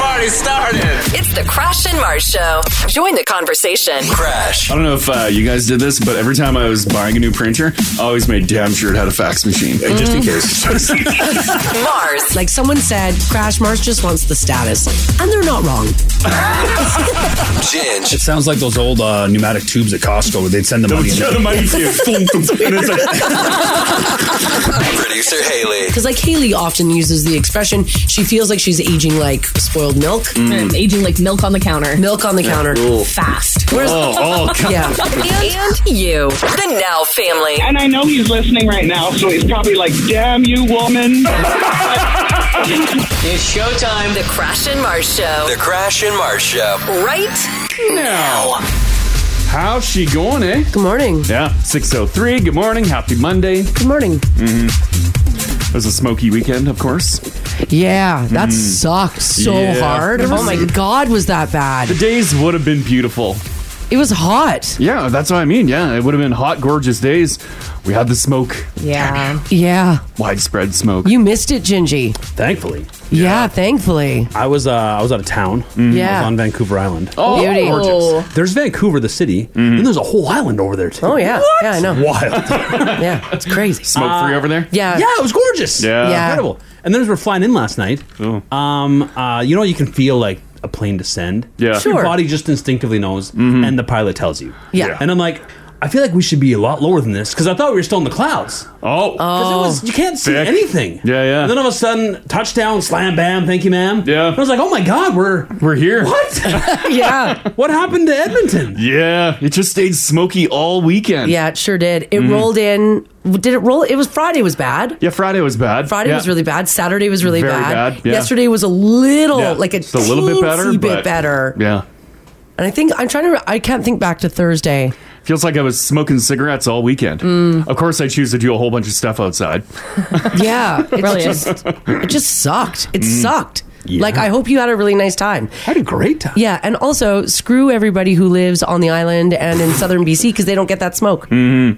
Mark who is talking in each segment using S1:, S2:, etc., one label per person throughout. S1: already started.
S2: It's the Crash and Mars Show. Join the conversation.
S1: Crash.
S3: I don't know if uh, you guys did this, but every time I was buying a new printer, I always made damn sure it had a fax machine, uh, just in case.
S2: Mars.
S4: Mm. Like someone said, Crash Mars just wants the status. And they're not wrong.
S1: Ginge.
S5: It sounds like those old uh, pneumatic tubes at Costco where they'd send the money.
S3: Yeah, the mighty few. And it's like,
S1: Producer Haley.
S4: Because like Haley often uses the expression, she feels like she's aging like spoiled milk.
S5: Mm.
S6: And Mm. aging like milk on the counter.
S4: Milk on the counter.
S6: Fast.
S4: Whereas-
S3: oh, oh, God.
S4: yeah.
S2: And you. The Now family.
S7: And I know he's listening right now, so he's probably like, damn you, woman.
S8: It's showtime.
S2: The Crash and Mars Show.
S1: The Crash and Mars Show.
S2: Right
S3: Now. How's she going, eh?
S4: Good morning.
S3: Yeah, 603. Good morning. Happy Monday. It
S4: Good morning.
S3: was a smoky weekend, of course.
S4: Yeah, that
S5: Mm.
S4: sucked so
S3: Yeah.
S4: hard. Oh my god, was that
S3: The
S4: bad?
S3: days would have been beautiful.
S4: It was hot.
S3: Yeah, that's what I mean. Yeah, it would have been hot, gorgeous days. We had the smoke,
S6: Yeah.
S4: Yeah.
S3: widespread smoke.
S4: You missed it, Gingy.
S5: Thankfully,
S4: Yeah, thankfully. Mm-hmm.
S5: I was uh, I was out of town. I was
S4: Yeah.
S5: on Vancouver Island.
S3: oh,
S4: Beauty.
S3: gorgeous.
S5: There's Vancouver, the city, and there's a whole island over there too.
S4: Mm-hmm. Oh yeah. Yeah, I know.
S5: Wild.
S4: Yeah. It's crazy. Uh,
S3: Smoke
S6: Uh,
S3: free over there?
S4: Yeah.
S5: yeah, it was gorgeous.
S3: Yeah.
S4: Yeah.
S5: incredible. And then as we're flying in last night,
S3: Ooh.
S5: um, uh, you know, you can feel like a plane descend.
S3: Yeah. Mm-hmm.
S4: Sure.
S5: your body just instinctively knows, and the pilot tells you.
S4: Yeah. Yeah.
S5: and I'm like, I feel like we should be a lot lower than this because I thought we were still in the clouds.
S3: Oh.
S5: 'Cause it was- you can't see
S3: Thick.
S5: anything.
S3: Yeah, yeah.
S5: And then all of a sudden, touchdown, slam, bam, thank you, ma'am.
S3: Yeah.
S5: I was like, oh my god, we're
S3: We're here.
S5: what?
S4: Yeah.
S5: what happened to Edmonton?
S3: Yeah, it just stayed smoky all weekend.
S4: Yeah, it sure did. It rolled in. Did it roll? It was Friday was bad.
S3: Mm-hmm. Yeah, Friday was bad.
S4: Friday
S3: Yeah.
S4: was really bad. Saturday was really
S3: Very
S4: bad.
S3: bad, yeah.
S4: Yesterday was a little
S3: Yeah.
S4: Oh, like a,
S3: It's a little bit better,
S4: teensy bit
S3: but-
S4: better.
S3: Yeah.
S4: And I think I'm trying to. re- I can't think back to Thursday.
S3: Feels like I was smoking cigarettes all weekend.
S4: Mm.
S3: Of course, I choose to do a whole bunch of stuff outside.
S4: Yeah, it
S6: Brilliant.
S4: just it just sucked. It
S3: Mm.
S4: sucked. Like I hope you had a really nice time.
S5: Had a great time.
S4: Yeah, and also screw everybody who lives on the island and in southern BC because they don't get that smoke. Mm-hmm.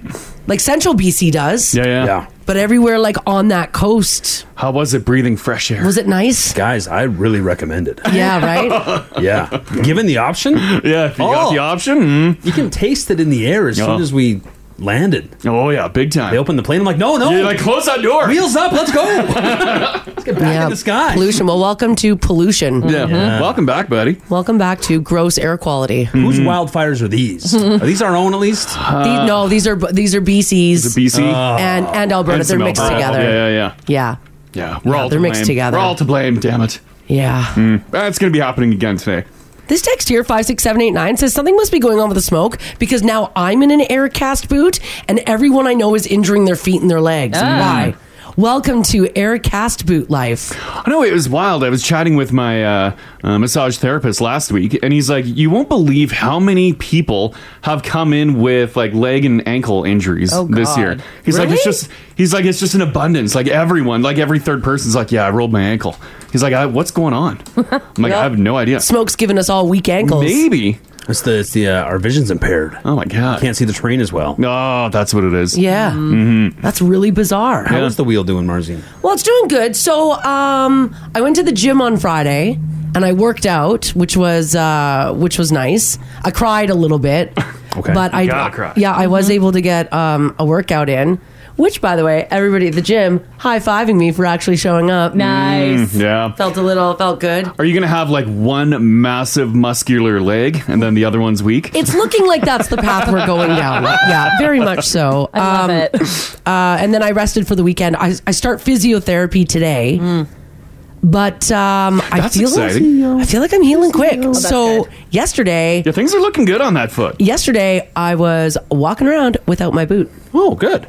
S4: Like central BC does,
S3: Yeah, yeah,
S5: Yeah.
S4: but everywhere like on that coast,
S3: How was it breathing fresh air?
S4: was it nice?
S5: Guys, I really recommend it.
S4: Yeah, right.
S5: Yeah. Given the option,
S3: yeah, if you
S5: Oh.
S3: got the option. mm.
S5: you can taste it in the air as soon
S3: Yeah.
S5: as we landed.
S3: Oh yeah, big
S5: They
S3: time.
S5: opened the plane. I'm like, no, no.
S3: You're like close that door.
S5: Wheels up, let's go. let's get back
S4: yeah,
S5: in the sky.
S4: pollution. Well, welcome to pollution.
S3: Yeah. Welcome back, buddy.
S4: Welcome back to gross air quality.
S5: Whose wildfires are these? are these our own at least?
S4: The-
S3: Uh,
S4: no, these are these are BC's
S3: BC
S4: and and Alberta.
S3: and
S4: they're
S3: some
S4: mixed
S3: Alberta.
S4: together.
S3: Yeah, yeah, yeah.
S4: Yeah.
S3: Yeah, we're all
S4: they're
S3: to
S4: mixed
S3: blame.
S4: together.
S3: We're all to blame. Damn it. Mm.
S4: Yeah.
S3: That's going to be happening again today.
S4: This text here, 56789, says something must be going on with the smoke because now I'm in an air cast boot and everyone I know is injuring their feet and their legs. Why? Welcome to air cast boot life.
S3: I know it was wild. I was chatting with my uh, uh, massage therapist last week, and he's like, "You won't believe how many people have come in with like leg and ankle injuries
S4: Oh,
S3: this year." He's like, "It's just," he's like, "It's just an abundance. Like everyone, like every third person's like, yeah, I rolled my ankle." He's like, I, "What's going on?" I'm like, "I have no idea.
S4: Smoke's given us all weak ankles.
S3: Maybe."
S5: It's the, it's the uh, our vision's impaired.
S3: Oh my god.
S5: Can't see the train as well.
S3: Oh, that's what it is. Mm-hmm.
S4: Yeah. That's really bizarre.
S5: How is the wheel doing, Marzine?
S4: Well, it's doing good. So, um, I went to the gym on Friday and I worked out, which was uh, which was nice. I cried a little bit,
S5: Okay.
S4: but I
S3: gotta cry. Mm-hmm.
S4: yeah, I was able to get um, a workout in. Which, by the way, everybody at the gym high fiving me for actually showing up.
S6: Nice.
S3: Mm, Yeah.
S4: Felt a little, felt good.
S3: Are you gonna have like one massive muscular leg and then the other one's weak?
S4: It's looking like that's the path we're going down. Yeah, very much so.
S6: I love
S4: Um,
S6: it.
S4: uh, and then I rested for the weekend. I, I start physiotherapy today,
S6: Mm.
S4: but um, I
S3: That's
S4: feel
S3: exciting.
S4: like I feel like I'm healing quick. so
S6: good.
S4: yesterday,
S3: yeah, things are looking good on that foot.
S4: yesterday I was walking around without my boot.
S5: Oh, good.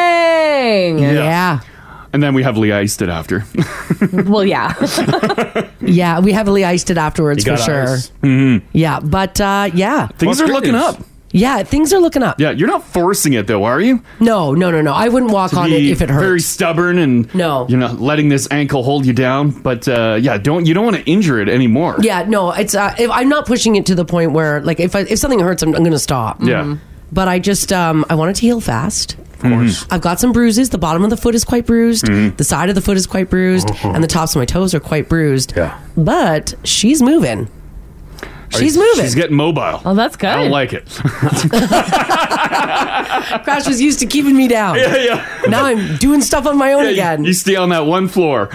S6: Dang.
S4: Yeah,
S3: And then we heavily iced it after.
S6: Well, yeah.
S4: yeah. We heavily iced it afterwards for
S5: got
S4: sure.
S5: eyes.
S4: Yeah, but uh, yeah,
S3: Mm-hmm. Things
S5: Well,
S3: are
S5: good
S3: looking
S5: news.
S3: up.
S4: yeah. Things are looking up.
S3: Yeah, you're not forcing it though, are you?
S4: No, no, no, no. I wouldn't walk on it
S3: Be
S4: if it
S3: Very
S4: hurt.
S3: stubborn and
S4: No.
S3: you're not letting this ankle hold you down. But uh, yeah, don't you don't want to injure it anymore.
S4: Yeah, no. It's uh, if I'm not pushing it to the Mm-hmm. point where like if I, if something hurts, I'm, I'm going to stop.
S3: yeah.
S4: But I just um, I want it to heal fast.
S5: of course.
S4: I've got some bruises. The bottom of the foot is quite bruised.
S3: Mm-hmm.
S4: The side of the foot is quite bruised,
S3: Oh.
S4: and the tops of my toes are quite bruised. Yeah. But she's moving. She's moving.
S3: She's getting mobile.
S4: Oh, that's
S3: I
S4: good.
S3: don't like it.
S4: Crash was used to keeping me down.
S3: Yeah, yeah.
S4: Now I'm doing stuff on my own again.
S3: You stay on that one floor.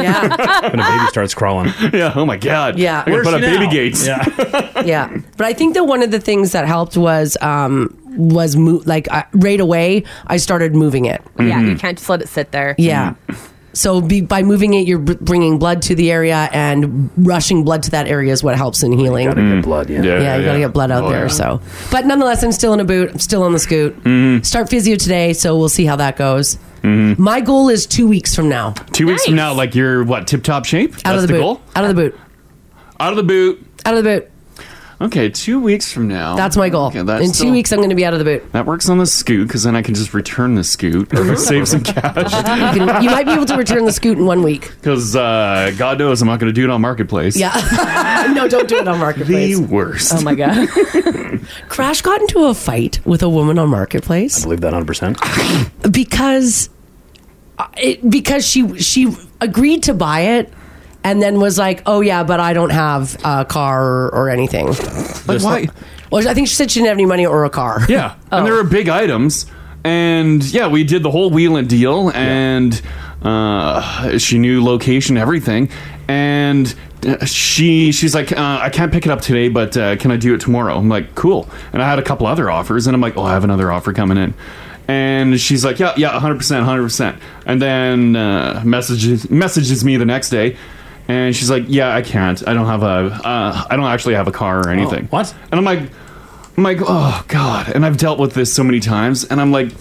S4: Yeah.
S3: when a baby starts crawling. Yeah. Oh my god.
S4: Yeah.
S3: I gotta
S4: Where's
S3: put up
S4: she
S3: baby
S4: now?
S3: gates. Yeah.
S4: yeah but i think that one of the things that helped was um was mo- like I, right away i started moving it
S6: Yeah,
S5: Mm-hmm.
S6: you can't just let it sit there.
S4: yeah so be, by moving it you're b- bringing blood to the area and rushing blood to that area is what helps in healing
S5: gotta get Mm. blood, yeah.
S4: yeah,
S5: Yeah,
S4: you gotta
S5: yeah.
S4: get blood out
S5: Oh,
S4: there
S5: yeah.
S4: so but nonetheless i'm still in a boot i'm still on the scoot
S5: Mm-hmm.
S4: start physio today so we'll see how that goes my goal is two weeks from now
S3: Two weeks from now, like you're what tip top shape?
S4: out of
S3: That's
S4: the, boot
S3: goal.
S4: out of the boot
S3: Out of the boot.
S4: Out of the boot.
S3: Okay, two weeks from now.
S4: that's my goal
S3: Okay, that's
S4: in two
S3: still-
S4: weeks i'm gonna be out of the boot
S3: That works on the scoot because then I can just return the scoot, save some cash.
S4: you, can, you might be able to return the scoot in one week
S3: Because uh, God knows I'm not going to do it on Marketplace.
S4: Yeah. no, don't do it on Marketplace.
S3: The worst. Oh
S4: my god. Crash got into a fight with a woman on Marketplace. I
S5: believe that 100%.
S4: Because uh, it because she she agreed to buy it and then was like, "Oh yeah, but I don't have a car or, or anything."
S3: Like, why?
S4: Well, I think she said she didn't have any money or a car.
S3: Yeah. And there were big items. And yeah, we did the whole wheel and deal. And uh, she knew location, everything. And uh, she she's like, uh, I can't pick it up today, but uh, can I do it tomorrow? I'm like, cool. And I had a couple other offers. And I'm like, oh, I have another offer coming in. And she's like, yeah, yeah, 100%, 100%. And then uh, messages, messages me the next day. And she's like, "Yeah, I can't. I don't have a. Uh, I don't actually have a car or anything." what? And I'm like, I'm like, "Oh God!" And I've dealt with this so many times, and I'm like,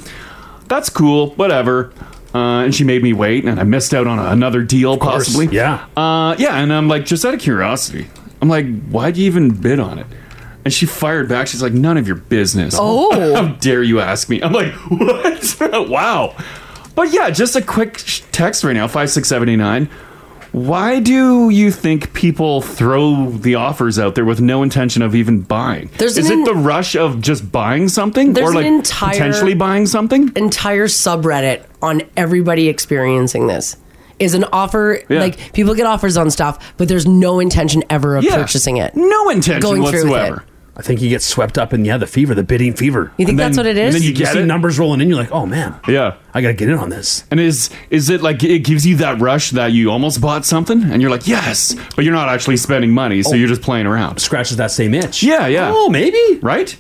S3: "That's cool, whatever." Uh, and she made me wait, and I missed out on another deal,
S5: course,
S3: possibly.
S5: yeah.
S3: Uh, yeah. And I'm like, just out of curiosity, I'm like, "Why'd you even bid on it?" And she fired back. She's like, "None of your business."
S8: Oh.
S3: How dare you ask me? I'm like, "What? wow." But yeah, just a quick sh- text right now, five six seventy nine. Why do you think people throw the offers out there with no intention of even buying?
S4: There's
S3: Is
S4: an
S3: it the rush of just buying something,
S4: There's
S3: or like
S4: an entire
S3: potentially buying something?
S4: Entire subreddit on everybody experiencing this is an offer
S3: Yeah.
S4: like people get offers on stuff, but there's no intention ever of
S5: Yeah.
S4: purchasing it.
S3: No intention
S4: going Through with it.
S5: I think you get swept up in yeah the fever, the bidding fever.
S4: You think that's what it is?
S5: And then you,
S4: You
S5: you
S4: get
S5: see
S4: it?
S5: numbers rolling in, you're like, oh man,
S3: yeah,
S5: I gotta get in on this.
S3: And is is it like it gives you that rush that you almost bought something and you're like yes, but you're not actually spending money, so you're just playing around.
S5: Oh. Scratches that same itch.
S3: Yeah, yeah.
S5: Oh, maybe
S3: right.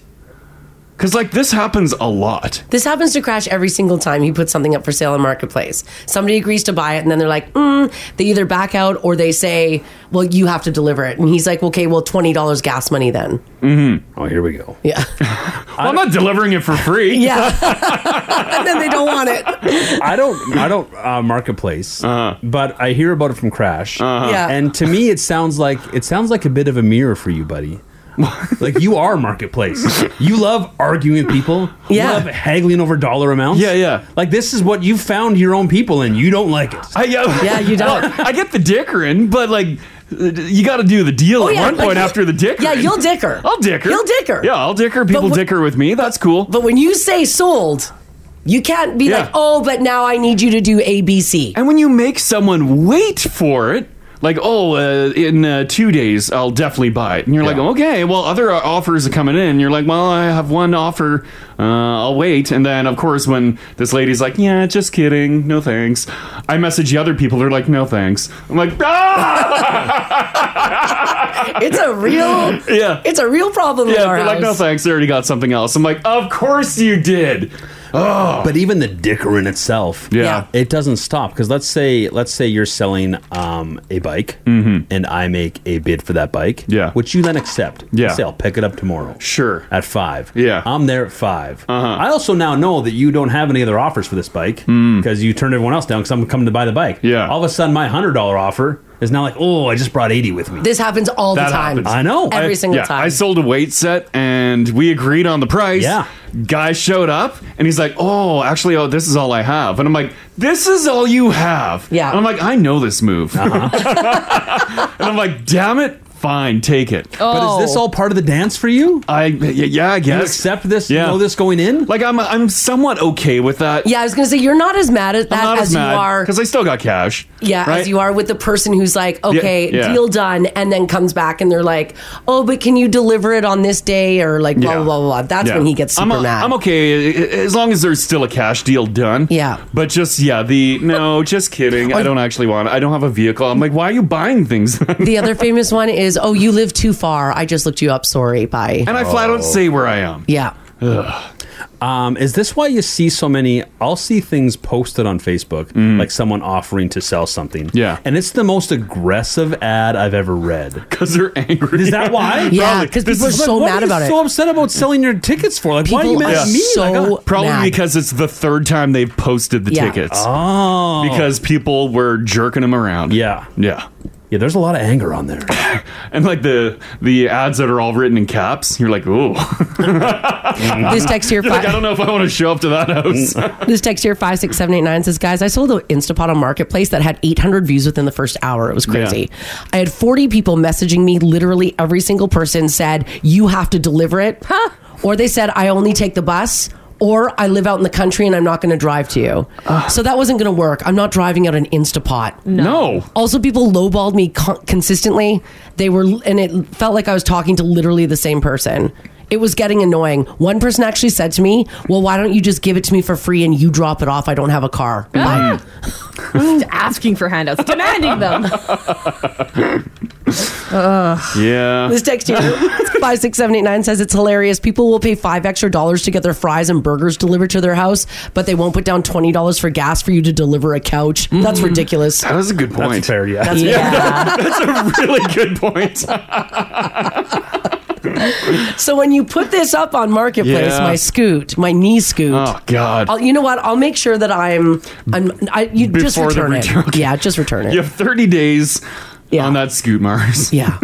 S3: Because like this happens a lot.
S4: This happens to Crash every single time he puts something up for sale in Marketplace. Somebody agrees to buy it, and then they're like, mm, they either back out or they say, well, you have to deliver it. And he's like, okay, well, $20 gas money then.
S5: Mm-hmm. Oh, here we go.
S4: Yeah.
S3: I'm not delivering it for free.
S4: Yeah. and then they don't want it.
S5: I don't, I don't uh, marketplace,
S3: Uh-huh.
S5: but I hear about it from Crash,
S4: Yeah.
S5: and to me, it sounds like it sounds like a bit of a mirror for you, buddy. like you are marketplace. You love arguing with people.
S3: Yeah.
S5: You love haggling over dollar amounts. Yeah, yeah. Like this is what you found your own people in. You don't like it.
S3: I, yeah, Well, I get the dickering, but like, you got to do the deal
S5: Oh,
S3: at
S5: yeah,
S3: one
S5: like
S3: point
S5: you-
S3: after the dicker.
S5: yeah, you'll
S4: dicker.
S3: I'll dicker.
S4: You'll dicker.
S3: Yeah, I'll dicker. People
S4: wh-
S3: dicker with me. That's cool.
S4: But when you say sold, you can't be like, oh, but now I need you to do ABC.
S3: And when you make someone wait for it, like, oh, uh, in uh, two days, I'll definitely buy it. And you're like, okay, well, other uh, offers are coming in. And you're like, well, I have one offer. Uh, I'll wait. And then, of course, when this lady's like, yeah, just kidding. No thanks. I message the other people. They're like, no thanks. I'm like,
S4: It's a real,
S3: yeah.
S4: it's a real problem in
S3: Yeah,
S4: our
S3: they're like, no
S4: house.
S3: thanks. I already got something else. I'm like, of course you did. Oh.
S5: But even the dickering itself,
S3: Yeah.
S5: it doesn't stop because let's say let's say you're selling um, a bike,
S3: Mm-hmm.
S5: and I make a bid for that bike, yeah, which you then accept.
S3: Yeah.
S5: say I'll pick it up tomorrow,
S3: sure,
S5: at five.
S3: Yeah, Uh-huh.
S5: I'm there at 5 I also now know that you don't have any other offers for this bike because
S3: Mm.
S5: you turned everyone else down because I'm coming to buy the bike. Yeah, all of a sudden my hundred dollar offer is now like, oh, I just brought eighty with me.
S4: This happens all the time. Every single
S3: yeah,
S4: time.
S3: I sold a weight set and we agreed on the price. Yeah. Guy showed up and he's like, "Oh, actually, oh, this is all I have." And I'm like, "This is all you have." Yeah. And I'm like, "I know this move." and I'm like, "Damn it, fine, take it.
S5: Uh-huh. But is
S3: Oh.
S5: this all part of the dance for you?
S3: I yeah, I guess.
S5: accept this?
S3: Yeah.
S5: Know this going in?
S3: Like I'm I'm somewhat okay with that.
S4: Yeah, I was gonna say you're not as mad at
S3: I'm
S4: that
S3: not
S4: as,
S3: as mad
S4: you are.
S3: because I still got cash.
S4: Yeah,
S3: right?
S4: as you are with the person who's like, okay,
S3: yeah.
S4: deal done, and then comes back and they're like, oh, but can you deliver it on this day or like blah
S3: Yeah.
S4: blah blah blah. That's
S3: Yeah.
S4: when he gets super
S3: I'm,
S4: mad.
S3: I'm okay i- i- as long as there's still a cash deal done.
S4: Yeah.
S3: But just yeah, the no, just kidding. I don't actually want. it. I don't have a vehicle. I'm like, why are you buying things? and
S4: the other famous one is, oh, you live too far. I just looked you up. Sorry, bye.
S3: I flat
S5: Oh.
S3: out say where I am.
S4: yeah.
S5: Um, is this why you see so many? I'll see things posted on Facebook, like someone offering to sell something.
S3: Mm. Yeah.
S5: And it's the most aggressive ad I've ever read.
S3: Because they're angry.
S5: Is that why?
S4: Yeah,
S3: Probably.
S4: 'cause
S3: This
S4: people
S3: is
S4: are so
S5: what
S4: mad
S5: you
S4: about it.
S5: so upset about selling your tickets for? Like, why are you
S4: People
S5: mad
S4: are
S5: at me? Like,
S4: so
S5: I-
S3: uh, Probably
S4: mad.
S3: because it's the third time they've posted the
S4: Yeah.
S3: tickets.
S5: oh.
S3: Because people were jerking them around.
S5: Yeah.
S3: Yeah.
S5: Yeah, there's a lot of anger on there.
S3: And like the the ads that are all written in caps, you're like, ooh.
S4: This text here,
S3: You're like, I don't
S4: five,
S3: know if I want to show up to that house.
S4: this text here five six seven eight nine says, guys, I sold an Instapot on Marketplace that had eight hundred views within the first hour. It was crazy. I had forty people messaging me. Literally every single person said, you have to deliver it, or they said, I only take the bus. Or I live out in the country and I'm not going to drive to you. so that wasn't going to work. I'm not driving out an Instapot.
S3: no.
S4: Also, people lowballed me con- consistently. They were, and it felt like I was talking to literally the same person. It was getting annoying. One person actually said to me, "Well, why don't you just give it to me for free and you drop it off? I don't have a car."
S9: Mm.
S4: Bye.
S6: asking for handouts, demanding them.
S3: Yeah.
S4: This text here, five six seven eight nine says it's hilarious. People will pay five extra dollars to get their fries and burgers delivered to their house, but they won't put down twenty dollars for gas for you to deliver a couch. That's ridiculous.
S3: Mm. That was a good point.
S5: That's fair, yeah.
S4: yeah.
S3: really good point.
S4: so when you put this up on marketplace,
S3: Yeah.
S4: my scoot, my knee scoot.
S3: Oh God.
S4: I'll, you know what? I'll make sure that I'm. I'm. I, you just
S3: Before the
S4: return it.
S3: return, okay.
S4: Yeah, just return it.
S3: you have 30 days
S4: Yeah.
S3: on that scoot, Mars.
S4: Yeah.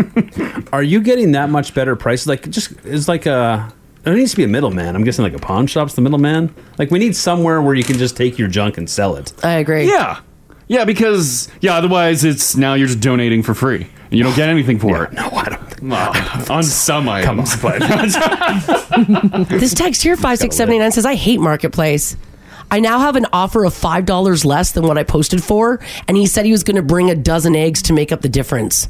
S5: Are you getting that much better prices? Like, just it's like a. There needs to be a middleman. I'm guessing like a pawn shop's the middleman. Like we need somewhere where you can just take your junk and sell it.
S4: I agree.
S3: Yeah. Yeah, because yeah, otherwise it's now you're just donating for free. And you don't get anything for it.
S5: No, I don't.
S3: Well, on some items, but
S4: This text here five six seven eight nine says I hate marketplace. I now have an offer of five dollars less than what I posted for, and he said he was going to bring a dozen eggs to make up the difference.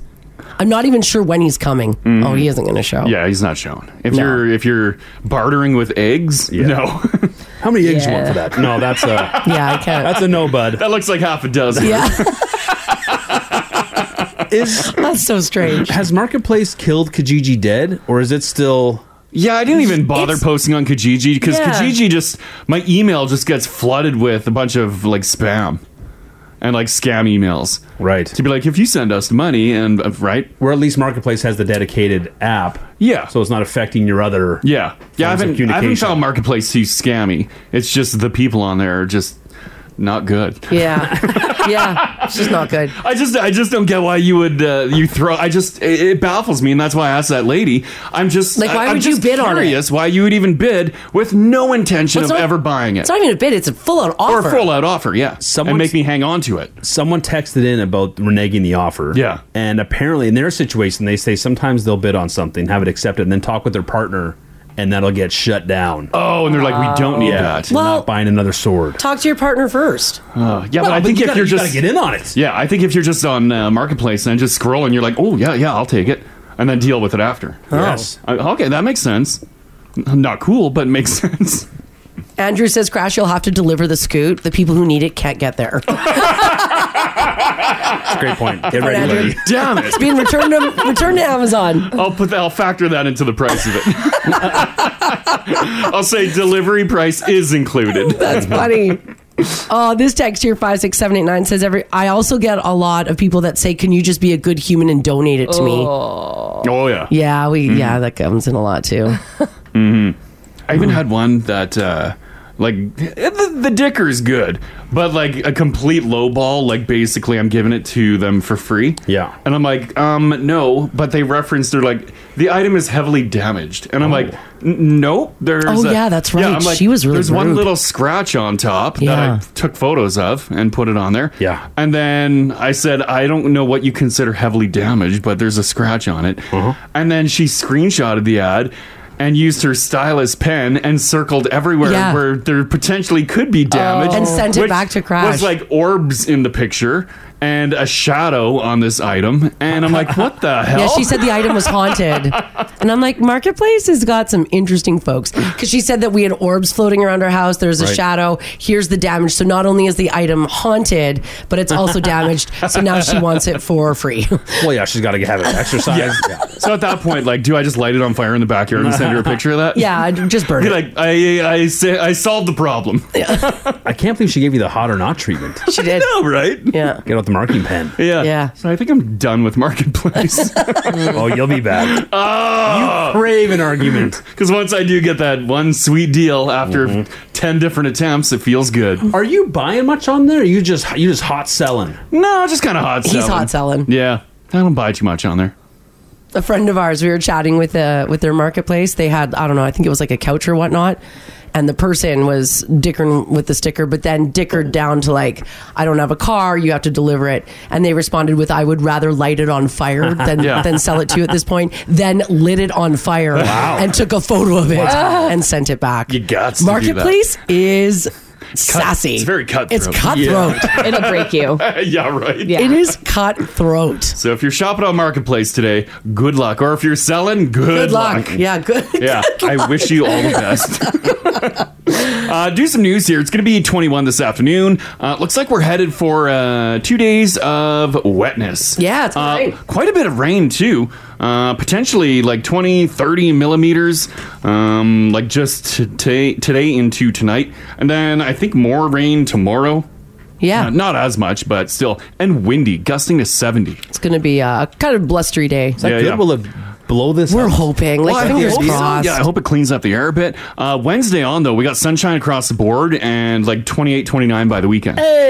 S4: I'm not even sure when he's coming. Oh, he isn't going to show.
S3: Mm. yeah, he's not shown. If
S4: No.
S3: you're if you're bartering with eggs, no,
S5: How many eggs you
S6: Yeah.
S5: want for that? No, that's a
S4: Yeah, I can't.
S5: that's a no, bud.
S3: that looks like half a dozen.
S4: yeah,
S5: Is
S4: that's so strange.
S5: has marketplace killed Kijiji dead, or is it still?
S3: Yeah, I didn't even bother
S4: It's-
S3: posting on Kijiji because
S6: Yeah.
S3: Kijiji just my email just gets flooded with a bunch of like spam and like scam emails.
S5: Right.
S3: To be like, if you send us money and uh, right,
S5: Where at least marketplace has the dedicated app.
S3: Yeah.
S5: So it's not affecting your other.
S3: Yeah, yeah. I
S5: Forms
S3: haven't, I haven't
S5: of communication.
S3: found marketplace too scammy. It's just the people on there are just not good.
S4: Yeah, yeah, it's just not good.
S3: I just, I just don't get why you would uh, you throw. I just, it, it baffles me, and that's why I asked that lady. I'm just
S4: Like,
S3: I,
S4: why
S3: am
S4: would you
S3: just
S4: bid on it?
S3: curious Why you would even bid with no intention
S4: It's
S3: of
S4: not-
S3: ever buying it
S4: It's not even a bid. It's a full out
S3: or
S4: offer.
S3: a full out offer? Yeah, and
S5: Someone's-
S3: make me hang on to it.
S5: Someone texted in about reneging the offer.
S3: Yeah.
S5: And apparently, in their situation, they say sometimes they'll bid on something, have it accepted, and then talk with their partner, and that'll get shut down.
S3: Oh, and they're like, we don't need that.
S4: Well-
S5: not buying another sword.
S4: Talk to your partner first.
S3: Uh, yeah, but I think if
S5: gotta-
S3: you're
S5: you gotta
S3: just
S5: get in on it.
S3: yeah, I think if you're just on uh, marketplace and just scrolling, you're like, oh yeah, yeah, I'll take it, and then deal with it after.
S5: Yes.
S3: Uh, Okay, that makes sense. N- Not cool, but makes sense.
S4: Andrew says, Crash, you'll have to deliver the scoot. The people who need it can't get there.
S5: That's a great point. Get ready,
S4: Andrew.
S5: buddy.
S3: Damn it!
S4: It's being returned to, returned to Amazon.
S3: I'll put that, I'll factor that into the price of it. I'll say delivery price is included.
S4: That's funny. Oh, this text here five six seven eight nine says every. I also get a lot of people that say, "Can you just be a good human and donate it to me?"
S3: Oh yeah. Mm-hmm.
S4: Yeah, we yeah that comes in a lot too.
S3: I even had one that uh, Like the, the dicker's good, but like a complete low ball, like basically I'm giving it to them for free. Yeah. And I'm like, um, no, but they referenced they're like the item is heavily damaged, and I'm like, "N- nope. There's
S4: Oh,
S3: a-"
S4: yeah, that's right.
S3: I'm like,
S4: She was really
S3: There's one
S4: rude."
S3: little scratch on top
S4: Yeah.
S3: that I took photos of and put it on there. Yeah. And then I said, I don't know what you consider heavily damaged, but there's a scratch on it. And then she screenshotted the ad and used her stylus pen and circled everywhere
S4: Yeah. Oh.
S3: where there potentially could be damage
S4: And sent it
S3: which
S4: back to Crash.
S3: Was like orbs in the picture and a shadow on this item. And I'm like, what the hell?
S4: Yeah, she said the item was haunted. and I'm like, Marketplace has got some interesting folks. Because she said that we had orbs floating around our house. There's a
S3: Hmm. Right.
S4: shadow. Here's the damage. So not only is the item haunted, but it's also damaged. So now she wants it for free.
S3: Well, yeah, she's got to have it
S5: exercised.
S3: So at that point, like, do I just light it on fire in the backyard and send her a picture of that?
S4: yeah, just burn
S3: Be
S4: it.
S3: like, I, I, sa- I solved the problem. I can't believe she gave you the hot or not treatment.
S4: She did.
S3: I know, right?
S4: Yeah.
S3: Get out the marking pen. Yeah.
S4: Yeah.
S3: So I think I'm done with marketplace.
S5: oh, you'll be back.
S3: Oh, you crave an argument because once I do get that one sweet deal after ten different attempts, it feels good.
S5: Are you buying much on there? Or you just you just hot selling?
S3: No, just kind of hot
S4: He's hot selling.
S3: Yeah, I don't buy too much on there.
S4: a friend of ours we were chatting with uh, with their marketplace they had i don't know i think it was like a couch or whatnot and the person was dickering with the sticker but then dickered down to like i don't have a car you have to deliver it and they responded with i would rather light it on fire than,
S8: Yeah.
S4: than sell it to you at this point then lit it on fire
S8: Wow.
S4: and took a photo of it
S8: Wow.
S4: and sent it back you
S3: got
S4: marketplace is sassy
S3: It's very cutthroat.
S4: it's cutthroat
S6: It'll break you.
S3: yeah, right.
S4: it is cutthroat So
S3: if you're shopping on marketplace today, good luck. Or if you're selling, good,
S4: Good luck. Yeah, good.
S3: Yeah,
S4: good
S3: I
S4: luck.
S3: wish you all the best. uh, do some news here. It's going to be 21 this afternoon. Uh, looks like we're headed for uh, two days of wetness.
S4: Yeah, it's
S3: uh, quite a bit of rain too. Uh, potentially like 20, 30 millimeters, um, like just today, today into tonight, and then I think more rain tomorrow.
S4: Yeah,
S3: not as much, but still, and windy, gusting to 70.
S4: It's going to be a kind of blustery day.
S3: that Yeah, good? yeah. Will
S5: it blow this?
S4: We're hoping. Like,
S3: Well, I
S4: fingers
S3: hope so.
S4: crossed.
S3: Yeah, I hope it cleans up the air a bit. Uh, Wednesday on, though, we got sunshine across the board and like 28, 29 by the weekend.
S4: Hey!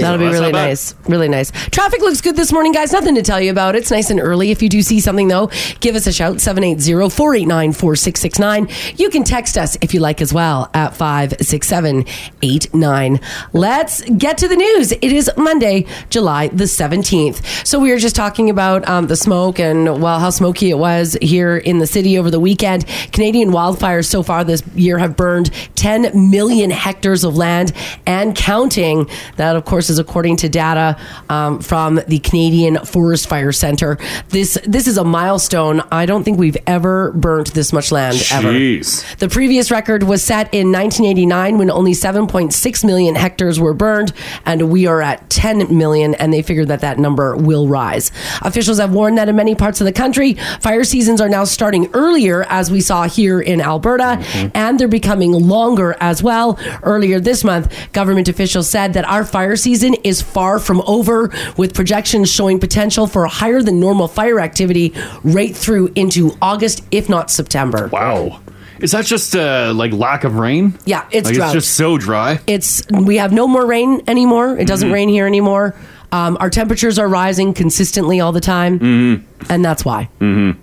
S4: That'll be
S3: that's
S4: really
S3: not bad.
S4: nice. Really nice. Traffic looks good this morning, guys. Nothing to tell you about. It's nice and early. If you do see something, though, give us a shout 780 489 4669. You can text us if you like as well at 567 89. Let's get to the news. It is Monday, July the 17th. So we were just talking about um, the smoke and, well, how smoky it was here in the city over the weekend. Canadian wildfires so far this year have burned 10 million hectares of land and counting. That, of course, is according to data um, from the Canadian Forest Fire Center. This this is a milestone. I don't think we've ever burnt this much land ever.
S3: Jeez.
S4: The previous record was set in 1989 when only 7.6 million hectares were burned, and we are at 10 million, and they figure that that number will rise. Officials have warned that in many parts of the country, fire seasons are now starting earlier, as we saw here in Alberta,
S3: Mm-hmm.
S4: and they're becoming longer as well. Earlier this month, government officials said that our fire season is far from over, with projections showing potential for higher than normal fire activity right through into August, if not September.
S3: Wow. Is that just uh, like lack of rain?
S4: Yeah, it's
S3: like,
S4: drought.
S3: It's just so dry.
S4: It's we have no more rain anymore. It doesn't
S3: Mhm.
S4: rain here anymore. Um, our temperatures are rising consistently all the time,
S3: Mhm.
S4: and that's why.
S3: Mm-hmm.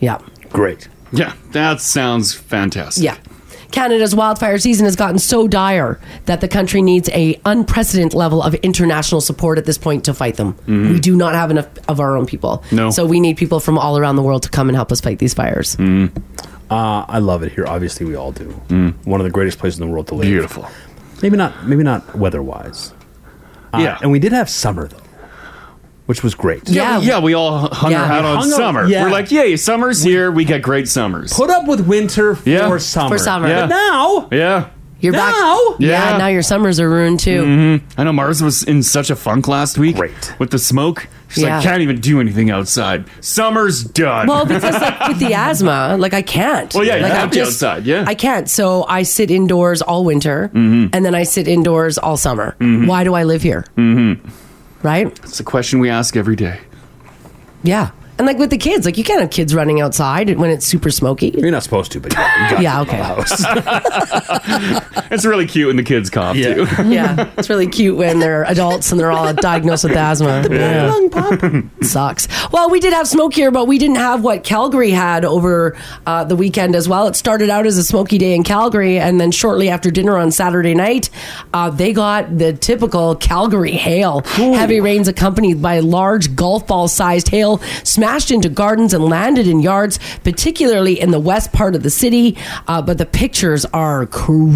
S4: Yeah.
S3: Great. Yeah, that sounds fantastic.
S4: Yeah. Canada's wildfire season has gotten so dire that the country needs a unprecedented level of international support at this point to fight them.
S3: Mhm.
S4: We do not have enough of our own people.
S5: No.
S4: So we need people from all around the world to come and help us fight these fires.
S5: Uh, I love it here. Obviously, we all do. One of the greatest places in the world to live.
S3: Mm. Beautiful.
S5: Maybe not. Maybe not weather wise.
S3: Yeah.
S5: and we did have summer though, which was great.
S3: Yeah, we- yeah, we all Uh, hung
S5: Yeah.
S3: our hat
S5: We
S3: on
S5: hung our-
S3: summer.
S5: yeah.
S3: We're like, yay, summer's here. We got great summers.
S5: Put up with winter for
S3: yeah.
S5: summer.
S4: For summer.
S3: Yeah.
S4: But
S5: now,
S3: yeah.
S4: You're back. Yeah.
S3: Yeah.
S4: Now your summers are ruined too.
S3: Mhm. I know Mars was in such a funk last week. With the smoke. She's
S4: Yeah.
S3: like, can't even do anything outside. Summer's done.
S4: Well, because like with the asthma, like I can't.
S3: Well, yeah, you
S4: like,
S3: have
S4: I'm
S3: to outside, yeah.
S4: I can't. So I sit indoors all winter,
S3: Mhm.
S4: and then I sit indoors all summer.
S3: Mhm.
S4: Why do I live here?
S3: Mm-hmm.
S4: Right?
S3: It's a question we ask every day.
S4: Yeah. And like with the kids, like you can't have kids running outside when it's super smoky. You're
S5: not supposed to, but
S4: yeah, okay.
S3: it's really cute when the kids cop too.
S4: yeah, it's really cute when they're adults and they're all diagnosed with asthma.
S3: The big Yeah.
S4: lung pop sucks. Well, we did have smoke here, but we didn't have what Calgary had over uh, the weekend as well. It started out as a smoky day in Calgary, and then shortly after dinner on Saturday night, uh, they got the typical Calgary hail. Heavy rains accompanied by large golf ball sized hail smashed into gardens and landed in yards, particularly in the west part of the city. Uh, but the pictures are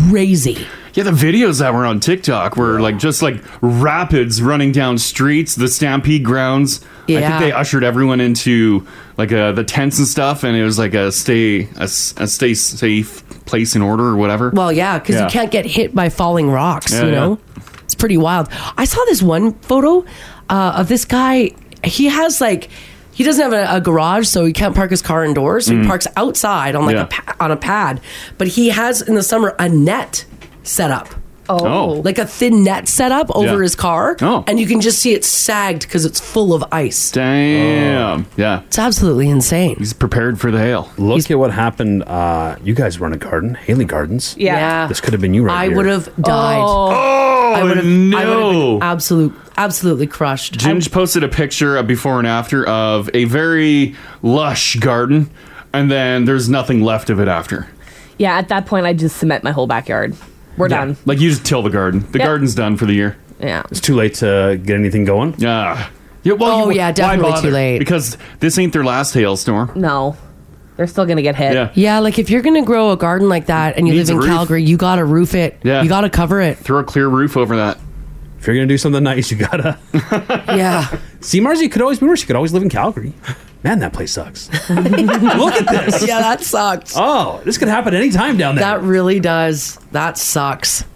S4: crazy.
S3: Yeah, the videos that were on TikTok were like just like rapids running down streets, the Stampede grounds. I
S4: Yeah.
S3: think they ushered everyone into like uh, the tents and stuff, and it was like a stay a, s- a stay safe place in order or whatever.
S4: Well, yeah, because you can't get hit by falling rocks,
S3: Yeah,
S4: you know? It's pretty wild. I saw this one photo uh, of this guy. He has like, he doesn't have a, a garage, so he can't park his car indoors. So he
S8: Mm.
S4: parks outside on like
S8: Yeah.
S4: a pa- on a pad. But he has in the summer a net set up.
S8: Oh.
S4: Like a thin net set up over
S3: Yeah.
S4: his car.
S3: Oh.
S4: And you can just see it sagged because it's full of ice.
S3: Damn. Uh, Yeah.
S4: It's absolutely insane.
S3: He's prepared for the hail.
S5: Look at what happened. Uh, you guys run a garden, Haley Gardens.
S4: Yeah. Yeah.
S5: This could have been you right
S4: I
S5: here.
S4: would have died.
S3: Oh,
S4: I would have I would have
S3: no.
S4: been absolute, absolutely crushed.
S3: Ginge posted a picture of before and after of a very lush garden, and then there's nothing left of it after.
S6: Yeah, at that point, I just cement my whole backyard. We're
S3: Yeah.
S6: done.
S3: Like you just till the garden. The
S6: Yeah.
S3: garden's done for the year.
S6: Yeah.
S5: It's too late to get anything going.
S3: Yeah. Yeah. Well,
S6: Oh, yeah,
S3: why
S6: definitely
S3: bother?
S6: too late.
S3: Because this ain't their last hailstorm.
S6: No, they're still gonna get hit.
S3: Yeah.
S4: Yeah, like if you're gonna grow a garden like that and you
S3: Needs
S4: live
S3: a
S4: in
S3: roof.
S4: Calgary, you gotta roof it.
S3: Yeah.
S4: You gotta cover it.
S3: Throw a clear roof over that.
S5: If you're gonna do something nice, you gotta.
S4: yeah.
S5: See, Marzi could always remember she could always live in Calgary. Man, that place sucks. Look at this.
S4: Yeah, that sucks.
S5: Oh, this could happen anytime down there.
S4: That really does. That sucks.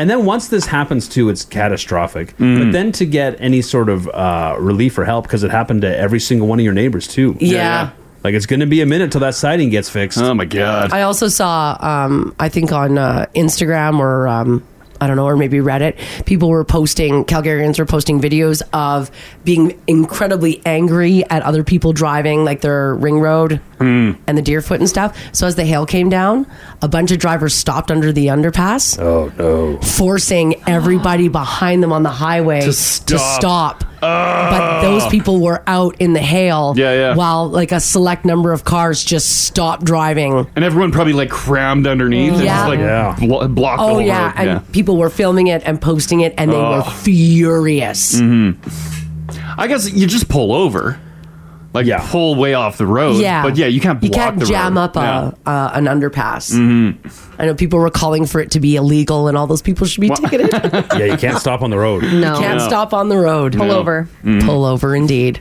S5: And then once this happens too, it's catastrophic. But then to get any sort of uh, relief or help, because it happened to every single one of your neighbors too.
S4: Yeah. Yeah.
S5: Like it's going to be a minute till that siding gets fixed. Oh
S3: my god!
S4: I also saw um I think on uh, Instagram or um I don't know, or maybe Reddit. People were posting, Calgarians were posting videos of being incredibly angry at other people driving, like their ring road
S3: Hmm.
S4: and the Deerfoot and stuff. So as the hail came down, a bunch of drivers stopped under the underpass.
S5: Oh no!
S4: forcing everybody behind them on the highway to
S3: stop. Ah.
S4: stop. But those people were out in the hail
S3: Yeah, yeah.
S4: while like a select number of cars just stopped driving.
S3: And everyone probably like crammed underneath and
S4: Yeah.
S3: just like
S4: Yeah.
S3: blo- blocked the
S4: Oh
S3: whole
S4: yeah,
S3: road.
S4: and people were filming it and posting it and they
S3: Oh.
S4: were furious.
S3: Mhm. I guess you just pull over. Like pull way off the road.
S4: Yeah.
S3: But yeah, you can't block
S4: You can't
S3: the
S4: jam
S3: road. Mm. Mm-hmm.
S4: up a, uh, an underpass. I know people were calling for it to be illegal and all those people should be ticketed.
S5: yeah, you can't stop on the road.
S4: No. You can't stop on the road.
S5: Pull No. over.
S3: Mm.
S5: Mhm.
S4: Oh, Pull over, indeed.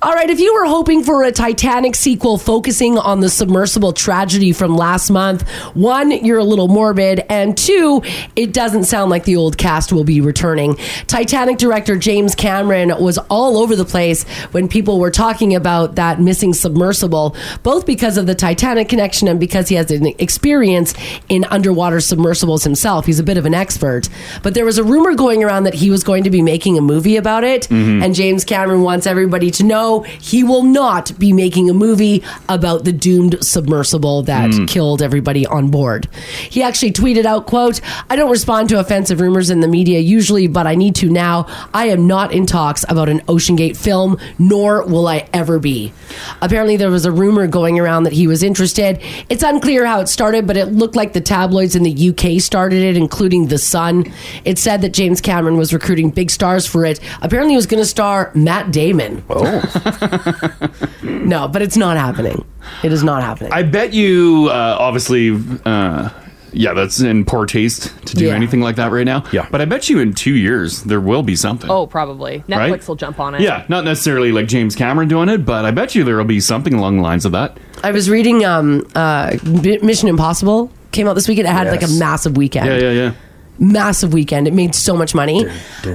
S4: All right, if you were hoping for a Titanic sequel focusing on the submersible tragedy from last month, one, you're a little morbid, and two, it doesn't sound like the old cast will be returning. Titanic director James Cameron was all over the place when people were talking about that missing submersible, both because of the Titanic connection and because he has an experience in underwater submersibles himself. He's a bit of an expert. But there was a rumor going around that he was going to be making a movie about it,
S8: Mhm.
S4: and James Cameron wants everybody to know he will not be making a movie about the doomed submersible that
S8: Mm.
S4: killed everybody on board. He actually tweeted out, quote, I don't respond to offensive rumors in the media usually, but I need to now. I am not in talks about an OceanGate film, nor will I ever be. Apparently there was a rumor going around that he was interested. It's unclear how it started, but it looked like the tabloids in the UK started it, including The Sun. It said that James Cameron was recruiting big stars for it. Apparently he was gonna star Matt Damon.
S3: Oh.
S4: no, but it's not happening. It is not happening.
S3: I bet you, uh, obviously, uh, yeah, that's in poor taste to do
S6: Yeah.
S3: anything like that right now. Yeah. But I bet you in two years there will be something.
S6: Oh, probably. Netflix
S3: Right?
S6: will jump on it.
S3: Yeah, not necessarily like James Cameron doing it, but I bet you there will be something along the lines of that.
S4: I was reading um, uh, Mi- Mission Impossible came out this weekend. It had like a
S3: Yes.
S4: massive weekend.
S3: Yeah, yeah, yeah.
S4: Massive weekend. It made so much money.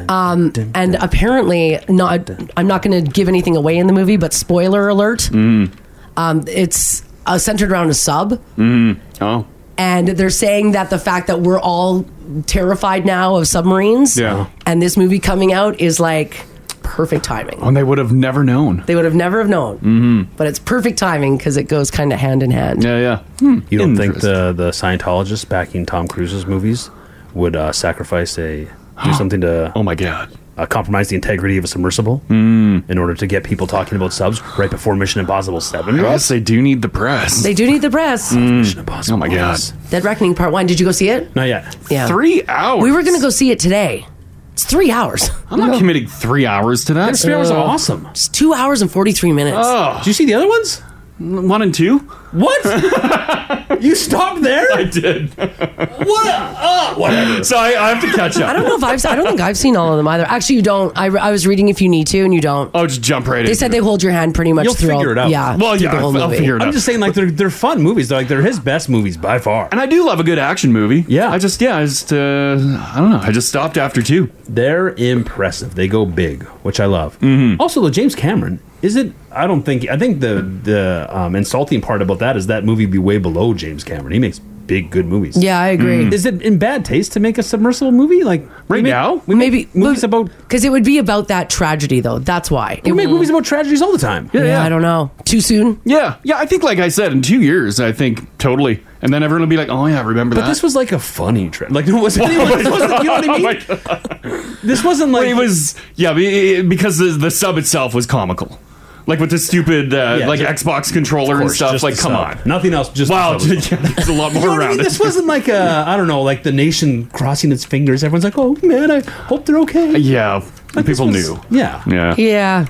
S4: Um, and apparently, not. I'm not going to give anything away in the movie, but spoiler alert.
S3: Mm.
S4: Um, it's uh, centered around a sub.
S3: Mm. Oh.
S4: And they're saying that the fact that we're all terrified now of submarines
S3: Yeah.
S4: and this movie coming out is like perfect timing.
S3: And they would have never known.
S4: They would have never have known.
S3: Mm-hmm.
S4: But it's perfect timing because it goes kind of hand in hand.
S3: Yeah, yeah.
S4: Hmm.
S5: You don't think the the Scientologists backing Tom Cruise's movies would uh, sacrifice a do something to
S3: oh my god Hmm.
S5: uh, compromise the integrity of a submersible in order to get people talking about subs right before Mission Impossible Seven?
S3: I guess they do need the press.
S4: They do need the press.
S3: Oh my god.
S4: Dead Reckoning Part One. Did you go see it?
S5: Not yet.
S4: Yeah.
S3: Three hours.
S4: We were gonna go see it today. It's three hours.
S3: I'm not committing three hours to that.
S4: That's three hours of awesome. It's two hours and forty three minutes.
S3: Oh. Did
S5: you see the other ones?
S3: One and two.
S5: What? you stopped there? I
S3: did.
S5: what? Uh, whatever.
S3: So I, I have to catch up.
S4: I don't know if I've. I don't think I've seen all of them either. Actually, you don't. I, I was reading if you need to, and you don't.
S3: Oh, just jump right
S4: They
S3: in.
S4: said they hold your hand pretty much.
S5: You'll
S4: through
S5: figure
S4: all-
S5: it out.
S4: Yeah. through the whole movie.
S5: I'm just saying, like they're they're fun movies. They're like they're his best movies by far.
S3: And I do love a good action movie. Yeah. I just, yeah, I just, uh, I don't know. I just stopped after two.
S5: They're impressive. They go big, which I love. Mm-hmm. Also, though, James Cameron is it? I don't think. I think the the um, insulting part about that is that movie be way below James Cameron. He makes big, good movies.
S4: Yeah, I agree.
S5: Mm.
S3: Mm.
S5: Is it in bad taste to make a submersible movie like right now? We
S4: maybe
S5: movies about
S4: because it would be about that tragedy though. That's why
S5: we make movies about tragedies all the time.
S4: Yeah, I don't know. Too soon?
S3: Yeah. Yeah. I think, like I said, in two years, I think totally. And then everyone will be like, oh, yeah, I remember
S5: But
S3: that. Oh
S5: this was like a funny trip. Like it wasn't. It wasn't- you know what I mean? this wasn't like
S3: it was. Yeah, be- it- because the, the sub itself was comical, like with the stupid uh,
S5: Yeah,
S3: like
S5: ju-
S3: Xbox controller
S5: Of
S3: and
S5: course,
S3: stuff.
S5: just
S3: Like,
S5: the
S3: come
S5: sub.
S3: on,
S5: nothing else. Just
S3: wow,
S5: the sub.
S3: yeah, there's a lot more
S5: You know what I
S3: around
S5: mean?
S3: it.
S5: This wasn't like a I don't know, like the nation crossing its fingers. Everyone's like, "Oh man, I hope they're okay."
S3: Uh, Yeah, people
S5: this was-
S3: knew.
S5: Yeah.
S3: Yeah.
S4: Yeah.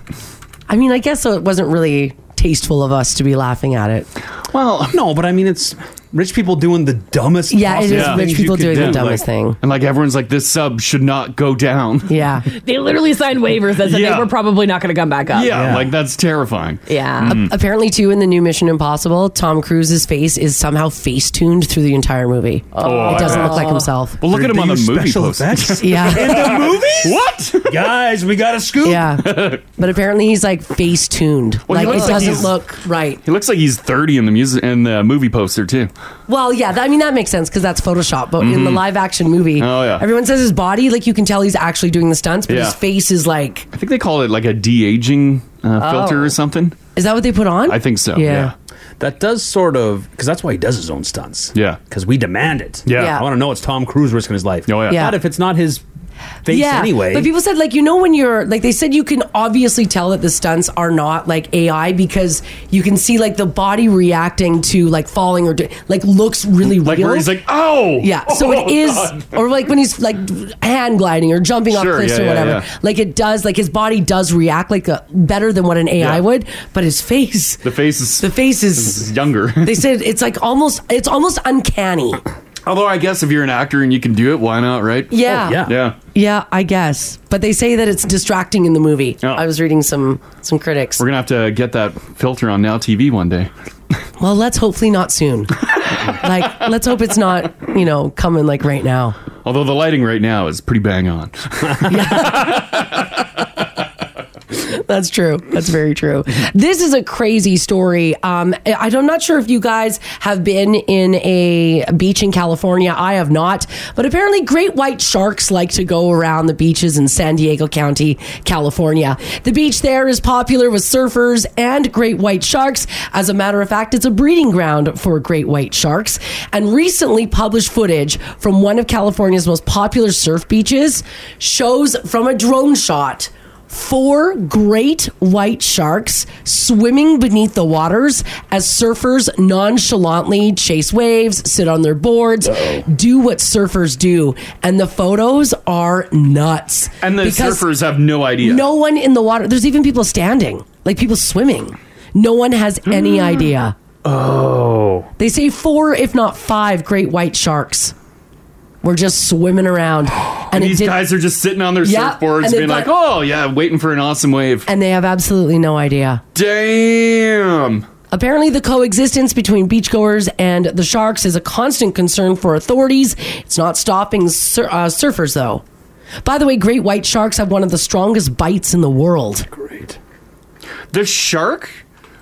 S4: I mean, I guess so. It wasn't really tasteful of us to be laughing at it.
S3: Well,
S5: no, but I mean, it's rich people doing the dumbest.
S4: Yeah, it is
S3: Yeah.
S4: rich
S3: things
S4: people
S3: you could
S4: doing the
S3: do,
S4: dumbest
S3: like-
S4: thing.
S3: And like everyone's like, this sub should not go down.
S4: Yeah.
S6: They literally signed waivers that said
S3: Yeah.
S6: they were probably not going to come back
S3: Yeah,
S6: up.
S3: like that's terrifying.
S6: Yeah.
S3: Mm.
S4: Apparently, too, in the new Mission Impossible, Tom Cruise's face is somehow face tuned through the entire movie.
S3: Oh,
S4: it doesn't
S3: I-
S4: look like himself.
S3: Well, look at him on the movie poster.
S4: Yeah.
S5: the
S4: In
S5: movies?
S3: What?
S5: Guys, we got a scoop.
S4: Yeah. But apparently, he's like face tuned.
S3: Well, he
S4: like, it
S3: looks like
S4: doesn't
S3: he's-
S4: look right.
S3: He looks like he's 30 in the music and the movie poster too.
S4: Well, yeah, that, I mean that makes sense because that's Photoshop. But in the
S3: Mhm.
S4: live action movie,
S3: Oh, yeah.
S4: everyone says his body, like you can tell he's actually doing the stunts, but
S3: Yeah.
S4: his face is like,
S3: I think they call it like a de aging uh,
S4: Oh.
S3: filter or something.
S4: is that what they put on?
S3: I think so.
S4: Yeah.
S5: That does sort of because that's why he does his own stunts.
S3: Yeah.
S5: Because we demand it.
S3: Yeah.
S4: Yeah.
S5: I want to know it's Tom Cruise risking his life. Oh,
S4: yeah. Yeah.
S5: Not if it's not his face anyway.
S4: But people said like you know when you're like they said you can obviously tell that the stunts are not like AI because you can see like the body reacting to like falling or do, like looks really
S3: Like
S4: real.
S3: where he's like, oh,
S4: Yeah, so it
S3: Oh,
S4: is,
S3: God.
S4: or like when he's like hand gliding or jumping
S3: Sure,
S4: off cliffs
S3: yeah,
S4: or
S3: yeah,
S4: whatever.
S3: yeah.
S4: Like it does, like his body does react like a, better than what an AI
S3: Yeah.
S4: would, but his face.
S3: The face is
S4: the face is
S3: is younger.
S4: They said it's like almost, it's almost uncanny.
S3: Although I guess if you're an actor and you can do it, why not, right?
S4: Yeah. Oh, yeah.
S3: yeah, yeah.
S4: Yeah, I guess, but they say that it's distracting in the movie.
S3: Oh.
S4: I was reading some some critics.
S3: We're gonna have to get that filter on Now TV one day.
S4: Well, let's hopefully not soon. like, let's hope it's not you know coming like right now.
S3: Although the lighting right now is pretty bang on.
S4: That's true. That's very true. This is a crazy story. Um, I- I'm not sure if you guys have been in a beach in California. I have not, but apparently, great white sharks like to go around the beaches in San Diego County, California. The beach there is popular with surfers and great white sharks. As a matter of fact, it's a breeding ground for great white sharks. And recently published footage from one of California's most popular surf beaches shows from a drone shot four great white sharks swimming beneath the waters as surfers nonchalantly chase waves, sit on their boards, do what surfers do. And the photos are nuts.
S3: And the
S4: Because
S3: surfers have no idea.
S4: No one in the water. There's even people standing, like people swimming. No one has
S3: Hmm.
S4: any idea.
S5: oh.
S4: They say four, if not five, great white sharks were just swimming around.
S3: And
S4: And, it
S3: these
S4: did-
S3: guys are just sitting on their
S4: Yeah,
S3: surfboards
S4: and they've
S3: being like,
S4: got-
S3: oh, yeah, waiting for an awesome wave.
S4: and they have absolutely no idea.
S3: Damn.
S4: Apparently, the coexistence between beachgoers and the sharks is a constant concern for authorities. It's not stopping sur- uh, surfers, though. By the way, great white sharks have one of the strongest bites in the world.
S3: The shark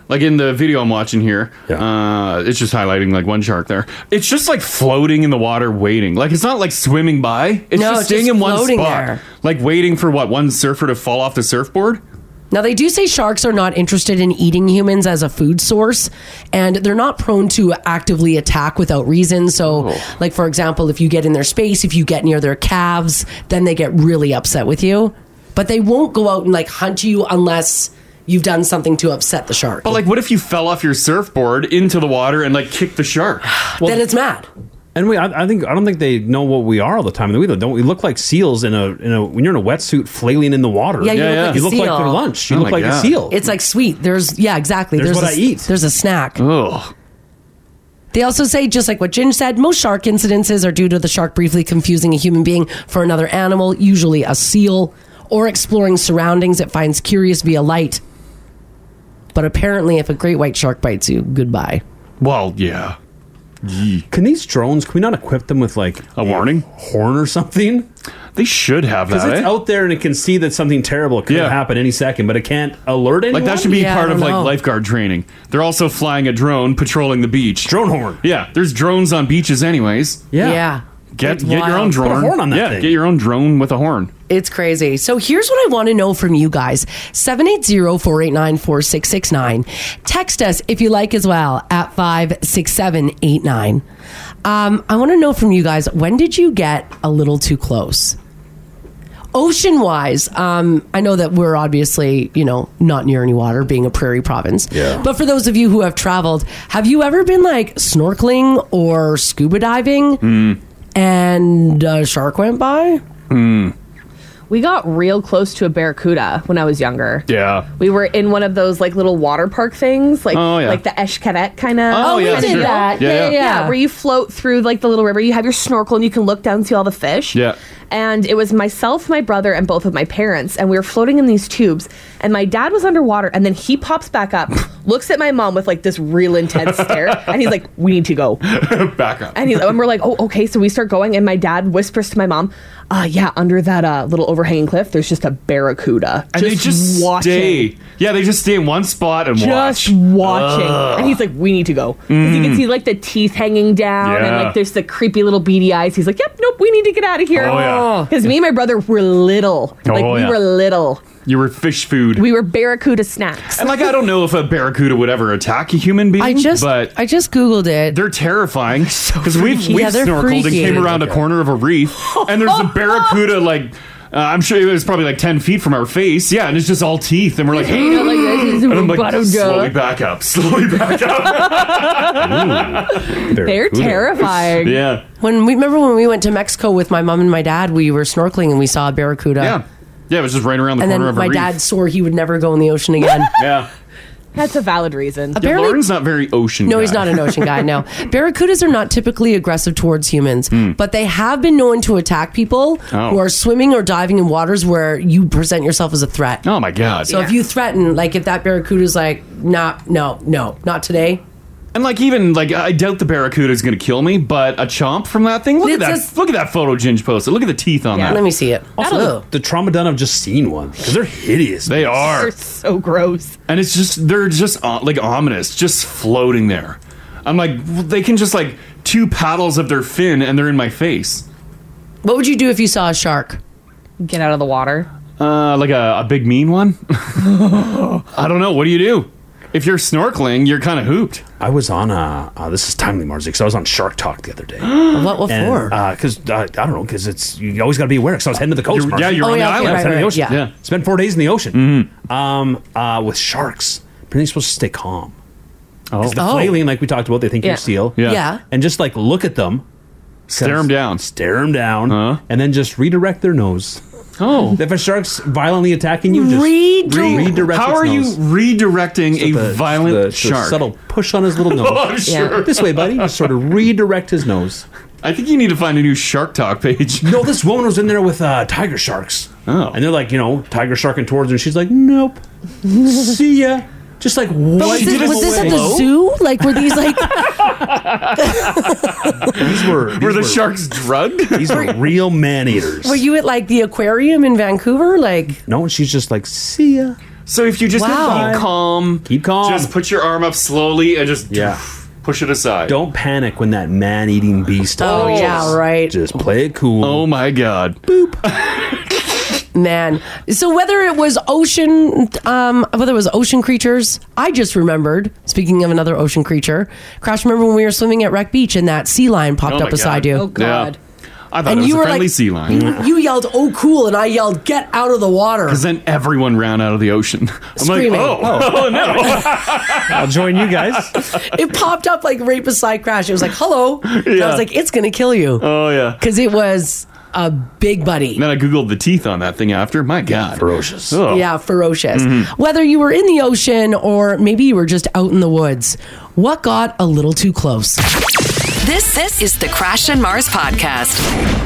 S3: Like in the video I'm watching here, uh, it's just highlighting like one shark there. It's just like floating in the water, waiting. Like it's not like swimming by. It's
S4: No,
S3: just
S4: it's
S3: staying
S4: just
S3: in one
S4: floating
S3: spot,
S4: there.
S3: like waiting for what one surfer to fall off the surfboard.
S4: Now, they do say sharks are not interested in eating humans as a food source, and they're not prone to actively attack without reason. So, like, for example, if you get in their space, if you get near their calves, then they get really upset with you. But they won't go out and, like, hunt you unless you've done something to upset the shark.
S3: But like, what if you fell off your surfboard into the water and like kicked the shark?
S4: then it's mad.
S5: And we, I, I think, I don't think they know what we are all the time. We don't. We look like seals in a, in a when you're in a wetsuit flailing in the water.
S4: Yeah, Oh you look like
S5: you look
S4: a seal.
S5: like their lunch. You look like a seal.
S4: It's like sweet. There's, yeah, exactly.
S5: There's
S4: a
S5: what I eat.
S4: There's a snack.
S3: Ugh.
S4: They also say, just like what Jin said, most shark incidences are due to the shark briefly confusing a human being for another animal, usually a seal, or exploring surroundings it finds curious via light. But apparently, if a great white shark bites you, goodbye.
S3: Well, yeah.
S5: Can these drones? Can we not equip them with like a warning horn or something?
S3: They should have
S5: because
S3: that,
S5: it's
S3: eh?
S5: out there and it can see that something terrible could happen any second, but it can't alert anyone.
S3: Like that should be part of like
S5: life.
S3: lifeguard training. They're also flying a drone patrolling the beach. Drone
S5: horn.
S3: Yeah, there's drones on beaches anyways.
S4: Yeah. Yeah.
S3: Get
S4: That's
S3: get your
S4: wild.
S3: own
S4: Put a
S3: drone.
S4: horn on that
S3: yeah,
S4: thing.
S3: get your own drone with a horn.
S4: It's crazy. So here's what I want to know from you guys 780 489 4669. Text us if you like as well at 56789. Um, I want to know from you guys when did you get a little too close? Ocean wise, um, I know that we're obviously, you know, not near any water being a prairie province. Yeah. But for those of you who have traveled, have you ever been like snorkeling or scuba diving
S3: Mm.
S4: and a shark went by?
S3: Hmm,
S6: We got real close to a barracuda when I was younger.
S3: Yeah.
S6: We were in one of those like little water park things, like
S3: Oh, yeah.
S6: like the Eshkavet kind of.
S3: Oh, Oh, we yeah, did sure. that. Yeah, yeah.
S6: where you float through like the little river. You have your snorkel and you can look down and see all the fish.
S3: Yeah.
S6: And it was myself, my brother, and both of my parents, and we were floating in these tubes. And my dad was underwater, and then he pops back up, looks at my mom with like this real intense stare, and he's like, "We need to go."
S3: Back up.
S6: And, he's, and we're like, oh, okay. So we start going, and my dad whispers to my mom, uh, yeah, under that uh, little overhanging cliff, there's just a barracuda.
S3: And they just stay. Yeah, they just stay in one spot and
S6: Just
S3: watch.
S6: watching.
S3: Ugh.
S6: And he's like, we need to go. 'Cause you can
S3: Mm.
S6: see like the teeth hanging down, and
S3: Yeah.
S6: like there's the creepy little beady eyes. He's like, yep, nope, we need to get out of here.
S3: Oh, yeah.
S6: Because me and my brother were little. Like,
S3: Oh,
S6: we
S3: yeah.
S6: were little.
S3: you were fish food.
S6: We were barracuda snacks.
S3: and like I don't know if a barracuda would ever attack a human being.
S6: I just-
S3: but
S4: I just googled it.
S3: They're terrifying because we've
S6: freaky.
S3: we've
S6: Yeah, they're
S3: snorkeled and
S6: freaky.
S3: came around a
S6: Okay.
S3: corner of a reef, and there's a barracuda like. Uh, I'm sure it was probably like ten feet from our face. Yeah, and it's just all teeth, and we're like,
S6: You know, like, this is
S3: and I'm like,
S6: barracuda.
S3: slowly back up, slowly back up.
S6: They're terrifying.
S3: Yeah.
S4: When we remember when we went to Mexico with my mom and my dad, we were snorkeling and we saw a barracuda.
S3: Yeah. Yeah, it was just right around the
S4: and then
S3: corner of a
S4: my
S3: reef.
S4: dad swore he would never go in the ocean again.
S3: yeah.
S6: That's a valid reason.
S3: yeah, Lauren's not very ocean.
S4: No,
S3: guy.
S4: he's not an ocean guy. No, barracudas are not typically aggressive towards humans, but they have been known to attack people
S3: Hmm. Oh.
S4: who are swimming or diving in waters where you present yourself as a threat.
S3: Oh my god!
S4: So if you threaten, like if that barracuda's like, nah, no, no, not today.
S3: And like even like I doubt the barracuda is going to kill me, but a chomp from that thing. Look at
S4: It's
S3: that!
S4: just-
S3: look at that photo Ginge posted. Look at the teeth on
S5: Yeah.
S3: that.
S5: Let me
S4: see it.
S5: Also, the, the trauma done of just seeing one because they're hideous.
S3: They are.
S5: They're
S6: so gross.
S3: And it's just they're just uh, like ominous, just floating there. I'm like they can just like two paddles of their fin and they're in my face.
S4: What would you do if you saw a shark?
S6: Get out of the water.
S3: Uh, like a, a big mean one. I don't know. What do you do? If you're snorkeling, you're kind of hooped.
S5: I was on uh, uh this is timely Marzik. So I was on Shark Talk the other day.
S4: What- what for?
S5: Because uh, I don't know. Because it's you always got to be aware. Because I was heading to the coast.
S3: You're- yeah,
S5: Marzik.
S3: you're Oh, on yeah, the okay, island.
S5: I was heading to the
S3: right,
S5: ocean.
S3: right, yeah. Mm-hmm. Yeah.
S5: Spent four days in the ocean. Um, uh, with sharks, apparently you're supposed to stay calm. Oh, the
S3: Oh.
S5: flailing, like we talked about, they think
S3: Yeah.
S5: you're seal.
S3: Yeah. Yeah.
S5: and just like look at them,
S3: Stare 'em down, Uh-huh.
S5: stare them down, and then just redirect their nose.
S3: Oh,
S5: if a shark's violently attacking you, just
S3: Redir-
S5: redirect.
S3: How
S5: its
S3: are you
S5: nose.
S3: redirecting
S5: Just
S3: a
S5: with the-
S3: violent
S5: the- the
S3: shark?
S5: subtle push on his little nose.
S3: Oh, I'm sure.
S5: This way, buddy. Just sort of redirect his nose.
S3: I think you need to find a new Shark Talk page.
S5: No, this woman was in there with uh, tiger sharks. Oh. And they're like, you know, tiger sharking towards her. And she's like, nope. See ya. Just like, what?
S4: was this, was this at the zoo? Like were these like
S5: These were, these were the
S3: sharks drugged?
S5: These were real man eaters.
S4: were you at like the aquarium in Vancouver? Like
S5: No, and she's just like, see ya.
S3: So if you just
S5: Wow.
S3: keep calm,
S5: keep calm,
S3: just put your arm up slowly and just
S5: Yeah.
S3: push it aside.
S5: Don't panic when that man-eating beast.
S4: Oh,
S5: approaches.
S4: yeah, right.
S5: Just play it cool.
S3: Oh my god.
S4: Man, so whether it was ocean, um, whether it was ocean creatures, I just remembered. Speaking of another ocean creature, Crash. Remember when we were swimming at Wreck Beach and that sea lion popped
S3: Oh my
S4: up beside
S3: God.
S4: you?
S3: Oh, God. Yeah. I thought it was a friendly sea lion.
S4: You, you yelled, "Oh, cool!" and I yelled, "Get out of the water!"
S3: Because then everyone ran out of the ocean. I'm
S4: Screaming.
S3: like, oh, oh no. I'll
S5: join you guys.
S4: It popped up like right beside Crash. It was like, "Hello," and I
S3: Yeah.
S4: was like, "It's gonna kill you."
S3: Oh, yeah.
S4: because it was a big buddy.
S3: Then I Googled the teeth on that thing after. My God. Ferocious. Oh.
S4: Yeah, ferocious.
S3: Mhm.
S4: Whether you were in the ocean or maybe you were just out in the woods, what got a little too close?
S2: This this is the Crash and Mars podcast.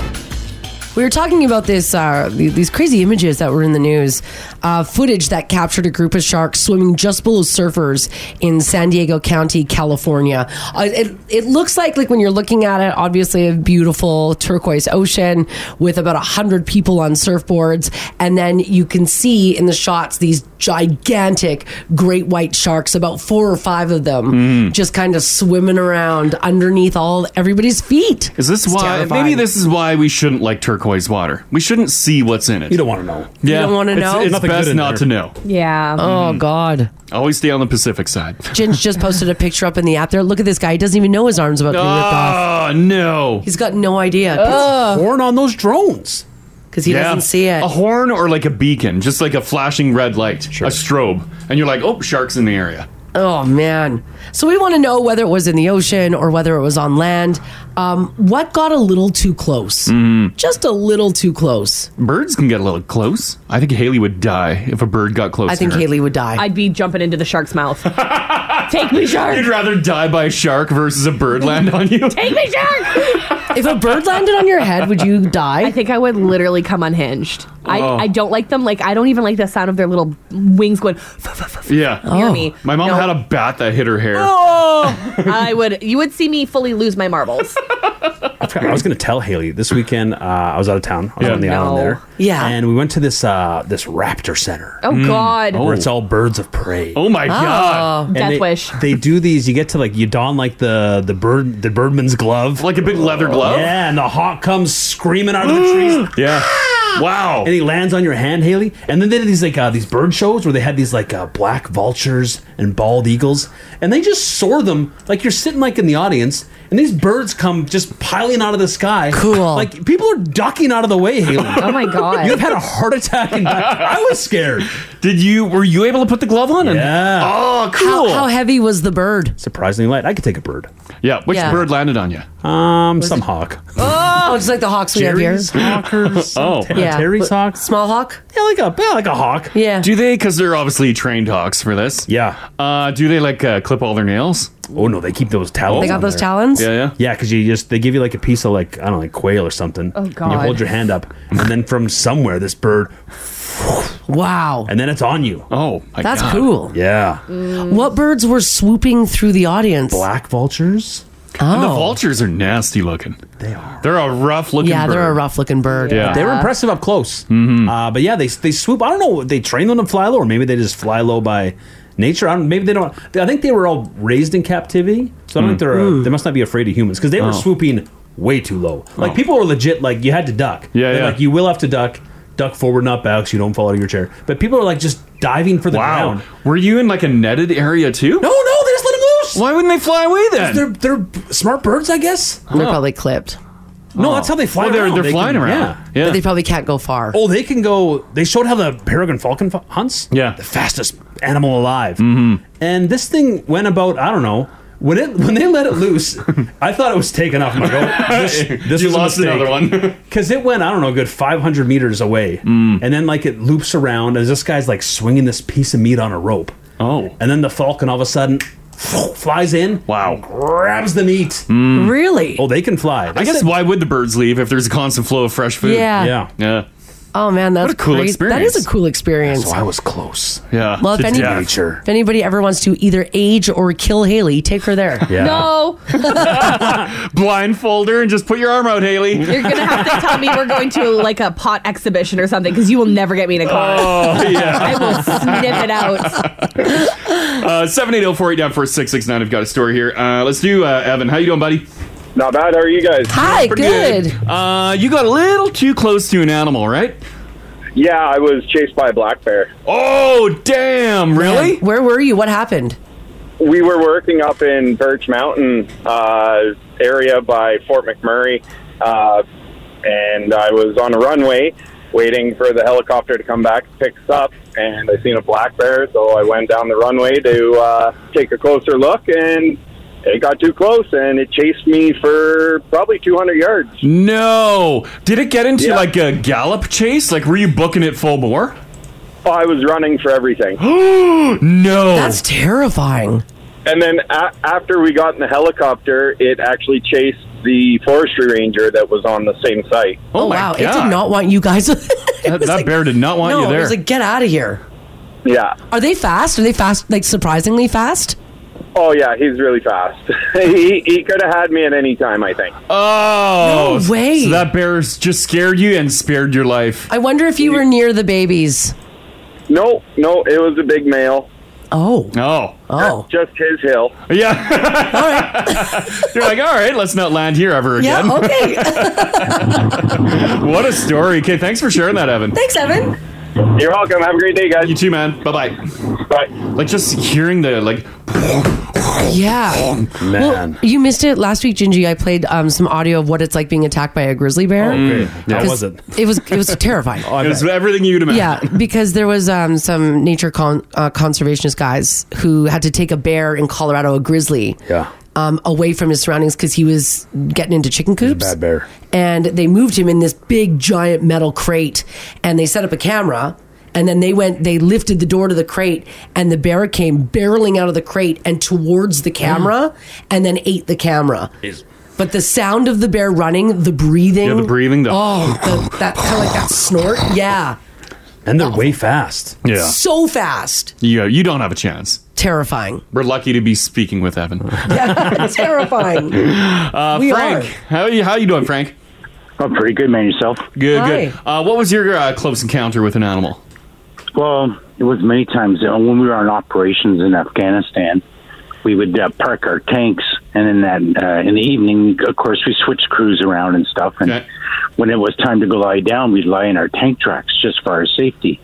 S4: We were talking about this uh, th- these crazy images that were in the news, uh, footage that captured a group of sharks swimming just below surfers in San Diego County, California. Uh, it it looks like like when you're looking at it, obviously a beautiful turquoise ocean with about a hundred people on surfboards, and then you can see in the shots these gigantic great white sharks, about four or five of them,
S3: Mm.
S4: just kind of swimming around underneath all everybody's feet.
S3: Is this
S4: It's
S3: why?
S4: terrifying.
S3: Maybe this is why we shouldn't like turquoise water. We shouldn't see what's in it. You don't want to know. Yeah,
S4: You don't wanna
S3: It's-
S4: know?
S3: It's,
S4: Nothing good
S3: best
S4: in
S3: not
S4: there.
S3: to know. Mm-hmm.
S6: Yeah.
S4: Oh
S3: Mm.
S4: God.
S3: Always stay on the Pacific side.
S4: Jin's just posted a picture up in the app there. Look at this guy. He doesn't even know his arm's about to be ripped off.
S3: Oh no!
S4: He's got no idea.
S5: Ah. Horn on those drones.
S4: Because he doesn't see it.
S3: A horn or like a beacon, just like a flashing red light, a strobe, and you're like, oh, sharks in the area.
S4: Oh, man. So we want to know whether it was in the ocean or whether it was on land. Um, what got a little too close?
S5: Mm. Mm-hmm.
S4: Just a little too close.
S3: Birds can get a little close. I think Haley would die if a bird got close.
S6: I think
S3: to her.
S6: Haley
S4: would die.
S6: I'd be jumping into the shark's mouth. Take me, shark.
S3: You'd rather die by a shark versus a bird land on you.
S6: Take me, shark.
S4: if a bird landed on your head, would you die?
S6: I think I would literally come unhinged. I,
S3: Wow.
S6: I don't like them. Like I don't even like the sound of their little wings going.
S3: Yeah.
S6: Near Oh. me.
S3: My mom
S6: No.
S3: had a bat that hit her hair.
S6: Oh, I would. You would see me fully lose my marbles.
S5: I, forgot- I was going to tell Haley this weekend. Uh, I was out of town. I was
S6: Yeah.
S5: on the island
S6: No.
S5: there.
S6: Yeah.
S5: and we went to this uh, this raptor center.
S6: Oh, Mm. God.
S5: Where
S6: Oh.
S5: it's all birds of prey.
S3: Oh my
S6: Oh. God.
S5: And
S6: Death
S5: they,
S6: wish.
S5: They do these. You get to like you don like the the bird the birdman's glove,
S3: like a big leather glove?
S5: Yeah, and the hawk comes screaming out of the trees. Ah!
S3: yeah. Wow.
S5: And he lands on your hand, Haley. And then they did these like uh, these bird shows where they had these like uh, black vultures and bald eagles, and they just soar them like you're sitting like in the audience, and these birds come just piling out of the sky. Cool. Like people are ducking out of the way, Haley.
S6: Oh my God.
S5: You've had a heart attack, and I was scared.
S3: Did you? Were you able to put the glove on?
S5: Yeah.
S3: Oh,
S4: How, how heavy was the bird?
S5: Surprisingly light. I could take a bird.
S3: Yeah. Which
S4: Yeah.
S3: bird landed on you?
S5: Um, some hawk.
S4: Oh, just like the hawks we
S5: Jerry's
S4: have here.
S5: hawkers. Oh.
S4: yeah.
S5: Terry's hawk.
S4: Small hawk?
S5: Yeah, like a yeah, like a hawk.
S4: Yeah.
S3: Do they? Because they're obviously trained hawks for this.
S5: Yeah.
S3: Uh, do they like uh, clip all their nails?
S5: Oh no, they keep those talons.
S4: They got
S5: on
S4: those
S5: there.
S4: talons?
S3: Yeah, yeah.
S5: Yeah, because you just they give you like a piece of like I don't know, like quail or something.
S4: Oh,
S5: and you
S4: God.
S5: hold your hand up, and then from somewhere this bird,
S4: Wow.
S5: and then it's on you.
S3: Oh,
S4: my That's God. cool.
S5: Yeah,
S4: What birds were swooping through the audience?
S5: Black vultures.
S3: And the
S4: Oh.
S3: vultures are nasty looking. They are. They're a rough looking.
S4: Yeah,
S3: bird.
S4: they're a rough looking bird. Uh,
S3: Yeah.
S5: But they were impressive up close. Mm-hmm. Uh, but yeah, they they swoop. I don't know. They train them to fly low, or maybe they just fly low by nature. I don't. Maybe they don't. I think they were all raised in captivity, so I don't think they're. Uh, they must not be afraid of humans because they were
S3: Mm. Oh.
S5: swooping way too low. Like
S3: Oh.
S5: people were legit. Like you had to duck.
S3: Yeah,
S5: They're
S3: yeah.
S5: Like you will have to duck. Duck forward, not back, so you don't fall out of your chair. But people are like just diving for the
S3: Wow.
S5: ground.
S3: Were you in like a netted area too?
S5: No, no, they just let them loose.
S3: Why wouldn't they fly away then?
S5: They're they're b- smart birds, I guess.
S4: They're probably clipped.
S5: No, that's how they fly.
S3: Well, they're-
S5: around.
S3: they're
S5: They
S3: flying
S5: can-
S3: around.
S5: Yeah.
S3: Yeah.
S4: But they probably can't go far.
S5: Oh, they can go. They showed how the peregrine falcon fu- hunts.
S3: Yeah.
S5: the fastest animal alive. Mm-hmm. And this thing went about I don't know when it when they let it loose. I thought it was taken off. I'm like, oh, this, this
S3: You
S5: was a
S3: lost another one. Mm.
S5: because it went I don't know a good 500 meters away, and then like it loops around as this guy's like swinging this piece of meat on a rope.
S3: Oh,
S5: and then the falcon all of a sudden. Flies in,
S3: wow! Mm.
S5: Grabs the meat.
S4: Really?
S5: Oh, they can fly.
S3: I guess why would the birds leave if there's a constant flow of fresh food?
S4: Yeah.
S5: Yeah.
S3: Yeah.
S4: Oh man, that's
S3: a cool
S4: great.
S3: experience. Uh,
S4: That is a cool experience.
S3: So I
S5: was close.
S3: Yeah.
S4: Well, if, any, if anybody ever wants to either age or kill Haley, take her there.
S3: Yeah.
S6: No.
S3: Blindfold her and just put your arm out, Haley.
S6: You're gonna have to tell me we're going to like a pot exhibition or something because you will never get me in a car.
S3: Oh, yeah.
S6: I will sniff it out.
S3: Uh, 780-489-4669. I've got a story here. Uh, let's do uh, Evan. How you doing, buddy?
S8: Not bad. How are you guys?
S4: Hi, good.
S3: Uh, you got a little too close to an animal, right?
S8: Yeah, I was chased by a black bear.
S3: Oh, damn! Really?
S4: Where were you? What happened?
S8: We were working up in Birch Mountain uh, area by Fort McMurray, uh, and I was on a runway waiting for the helicopter to come back to pick us up. And I seen a black bear, so I went down the runway to uh, take a closer look, and it got too close, and it chased me for probably 200 yards.
S3: No. Did it get into like a gallop chase? Like, were you booking it full bore? Oh.
S8: Oh, I was running for everything.
S3: no.
S4: That's terrifying.
S8: And then a- after we got in the helicopter, it actually chased the forestry ranger that was on the same site.
S4: Oh, wow. It did not want you guys. that
S3: that bear did not want
S4: no,
S3: you there.
S4: It was like, get out of here.
S8: Yeah.
S4: Are they fast? Are they fast, like surprisingly fast?
S8: Oh yeah, he's really fast. he he could have had me at any time, I think.
S3: oh.
S4: No way.
S3: So that bear just scared you and spared your life.
S4: I wonder if you were near the babies.
S8: No, no, it was a big male.
S4: Oh.
S3: Oh.
S4: Oh.
S8: Just his hill.
S3: Yeah.
S4: All right.
S3: You're like, all right, let's not land here ever again.
S4: Yeah, okay.
S3: What a story. Okay, thanks for sharing that, Evan.
S4: Thanks, Evan.
S8: You're welcome. Have a great day, guys.
S3: You too, man. Bye bye.
S8: Bye.
S3: Like just hearing the like oh,
S4: Yeah.
S5: Man.
S4: You missed it last week, Gingy. I played um, some audio of what it's like being attacked by a grizzly
S3: Oh,
S4: bear.
S5: How
S4: 'Cause
S5: was it?
S4: It was it was terrifying.
S3: Mm. it was everything you'd imagine.
S4: Yeah, because there was um, some nature con- uh, conservationist guys who had to take a bear in Colorado, a grizzly,
S5: Yeah.
S4: um, away from his surroundings because he was getting into chicken coops.
S5: Bad bear.
S4: And they moved him in this big giant metal crate, and they set up a camera. And then they went. They lifted the door to the crate, and the bear came barreling out of the crate and towards the camera,
S3: Mm.
S4: and then ate the camera. But the sound of the bear running, the breathing,
S3: Yeah, the breathing, the-
S4: oh, the, that kind of like that snort, yeah
S5: And they're way fast.
S3: Yeah.
S4: so fast.
S3: Yeah, you don't have a chance.
S4: Terrifying.
S3: We're lucky to be speaking with Evan.
S4: Terrifying.
S3: Uh,
S4: We
S3: Frank,
S4: are.
S3: how you how you doing, Frank?
S10: Oh, pretty good, man. Yourself?
S3: Good,
S4: Hi.
S3: good. Uh, what was your uh, close encounter with an animal?
S10: Well, it was many times uh, when we were on operations in Afghanistan. We would uh, park our tanks, and in that uh, in the evening, of course, we switched crews around and stuff. And
S3: Okay.
S10: when it was time to go lie down, we'd lie in our tank tracks just for our safety.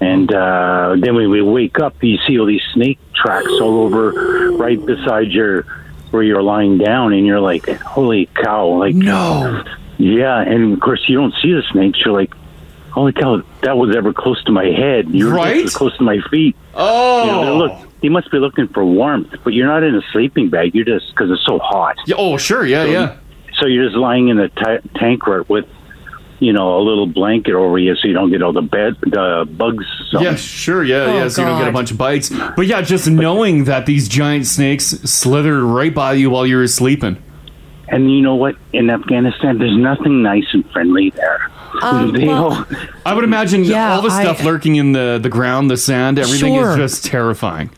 S10: And uh, then when we wake up, you see all these snake tracks all over, right beside your where you're lying down, and you're like, "Holy cow!" Like
S3: No.
S10: Yeah, and of course you don't see the snakes. You're like, holy cow, that was ever close to my head. You're
S3: Right?
S10: just close to my feet.
S3: Oh.
S10: You know, they look, you must be looking for warmth, but you're not in a sleeping bag. You're just because it's so hot.
S3: Yeah, oh, sure. Yeah, yeah.
S10: So you're just lying in the t- tank right with, you know, a little blanket over you, so you don't get all the bed the bugs. So.
S3: Yeah, sure. Yeah,
S4: Oh,
S3: yeah. So you don't get a
S4: God.
S3: bunch of bites. But yeah, just knowing that these giant snakes slithered right by you while you were sleeping.
S10: And you know what? In Afghanistan, there's nothing nice and friendly there. they
S4: Um, well-
S10: all,
S3: I would imagine
S4: Yeah,
S3: all the stuff
S4: I-
S3: lurking in the, the ground, the sand, everything
S4: Sure.
S3: is just terrifying.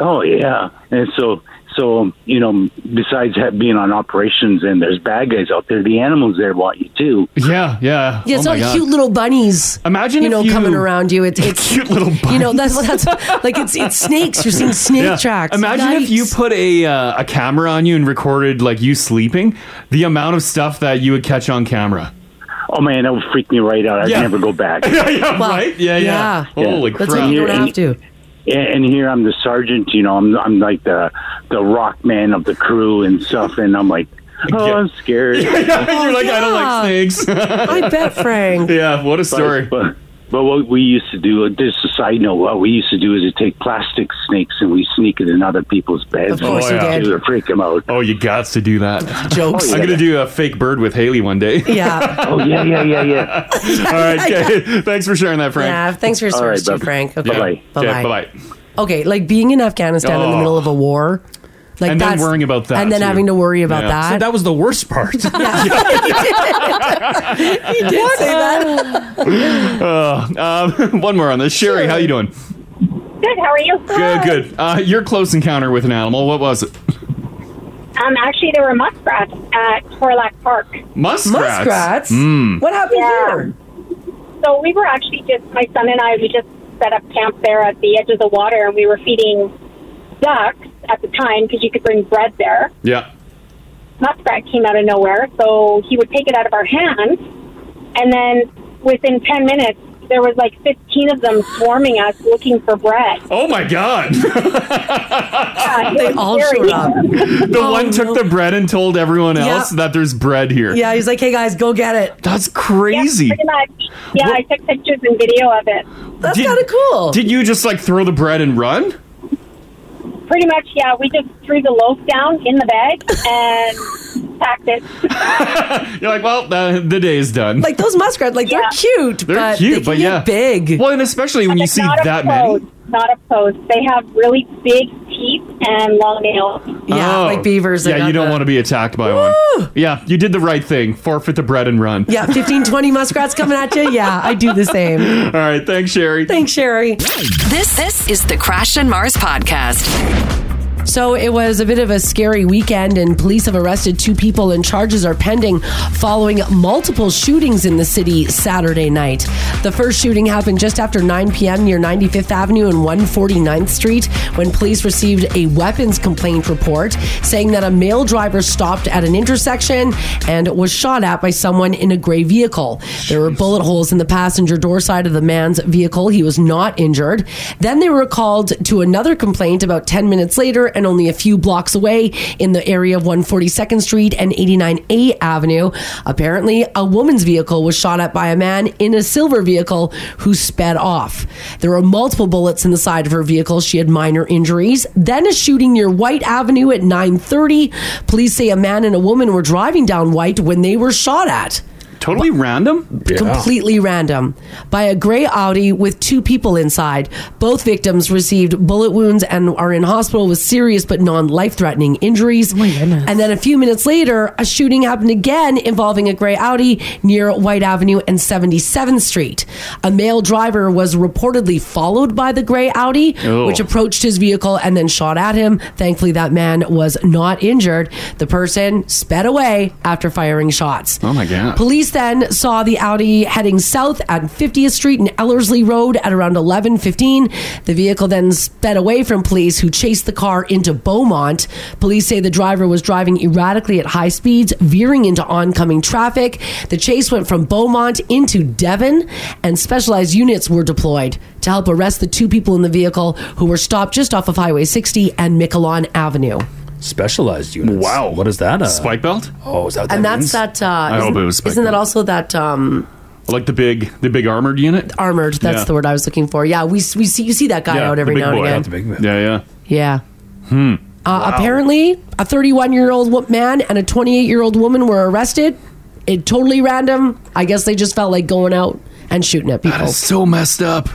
S10: Oh yeah, and so so you know, besides ha- being on operations and there's bad guys out there, the animals there want you too.
S3: Yeah, yeah.
S4: Yeah, it's
S3: oh
S4: all
S3: my God.
S4: cute little bunnies.
S3: Imagine
S4: you
S3: if
S4: know
S3: you-
S4: coming around you. It's, it's
S3: Cute little bunnies.
S4: You know that's that's like it's it's snakes. You're seeing snake
S3: Yeah.
S4: tracks. e-,
S3: Imagine if
S4: Yikes.
S3: you put a uh, a camera on you and recorded like you sleeping, the amount of stuff that you would catch on camera.
S10: Oh man, that would freak me right out. I'd
S3: Yeah.
S10: never go back.
S3: yeah, yeah,
S4: Well,
S3: right? Yeah, yeah.
S4: yeah.
S3: Holy
S4: That's
S3: crap.
S4: what you
S10: Yeah,
S4: don't
S10: and-
S4: have to.
S10: and, and here I'm the sergeant. You know, I'm I'm like the the rock man of the crew and stuff. And I'm like, oh,
S3: Yeah.
S10: I'm scared.
S3: You're like, I don't like snakes.
S4: Oh, I bet, Frank.
S3: yeah, what a story.
S10: But, but what we used to do, just a side note, what we used to do is to take plastic snakes and we sneak it in other people's beds.
S4: Of course
S3: Oh,
S4: you
S3: yeah.
S4: did.
S10: To freak them out.
S3: Oh, you got to do that.
S4: Jokes.
S3: I'm going to do a fake bird with Haley one day.
S4: yeah.
S10: Oh, yeah, yeah, yeah, yeah.
S3: All right, okay. Thanks for sharing that, Frank.
S4: Yeah. Thanks for your
S10: All
S4: service,
S10: right,
S4: too,
S10: bye.
S4: Frank. Okay.
S10: Bye-bye.
S4: Bye bye.
S3: bye bye.
S4: Okay, like being in Afghanistan in
S3: Oh.
S4: the middle of a war. Like
S3: And then
S4: that's-
S3: worrying about that,
S4: and then
S3: too.
S4: having to worry about
S3: Yeah.
S4: that.
S3: So
S5: that was the worst part.
S4: he did say that.
S3: Uh, um, one more on this. Sherry, how you doing?
S11: Good. How are you?
S4: Ah.
S3: Good, good. Uh, your close encounter with an animal. What was it?
S11: Um, actually, there were muskrats at Torlac Park.
S3: Muskrats.
S4: Muskrats?
S3: Mm.
S4: What happened
S11: Yeah.
S4: here?
S11: So we were actually just my son and I. We just set up camp there at the edge of the water, and we were feeding ducks at the time because you could bring bread there.
S3: Yeah.
S11: Muskrat came out of nowhere, so he would take it out of our hand, and then within ten minutes, there was like fifteen of them swarming us, looking for bread.
S3: Oh my God!
S11: Yeah, it
S4: They
S11: was
S4: all
S11: scary.
S4: showed up.
S3: the
S4: Oh,
S3: one took
S4: no.
S3: the bread and told everyone
S4: Yeah.
S3: else that there's bread here.
S4: Yeah, he's like, hey guys, go get it.
S3: That's
S11: Yeah,
S3: crazy.
S11: pretty much. Yeah,
S3: What-
S11: I took pictures and video of it.
S4: That's
S3: Did-
S4: kind of cool.
S3: Did you just like throw the bread and run?
S11: Pretty much, yeah. We just threw the loaf down in the bag and packed it.
S3: You're like, well, uh, the day is done.
S4: like those muskrats, like
S11: Yeah.
S4: they're cute,
S3: They're
S4: but
S3: cute,
S4: they can
S3: but
S4: get
S3: yeah,
S4: big.
S3: Well, and especially when you
S11: Like,
S3: see
S11: not
S3: that
S11: opposed,
S3: many.
S11: Not opposed. They have really big teeth and long nails.
S4: yeah,
S3: Oh.
S4: like beavers. they
S3: Yeah,
S4: got
S3: you don't
S4: the-
S3: want to be attacked by one. Yeah, you did the right thing. Forfeit the bread and run.
S4: Yeah, 15, 20 muskrats coming at you. Yeah, I do the same.
S3: All right, thanks, Sherry.
S4: Thanks, Sherry.
S2: This this is the Crash and Mars podcast.
S4: So it was a bit of a scary weekend, and police have arrested two people, and charges are pending following multiple shootings in the city Saturday night. The first shooting happened just after 9 p.m. near 95th Avenue and 149th Street when police received a weapons complaint report saying that a male driver stopped at an intersection and was shot at by someone in a gray vehicle. There were bullet holes in the passenger door side of the man's vehicle. He was not injured. Then they were called to another complaint about 10 minutes later and only a few blocks away in the area of 142nd Street and 89A Avenue. Apparently, a woman's vehicle was shot at by a man in a silver vehicle who sped off. There were multiple bullets in the side of her vehicle. She had minor injuries. Then a shooting near White Avenue at 9:30. Police say a man and a woman were driving down White when they were shot at
S3: Totally random.
S4: completely random by a gray Audi with two people inside. Both victims received bullet wounds and are in hospital with serious but non life threatening injuries. and then a few minutes later, a shooting happened again involving a gray Audi near White Avenue and 77th Street. A male driver was reportedly followed by the gray Audi,
S3: Oh.
S4: which approached his vehicle and then shot at him. Thankfully, that man was not injured. The person sped away after firing shots.
S3: Oh my God.
S4: Police then saw the Audi heading south at 50th Street and Ellerslie Road at around 11:15. The vehicle then sped away from police, who chased the car into Beaumont. Police say the driver was driving erratically at high speeds, veering into oncoming traffic. The chase went from Beaumont into Devon, and specialized units were deployed to help arrest the two people in the vehicle who were stopped just off of Highway 60 and Miquelon Avenue.
S5: Specialized units.
S3: Wow.
S5: What is that? Uh,
S3: Spike belt?
S5: Oh, is that what
S4: And
S5: that means?
S4: that's that. Uh, I
S3: hope it was
S4: Isn't that
S3: spectacular.
S4: also that? Um,
S3: Like the big, the big armored unit.
S4: armored. That's
S3: Yeah.
S4: the word I was looking for. Yeah, we, we see you see that guy
S3: Yeah,
S4: out
S3: the
S4: every
S3: big
S4: now and
S3: boy.
S4: again.
S5: Not the big man.
S3: Yeah, yeah. Hmm.
S4: Yeah. Uh, Apparently, a 31 year old wo- man and a 28 year old woman were arrested. It totally random. I guess they just felt like going out and shooting at people.
S3: so messed up.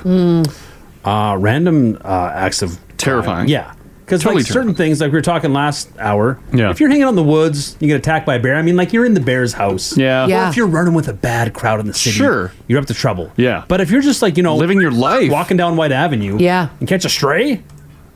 S5: uh, random uh, acts of
S3: Terrifying.
S5: Yeah. Because
S3: Totally
S5: like certain
S3: terrifying.
S5: things, like we were talking last hour,
S3: Yeah.
S5: if you're hanging out in the woods, you get attacked by a bear. I mean, like you're in the bear's house.
S3: Yeah.
S4: Yeah.
S5: Or if you're running with a bad crowd in the city,
S3: Sure.
S5: you're up to trouble.
S3: Yeah.
S5: But if you're just like you know
S3: Living your life.
S5: walking down White Avenue,
S4: Yeah.
S5: and catch a stray,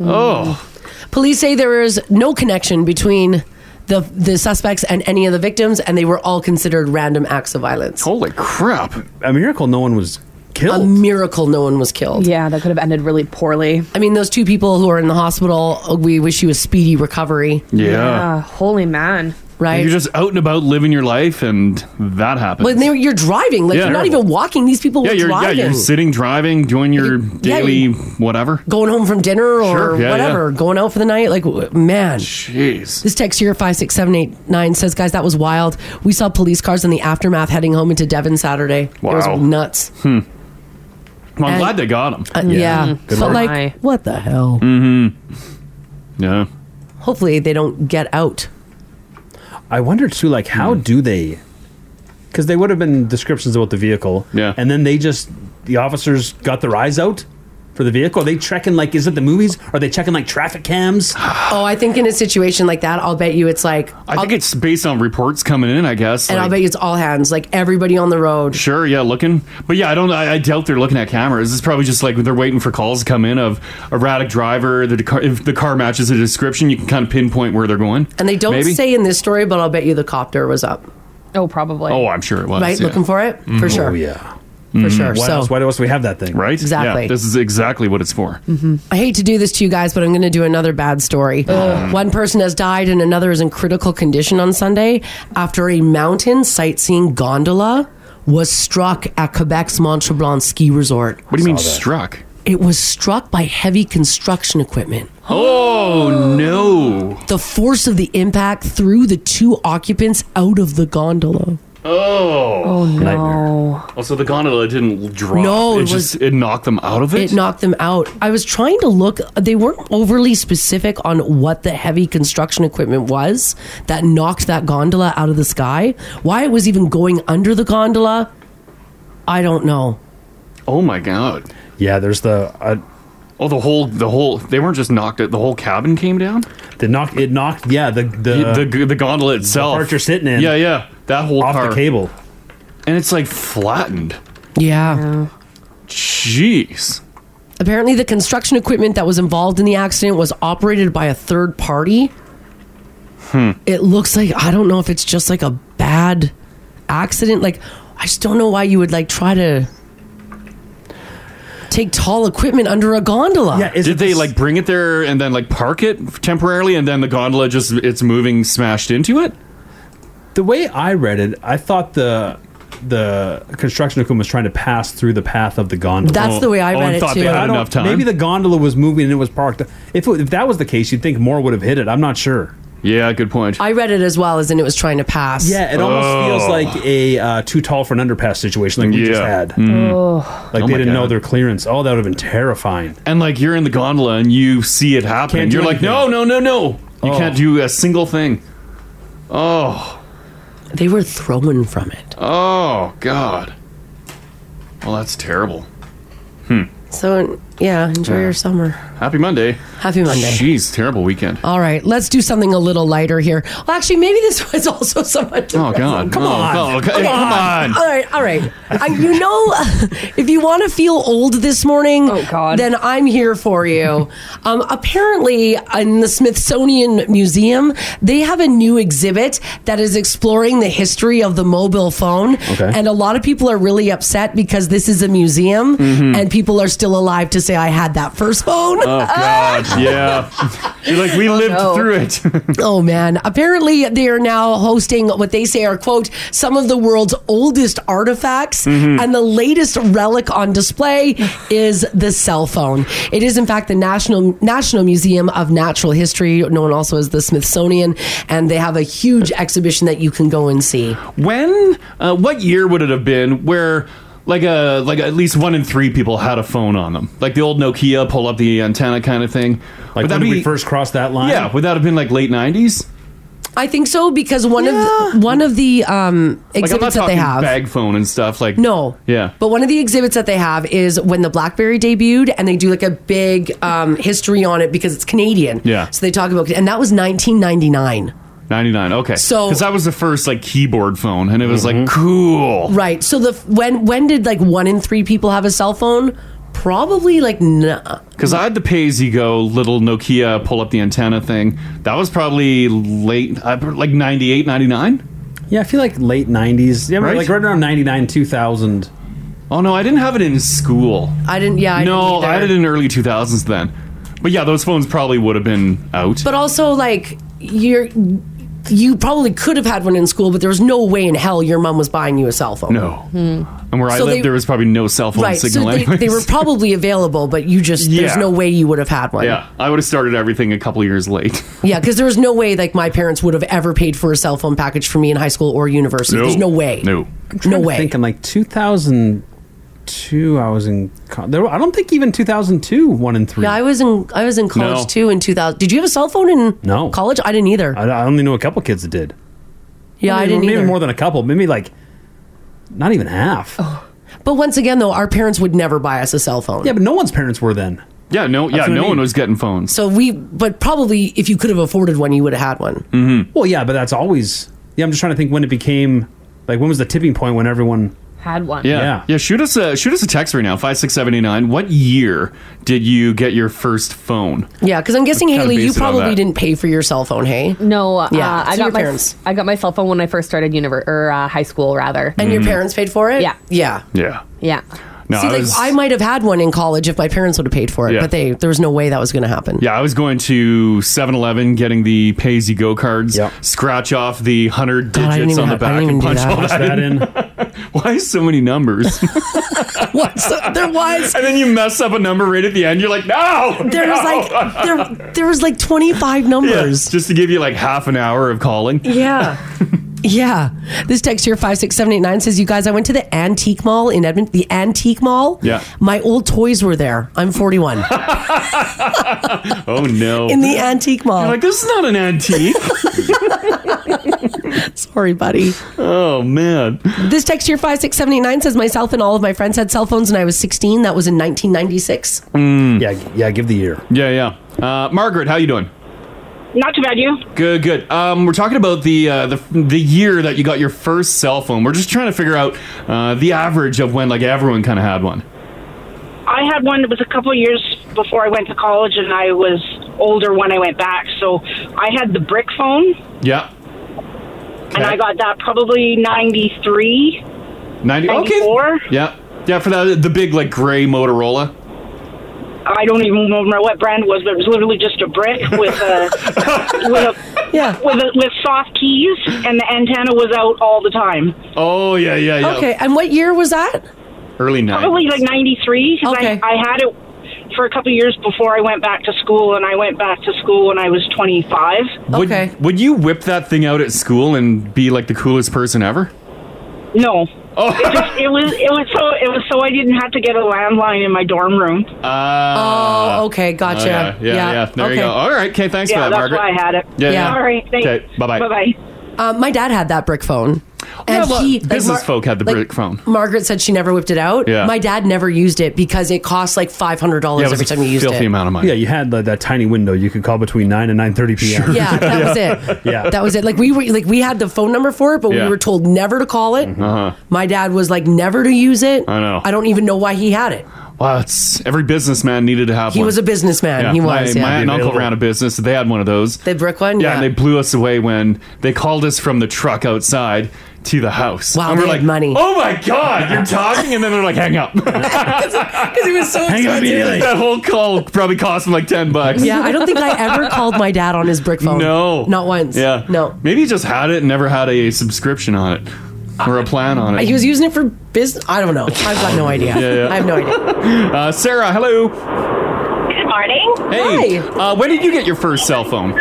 S3: Oh,
S4: Mm. Police say there is no connection between the the suspects and any of the victims, and they were all considered random acts of violence.
S3: holy crap!
S5: a miracle no one was
S4: A
S5: killed.
S4: miracle no one was killed.
S6: Yeah, that could have ended really poorly.
S4: I mean, those two people who are in the hospital, we wish you a speedy recovery,
S3: Yeah.
S6: Uh, holy man.
S4: right?
S3: You're just out and about living your life, and that happens.
S4: But they were, you're driving. Like
S3: Yeah.
S4: you're not
S3: Terrible.
S4: even walking. These people
S3: yeah,
S4: were
S3: you're
S4: driving.
S3: yeah, you're sitting, driving, doing your
S4: yeah,
S3: daily
S4: you-
S3: whatever.
S4: going home from dinner or
S3: Sure, yeah,
S4: whatever, going out for the night. Like w- man.
S3: Jeez.
S4: This text here, 56789, says, guys, that was wild. We saw police cars in the aftermath heading home into Devon Saturday. It
S3: Wow.
S4: was nuts.
S3: Hmm. Well, I'm
S4: And-
S3: glad they got him.
S4: Uh, yeah. But,
S6: lord. My.
S4: like, what the hell?
S3: Mm-hmm. yeah.
S4: Hopefully they don't get out.
S5: I wonder too, like how
S3: Hmm.
S5: do they? Because they would have been descriptions about the vehicle,
S3: Yeah.
S5: and then they just the officers got their eyes out. for the vehicle? Are they checking like is it the movies? Are they checking like traffic cams?
S4: Oh, I think in a situation like that, I'll bet you it's like,
S3: I think it's based on reports coming in, I guess.
S4: and I'll
S3: like-
S4: bet you it's all hands, like everybody on the road.
S3: Sure, yeah, looking. But yeah, I don't. I, I doubt they're looking at cameras. It's probably just like they're waiting for calls to come in of erratic driver. The car, if the car matches the description, you can kind of pinpoint where they're going.
S4: And they don't
S3: Maybe.
S4: say in this story, but I'll bet you the copter was up.
S6: Oh, probably.
S3: Oh, I'm sure it was.
S4: right,
S3: yeah.
S4: looking for it
S3: Mhm.
S4: for sure.
S3: Oh, yeah.
S4: for sure.
S3: Why
S4: so
S3: else-
S5: why else we have that thing?
S3: Right?
S4: Exactly.
S3: Yeah, this is exactly what it's for.
S4: Mm-hmm. I hate to do this to you guys, but I'm going to do another bad story. One person has died and another is in critical condition on Sunday after a mountain sightseeing gondola was struck at Quebec's Mont Blanc ski resort.
S3: What do you mean struck?
S4: It was struck by heavy construction equipment.
S3: Oh no!
S4: The force of the impact threw the two occupants out of the gondola.
S3: Oh.
S4: Oh, no.
S3: Nightmare. Also, the gondola didn't drop.
S4: No,
S3: it,
S4: it
S3: just it knocked them out of it.
S4: It knocked them out. I was trying to look. They weren't overly specific on what the heavy construction equipment was that knocked that gondola out of the sky. Why it was even going under the gondola, I don't know.
S3: Oh my god!
S5: Yeah, there's the. Uh,
S3: oh, the whole the whole they weren't just knocked. It the whole cabin came down.
S5: The knock it knocked. Yeah, the
S3: the the, gondola itself.
S5: part you're sitting in.
S3: Yeah, yeah. That whole
S5: Off the
S3: car.
S5: cable.
S3: and it's like flattened.
S4: Yeah.
S3: Jeez.
S4: Apparently, the construction equipment that was involved in the accident was operated by a third party.
S3: Hmm.
S4: It looks like I don't know if it's just like a bad accident. Like I just don't know why you would like try to take tall equipment under a gondola.
S3: Did they like bring it there and then like park it temporarily and then the gondola just it's moving smashed into it?
S5: The way I read it, I thought the the construction equipment was trying to pass through the path of the gondola.
S4: That's the way I Oh, read and it, thought they too. had
S5: I don't-
S3: enough time?
S5: Maybe the gondola was moving and it was parked. If it- if that was the case, you'd think more would have hit it. I'm not sure.
S3: Yeah, good point.
S4: I read it as well as in it was trying to pass.
S5: Yeah, it almost feels
S3: Oh.
S5: like a uh, too tall for an underpass situation like we just
S3: Yeah.
S5: had.
S3: Mm. Oh.
S5: Like
S3: Oh
S5: they
S3: my
S5: didn't know
S3: God.
S5: their clearance. Oh, that would have been terrifying.
S3: And like you're in the gondola and you see it happen.
S5: Can't do
S3: you're like, no,
S5: anything.
S3: no, no, no. You
S5: Oh.
S3: can't do a single thing. Oh.
S4: They were thrown from it.
S3: Oh God. Well, that's terrible. Hmm.
S4: So yeah, enjoy
S3: Yeah.
S4: your summer.
S3: Happy Monday.
S4: Happy Monday.
S3: Jeez, terrible weekend.
S4: All right, let's do something a little lighter here. Well, actually, maybe this was also somewhat.
S3: Oh, God.
S4: Come
S3: No,
S4: on,
S3: no, okay, come on.
S4: All right, all right. I, you know, if you want to feel old this morning, oh God, then I'm here for you. um, apparently, in the Smithsonian Museum, they have a new exhibit that is exploring the history of the mobile phone,
S12: Okay.
S4: and a lot of people are really upset because this is a museum,
S3: Mhm.
S4: and people are still alive to say I had that first phone.
S3: Oh God, yeah. You're like we lived through it.
S4: oh man apparently they are now hosting what they say are quote some of the world's oldest artifacts
S3: Mm-hmm.
S12: Mhm.
S4: and the latest relic on display is the cell phone it is in fact the national national museum of natural history known also as the smithsonian and they have a huge exhibition that you can go and see
S3: when uh, what year would it have been where like a like at least one in three people had a phone on them like the old nokia pull up the antenna kind of thing like
S5: when did we first cross that line
S3: yeah would that have been like late 90s
S4: i think so because one of the, one of the um,
S3: like
S4: exhibits that they
S3: talking
S4: have
S3: bag phone and stuff like
S4: No.
S3: yeah
S4: But one of the exhibits that they have is when the BlackBerry debuted, and they do like a big um, history on it because it's Canadian.
S3: Yeah.
S4: So they talk about, and that was 1999.
S3: 99 okay
S4: So-
S3: because that was the first like keyboard phone and it was like
S5: Mm-hmm.
S3: cool
S4: Right. So the when when did like one in three people have a cell phone? Probably like n-
S3: because i had the pay-as-you-go little nokia pull up the antenna thing that was probably late uh, like 98 99
S5: Yeah, I feel like late 90s. Yeah,
S3: Right?
S5: like right around 99, 2000.
S3: Oh no, I didn't have it in school.
S4: I didn't. Yeah.
S3: no,
S4: I didn't either.
S3: I had it in early 2000s then. But yeah, those phones probably would have been out.
S4: But also like you're. You probably could have had one in school, but there was no way in hell your mom was buying you a cell phone.
S3: No. and where I
S4: So
S3: lived,
S4: they-
S3: there was probably no cell phone
S4: Right.
S3: signal.
S4: so they, they
S3: anyways.
S4: were probably available, but you just,
S3: Yeah.
S4: there's no way you would have had one.
S3: yeah, I would have started everything a couple years late.
S4: Yeah, because there was no way like my parents would have ever paid for a cell phone package for me in high school or university. There's no way.
S3: No.
S4: No way.
S5: Thinking like 2002, I was in. co- There, were- I don't think even 2002, one in three.
S4: Yeah, I was in I was in college
S5: No.
S4: too in 2000. Did you have a cell phone in
S5: No.
S4: college? I didn't either.
S5: I, I only knew a couple kids that did.
S4: Yeah, I
S5: Maybe-
S4: didn't
S5: Maybe
S4: either. Oh.
S5: more than a couple. Maybe like not even half.
S4: But once again, though, our parents would never buy us a cell phone.
S5: Yeah, but no one's parents were then.
S3: Yeah, no, yeah,
S4: That's what I
S3: no one
S4: mean.
S3: was getting phones.
S4: So we, but probably if you could have afforded one, you would have had one.
S5: Mm-hmm. Well, yeah, but that's always. Yeah, I'm just trying to think when it became. Like, when was the tipping point when everyone.
S6: Had one.
S3: Yeah. yeah, Shoot us a shoot us a text right now. Five six seventy nine. What year did you get your first phone?
S4: Yeah, because I'm guessing
S3: Kinda
S4: Haley, you
S3: based it on
S4: probably
S3: that.
S4: didn't pay for your cell phone. Hey,
S6: No, uh,
S4: Yeah,
S6: I
S4: so your
S6: got my
S4: parents.
S6: I got my cell phone when I first started univer- or uh, high school rather.
S4: And
S3: Mm-hmm.
S4: your Mm. parents paid for it?
S6: Yeah.
S4: Yeah.
S3: Yeah.
S6: Yeah.
S3: No,
S4: See,
S3: I
S4: like
S3: was-
S4: I might have had one in college if my parents would have paid for it,
S3: Yeah.
S4: but they there was no way that was going to happen.
S3: Yeah, I was going to 7-Eleven, getting the pay as you go cards, scratch off the hundred
S4: God, I didn't
S3: digits
S4: even
S3: on the
S4: have- I
S3: back,
S4: didn't
S3: and
S4: even
S3: punch
S4: do
S3: all
S4: that.
S3: that in. Why so many numbers?
S4: what? So there was.
S3: And then you mess up a number right at the end. You're like, no.
S4: There was
S3: no!"
S4: like there there was like 25 numbers.
S3: Yeah, just to give you like half an hour of calling.
S4: Yeah. Yeah. This text here, 56789, says, You guys, I went to the antique mall in Edmonton. The antique mall?
S3: Yeah.
S4: My old toys were there. I'm 41.
S3: Oh no.
S4: in the antique mall.
S3: You're like, this is not an antique.
S4: Sorry, buddy.
S3: Oh man.
S4: This text here, 56789, says, Myself and all of my friends had cell phones when I was 16. That was in 1996.
S5: Yeah, yeah. Give the year.
S3: Hmm. Yeah, yeah. Uh, Margaret, how you doing?
S12: Not too bad, you.
S3: Good, good. Um, we're talking about the uh, the the year that you got your first cell phone. We're just trying to figure out uh, the average of when like everyone kind of had one.
S12: I had one that was a couple of years before I went to college, and I was older when I went back. So I had the brick phone,
S3: Yeah.
S12: and I got that probably 93.
S3: 90
S12: 94?
S3: Okay. Yeah. Yeah, for that the big like gray Motorola.
S12: I don't even remember what brand it was, but it was literally just a brick with a with a
S4: yeah.
S12: with a, with soft keys, and the antenna was out all the time.
S3: Oh yeah, yeah, yeah.
S4: Okay. And what year was that?
S3: Early 90s.
S12: Probably like 93, because I, I had it for a couple of years before I went back to school, and I went back to school when I was 25.
S3: Would, Would you whip that thing out at school and be like the coolest person ever?
S12: No. It, just, it was it was so it was so I didn't have to get a landline in my dorm room.
S3: Uh,
S4: Oh, okay, gotcha.
S3: yeah, yeah,
S4: Yeah,
S3: yeah. There you
S4: okay.
S3: go. All right, okay, thanks
S4: Yeah,
S3: for that,
S4: that's
S3: Margaret.
S4: why I had it.
S3: Yeah,
S4: Yeah.
S3: yeah.
S4: All right, thanks.
S3: Okay, bye bye.
S4: Uh, my dad had that brick phone.
S3: Yeah, well,
S4: like,
S3: business
S4: Mar-
S3: folk had the
S4: like,
S3: brick phone.
S4: Margaret said she never whipped it out.
S3: Yeah.
S4: My dad never used it because it cost like five hundred dollars every time you used it.
S5: Yeah, you had like, that tiny window you could call between nine and nine thirty p.m.
S4: Yeah, that was it.
S5: Yeah.
S4: That was it. Like we were like we had the phone number for it, but
S5: Yeah.
S4: we were told never to call it.
S3: Uh huh.
S4: My dad was like never to use it.
S3: I know.
S4: I don't even know why he had it.
S3: Wow, it's every businessman needed to have
S4: He
S3: one.
S4: was a businessman.
S3: Yeah,
S4: He
S3: my-
S4: was.
S3: My,
S4: yeah.
S3: aunt and uncle ran a business. They had one of those.
S4: The brick one?
S3: Yeah,
S4: Yeah.
S3: and they blew us away when they called us from the truck outside to the house.
S4: Wow,
S3: and
S4: they had money.
S3: Oh my god, you're talking, and then they're like, hang up.
S4: Because it was so
S3: Hang up
S4: expensive.
S3: immediately. That whole call probably cost them like ten bucks.
S4: Yeah, I don't think I ever called my dad on his brick phone.
S3: No,
S4: Not once.
S3: Yeah,
S4: No.
S3: Maybe he just had it and never had a subscription on it or a plan on it.
S4: He was using it for business. I don't know. I've got no idea.
S3: Yeah, yeah.
S4: I have no idea.
S3: uh, Sarah, hello.
S13: Good morning.
S3: Hey, Uh, when did you get your first cell phone?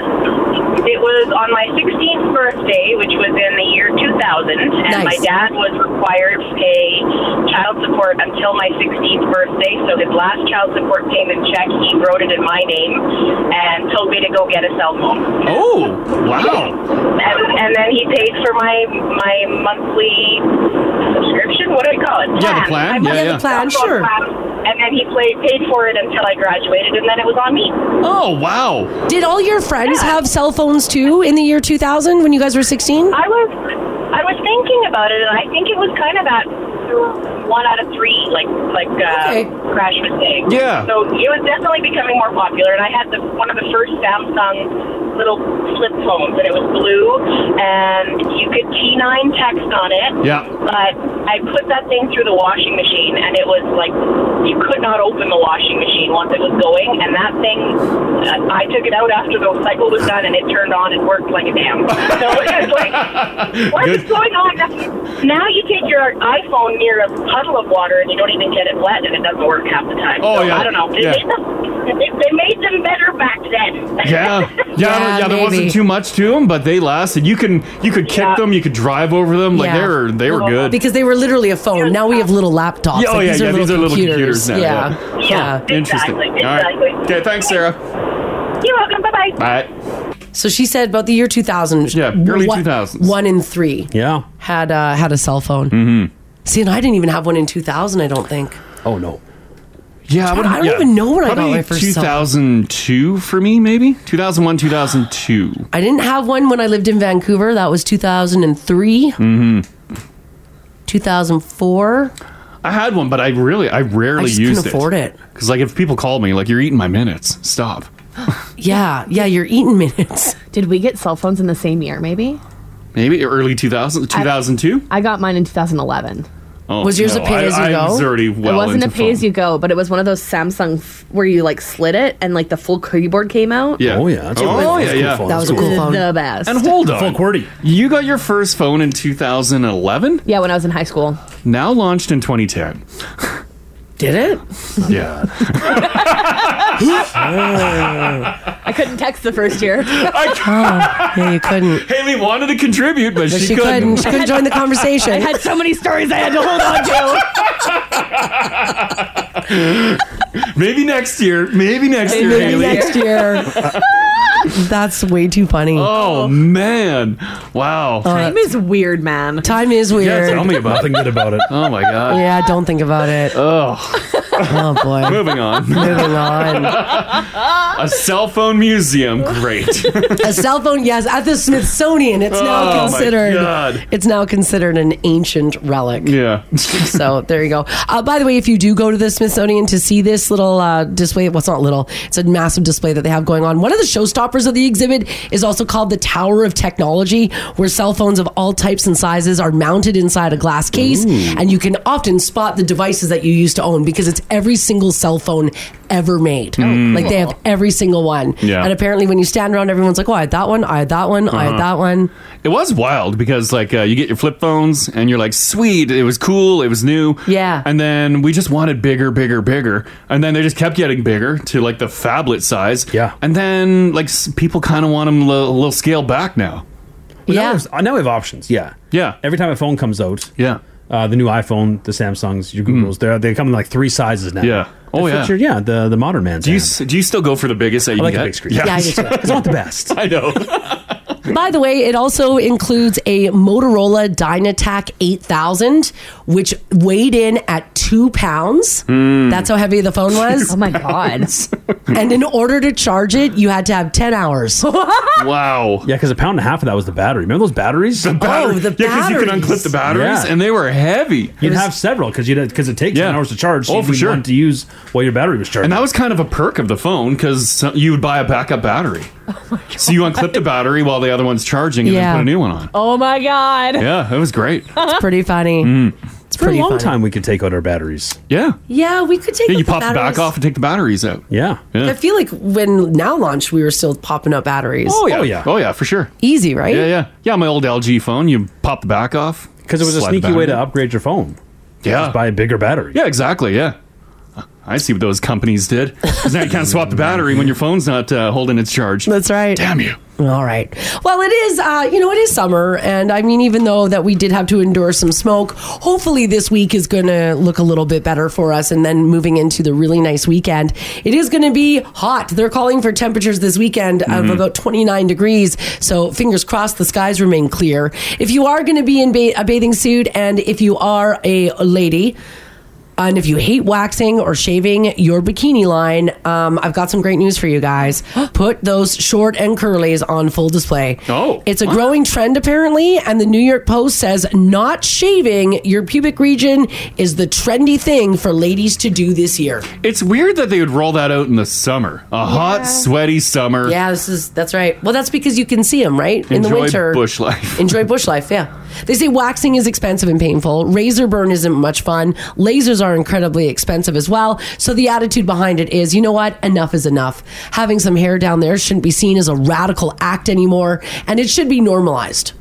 S13: It was on my 16th birthday, which was in the year 2000, and my dad was required to pay child support until my 16th birthday. So his last child support payment check, he wrote it in my name and told me to go get a cell phone.
S3: Oh, wow.
S13: And, and then he paid for my my monthly subscription. What do I call it?
S3: Yeah, the plan.
S13: My
S3: Yeah,
S13: monthly
S3: yeah. Plan,
S13: cell phone
S3: sure.
S13: plan. And then he played, paid for it until I graduated, and then it was on me.
S3: Oh, wow.
S4: Did all your friends have cell phones too in the year 2000 when you guys were 16?
S13: I was I was thinking about it, and I think it was kind of that th- one out of three, like like uh, crash mistake.
S9: Yeah.
S13: So it was definitely becoming more popular, and I had the one of the first Samsung little flip phones, and it was blue, and you could T9 text on it.
S9: Yeah.
S13: But I put that thing through the washing machine, and it was like you could not open the washing machine once it was going, and that thing. uh, I took it out after the cycle was done, and it turned on and worked like a damn. So it was like what is going on? Now you take your iPhone near a puddle of water and you don't even get it wet, and it doesn't work half the time.
S3: Oh,
S13: so,
S3: yeah.
S13: I don't know. They,
S3: Yeah.
S13: made them, they, they made them better back then.
S3: Yeah, yeah, yeah. There
S13: maybe.
S3: wasn't too much to them, but they lasted. You can you could kick them, you could drive over them. Like they were they were good.
S4: Because they were literally a phone. Now we have little laptops.
S3: Yeah, oh,
S4: Like,
S3: yeah, yeah, these are little computers now,
S4: Yeah.
S3: yeah.
S4: Yeah.
S3: Interesting. All right. Okay. Thanks, Sarah.
S13: You're welcome. Bye bye.
S3: Bye.
S4: So she said about the year 2000.
S3: Yeah, early
S4: one-
S3: 2000s.
S4: One in three
S5: Yeah.
S4: had uh, had a cell phone.
S3: Mm-hmm.
S4: See, and I didn't even have one in 2000, I don't think.
S5: Oh, no.
S3: Yeah,
S4: I don't even know when I got my first cell.
S3: 2002 for me, maybe 2001, 2002.
S4: I didn't have one when I lived in Vancouver. That was 2003,
S3: hmm
S4: 2004.
S3: I had one, but I really, I rarely
S4: I just couldn't
S3: used it.
S4: afford it.
S3: Because like, if people call me, like, you're eating my minutes. Stop.
S4: Yeah, yeah, you're eating minutes.
S6: Did we get cell phones in the same year? Maybe
S3: Maybe early 2000, 2002.
S6: I got mine in 2011.
S3: Oh, Was yours no, a pay-as-you-go? I- I was already well
S6: it wasn't
S3: into
S6: a pay as you go, but it was one of those Samsung f- where you like slid it and like the full keyboard came out.
S3: Yeah.
S5: Oh, yeah, that's
S3: oh,
S5: a cool-
S3: yeah,
S5: that's a
S3: yeah.
S5: cool phone.
S6: That was a cool phone. The best.
S3: And hold on.
S5: Full QWERTY.
S3: You got your first phone in 2011,
S6: Yeah, when I was in high school.
S3: now launched in 2010.
S4: Did it?
S3: Yeah.
S6: I couldn't text the first year.
S4: yeah, you couldn't.
S3: Haley wanted to contribute, but, she, couldn't.
S4: She couldn't join the conversation.
S6: I had so many stories I had to hold on to.
S3: maybe next year. Maybe next year.
S4: Maybe
S3: Haley.
S4: next year. That's way too funny. Uh,
S3: Oh man! Wow.
S6: Time is weird, man.
S4: Time is weird.
S3: Nothing good about it. Oh my god.
S4: Yeah, don't think about it.
S3: Oh.
S4: Oh boy.
S3: Moving on.
S4: Moving on.
S3: A cell phone museum. Great.
S4: A cell phone, yes, at the Smithsonian, it's
S3: Oh, my
S4: now considered.
S3: God.
S4: It's now considered an ancient relic.
S3: Yeah.
S4: so there you go. Uh, by the way, if you do go to the Smithsonian to see this little uh, display, what's not little, it's a massive display that they have going on. One of the showstoppers of the exhibit is also called the Tower of Technology, where cell phones of all types and sizes are mounted inside a glass case, and you can often spot the devices that you used to own because it's every single cell phone ever made.
S9: Mm.
S4: Like they have every single one.
S3: Yeah.
S4: And apparently, when you stand around, everyone's like, "Oh, I had that one. I had that one. I
S3: Uh-huh.
S4: had that one."
S3: It was wild because like uh, you get your flip phones and you're like, sweet, it was cool, it was new.
S4: Yeah.
S3: And then we just wanted bigger, bigger, bigger, and then they just kept getting bigger to like the phablet size. Yeah. And then like s- people kind of want them a little, little scale back now.
S5: Well, Now, there's- uh, now we have options. Yeah.
S3: Yeah.
S5: Every time a phone comes out.
S3: Yeah. Mm.
S5: Uh, the new iPhone, the Samsungs, your Googles, they're they come in like three sizes now.
S3: Yeah. Oh,
S5: That fits
S3: yeah.
S5: your- yeah. The the modern man's. Do you
S3: do you still go for the biggest? That you
S5: I like
S3: can
S5: the
S3: get?
S5: big screen.
S3: Yeah. Yeah, I do too.
S5: it's not the best.
S3: I know.
S4: By the way, it also includes a Motorola Dynatac 8000, which weighed in at two pounds.
S9: Hmm.
S4: That's how heavy the phone was.
S6: oh my god!
S4: and in order to charge it, you had to have ten hours.
S3: wow.
S5: Yeah, because a pound and a half of that was the battery. Remember those batteries? The
S4: battery- Oh, the
S3: Yeah, 'cause you can
S4: batteries.
S3: unclip the batteries, and they were heavy. It
S5: You'd
S3: was-
S5: have several because you because it takes ten hours to charge.
S3: Oh,
S5: you'd
S3: for
S5: need
S3: sure.
S5: one to use while your battery was charging.
S3: And that was kind of a perk of the phone because you would buy a backup battery. So you unclip the battery while the other one's charging and
S4: Oh, Yeah.
S3: then put a new one on.
S6: Oh my god!
S3: Yeah, Hmm. it was great. Mm.
S4: It's pretty funny. It's
S5: For a
S4: pretty
S5: long
S4: funny.
S5: time, we could take out our batteries.
S3: Yeah.
S4: Yeah, we could take.
S3: Yeah,
S4: out
S3: you pop the
S4: batteries.
S3: back off and take the batteries out.
S5: Yeah.
S4: I feel like when Now launched, we were still popping up batteries.
S3: Oh, yeah. Oh, yeah. for sure.
S4: Easy, right?
S3: Yeah, yeah. Yeah, my old LG phone, you pop the back off.
S5: Because it was a
S3: slide the
S5: sneaky way
S3: battery.
S5: to upgrade your phone.
S3: Yeah.
S5: Just buy a bigger battery.
S3: Yeah, exactly. Yeah. I see what those companies did. 'Cause now you can't swap the battery when your phone's not uh, holding its charge.
S4: That's right.
S3: Damn you.
S4: All right. Well, it is, uh, you know, it is summer. And I mean, even though that we did have to endure some smoke, hopefully this week is going to look a little bit better for us. And then moving into the really nice weekend, it is going to be hot. They're calling for temperatures this weekend of
S9: Mhm.
S4: about 29 degrees. So fingers crossed the skies remain clear. If you are going to be in ba- a bathing suit and if you are a lady, and if you hate waxing or shaving your bikini line, um, I've got some great news for you guys. Put those short and curlies on full display. Oh, it's a growing trend apparently, and the New York Post says not shaving your pubic region is the trendy thing for ladies to do this year.
S3: It's weird that they would roll that out in the summer. A
S4: Yeah.
S3: hot, sweaty summer.
S4: Yeah, this is that's right. Well, that's because you can see them right in the
S3: Enjoy
S4: winter.
S3: bush life.
S4: Enjoy bush life, yeah. They say waxing is expensive and painful. Razor burn isn't much fun. Lasers are incredibly expensive as well. So the attitude behind it is, you know what? Enough is enough. Having some hair down there shouldn't be seen as a radical act anymore, and it should be normalized.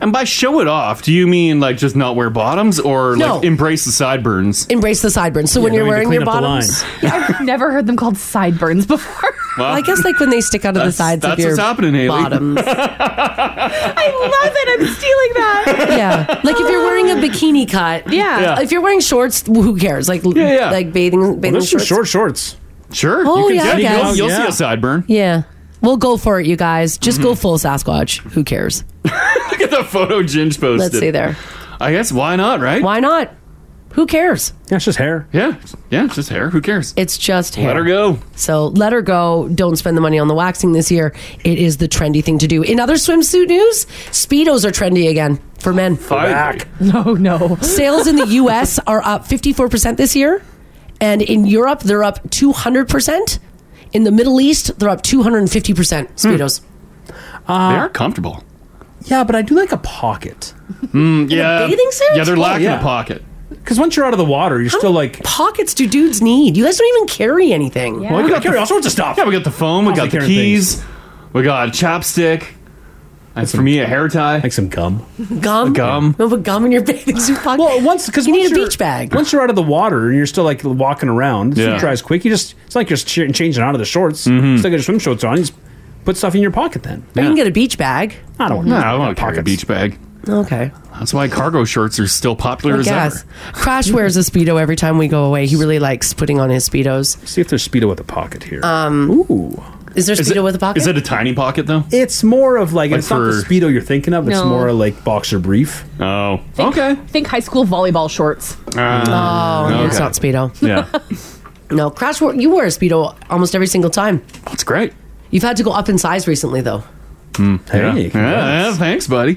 S3: And by show it off, do you mean like just not wear bottoms or
S4: No.
S3: like embrace the sideburns?
S4: Embrace the sideburns. So when you're wearing your bottoms,
S6: I've never heard them called sideburns before.
S3: Well,
S4: I guess like when they stick out of the
S3: that's-
S4: sides
S3: that's
S4: of your
S3: what's happening, Haley.
S4: bottoms.
S6: I love it. I'm stealing that.
S4: yeah, like if you're wearing a bikini cut.
S6: Yeah. Yeah.
S4: If you're wearing shorts, who cares? Like
S5: yeah.
S4: like bathing bathing
S5: Well, there's some
S4: shorts.
S5: short shorts.
S3: Sure.
S4: Oh,
S5: you can
S4: yeah, I
S5: sneak it
S4: guess.
S5: out.
S3: You'll
S5: Yeah.
S3: see a sideburn.
S4: Yeah. We'll go for it, you
S5: Mm-hmm.
S4: guys. Just go full Sasquatch. Who cares?
S3: Look at the photo Ginge posted.
S4: Let's see there.
S3: I guess why not, right?
S4: Why not? Who cares?
S5: Yeah, it's just hair.
S3: Yeah, yeah, it's just hair. Who cares?
S4: It's just hair.
S3: Let her go.
S4: So let her go. Don't spend the money on the waxing this year. It is the trendy thing to do. In other swimsuit news, Speedos are trendy again for men.
S3: Back.
S4: No, no. Sales in the US are up 54% this year. And in Europe, they're up 200%. In the Middle East, they're up 250%. Speedos.
S3: Hmm. they are comfortable.
S5: Uh, Yeah, but I do like a pocket.
S3: Mm, yeah.
S4: bathing suit?
S3: Yeah, they're lacking
S5: Yeah.
S3: a pocket.
S5: Because once you're out of the water, you're still like
S4: Pockets do dudes need? You guys don't even carry anything.
S5: Well, we got carry all sorts of stuff.
S3: Yeah, we got the foam. We got the
S5: Carrying
S3: keys. We got chapstick. That's for me a hair tie. Like
S5: some gum.
S4: Gum?
S3: Gum.
S4: No, but gum in your bathing suit pocket.
S5: Well, once because
S4: you
S5: once
S4: need a
S5: you're-
S4: beach bag.
S5: Once you're out of the water and you're still like walking around, the
S3: Yeah. Mm-hmm.
S5: suit dries quick. You just it's like you're ch- changing out of the shorts. Still got your swim shorts on. You just put stuff in your pocket then.
S4: But you can get a beach bag.
S5: I don't
S3: No, I want to carry a beach bag.
S4: Okay.
S3: That's why cargo shorts are still popular
S4: I
S3: as
S4: guess.
S3: ever.
S4: Crash wears a speedo every time we go away. He really likes putting on his speedos.
S5: See if there's speedo with a pocket here.
S4: Um,
S5: Ooh.
S4: Is there
S5: Is
S4: speedo
S5: it-
S4: with a pocket?
S5: is it
S3: A tiny pocket though.
S5: It's more of like,
S3: Like
S5: it's not the
S3: for-
S5: speedo you're thinking of. It's
S6: No.
S5: more like boxer brief.
S3: Oh,
S6: Think, okay. Think high school volleyball shorts.
S3: Uh,
S4: oh, no, it's not speedo.
S3: Ah. Yeah.
S4: no, Crash, wore- you wear a speedo almost every single time.
S3: That's great.
S4: You've had to go up in size recently, though.
S3: Hmm. Yeah.
S5: Hey,
S3: yeah, yeah, thanks, buddy.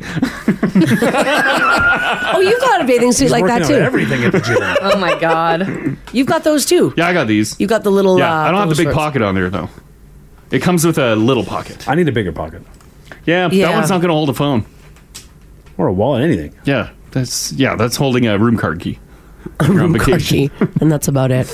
S4: Oh, you've got a bathing suit
S3: He's
S4: like that
S3: working
S4: too.
S3: on everything at the gym.
S4: oh my god, you've got those too.
S3: Yeah, I got these.
S4: You got the little.
S3: yeah,
S4: uh,
S3: I don't have the big
S4: shorts.
S3: pocket on there though. It comes with a little pocket.
S5: I need a bigger pocket.
S3: Yeah,
S4: Yeah.
S3: that one's not going to hold a phone
S5: or a wallet, anything.
S3: Yeah, that's yeah, that's holding a room card key.
S4: room card key, and that's about it.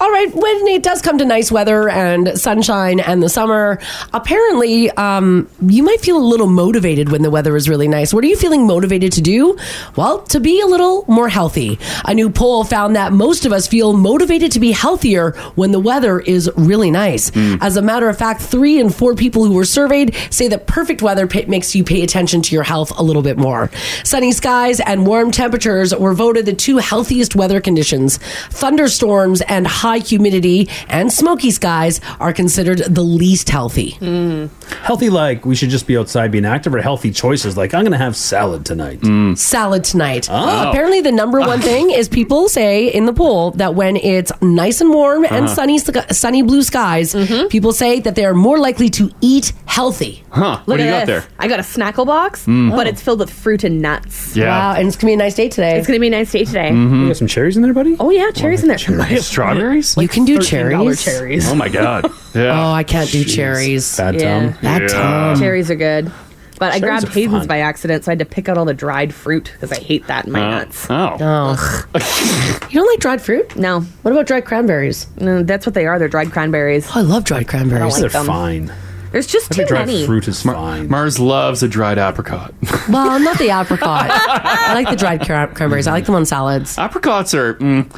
S4: All right, when it does come to nice weather and sunshine and the summer, apparently um, you might feel a little motivated when the weather is really nice. What are you feeling motivated to do? Well, to be a little more healthy. A new poll found that most of us feel motivated to be healthier when the weather is really nice.
S3: Hmm.
S4: As a matter of fact, three in four people who were surveyed say that perfect weather pa- makes you pay attention to your health a little bit more. Sunny skies and warm temperatures were voted the two healthiest weather conditions. Thunderstorms and high humidity and smoky skies are considered the least healthy.
S3: Hmm.
S4: Mm.
S5: Healthy, like we should just be outside being active, or healthy choices, like I'm going to have salad tonight.
S3: Mm.
S4: Salad tonight.
S5: Oh.
S4: Apparently, the number one thing is people say in the poll that when it's nice and warm and
S3: Uh-huh. Mm-hmm.
S4: sunny, sk- sunny blue skies, people say that they are more likely to eat healthy.
S3: Huh? what do you got there?
S6: I got a snackle box,
S3: Mm.
S6: but it's filled with fruit and nuts.
S3: Yeah. Mm. Wow,
S4: and it's gonna be a nice day today.
S6: It's gonna be a nice day today.
S3: Mm-hmm.
S5: You got some cherries in there, buddy.
S6: Oh yeah, cherries in there.
S3: Strawberries?
S4: you can do
S6: $13
S4: cherries.
S6: cherries.
S3: Oh my god. Yeah.
S4: Oh, I can't do cherries.
S5: Bad
S6: Yeah.
S4: Bad time.
S6: Cherries are good. But I
S4: Cherries
S6: grabbed
S4: are
S6: Hayden's
S4: fun.
S6: by accident, so I had to pick out all the dried fruit because I hate that in my nuts.
S3: Oh.
S4: Oh. you don't like dried fruit?
S6: No.
S4: What about dried cranberries? Oh,
S6: No, that's what they are. They're dried cranberries.
S4: I love dried cranberries.
S6: I don't like them. There's just too many.
S5: is fine.
S3: Mars loves a dried apricot.
S4: Well, I'm not the apricot. I like the dried cran- cranberries. I like them on salads.
S3: Apricots are mm,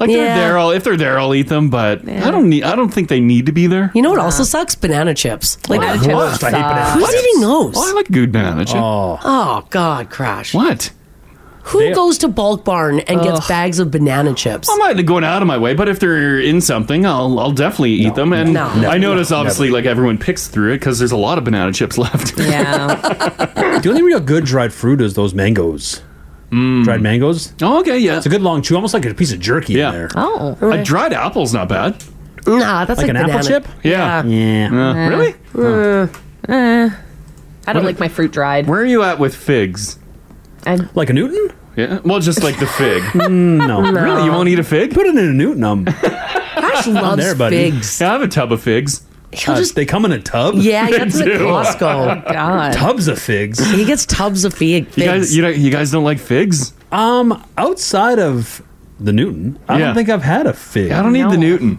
S3: like
S4: Yeah.
S3: they're there. I'll, if they're there, I'll eat them. But I don't need. I don't think they need to be there.
S4: You know what also sucks? Banana chips. Like
S3: Banana chips What? I hate banana
S4: Who's
S3: chips.
S4: eating those?
S3: Oh, I like good banana chip.
S5: Oh.
S4: Oh God, Crash!
S3: What?
S4: Who
S3: They-
S4: goes to Bulk Barn and gets
S3: Ugh.
S4: bags of banana chips?
S3: I'm not going out of my way, but if they're in something, I'll I'll definitely eat them. And
S4: no, no,
S3: I notice
S5: no,
S3: obviously like everyone picks through it because there's a lot of banana chips left.
S6: Yeah.
S5: the only real good dried fruit is those mangoes. Dried mangoes.
S3: Mm. Oh, okay, yeah.
S5: It's a good long chew, almost like a piece of jerky in there.
S6: Oh,
S3: A dried apple's not bad.
S4: Nah, that's
S5: Like
S4: like,
S5: an apple
S4: banana.
S5: chip?
S3: Yeah.
S5: Yeah.
S4: Eh.
S3: Uh, really?
S6: Uh, uh, I don't
S3: What-
S6: like my fruit dried.
S3: Where are you at with figs?
S6: I'm-
S5: Like a Newton? Mm,
S3: Yeah. Well, just like the fig.
S5: no.
S3: Really? You won't eat a fig?
S5: Put it in a Newton. Um,
S4: Crash loves
S5: there, buddy. Uh,
S4: figs.
S3: Yeah, I have a tub of figs.
S4: He'll just-
S5: they come in a tub.
S4: Yeah, he
S3: They
S4: gets them at
S3: do.
S4: Costco. God,
S5: Tubs of figs.
S4: he gets tubs of fig. Figs.
S3: You guys, you, don't, you guys don't like figs?
S5: Um, outside of the Newton, I
S3: Yeah.
S5: don't think I've had a fig.
S3: I don't need the Newton.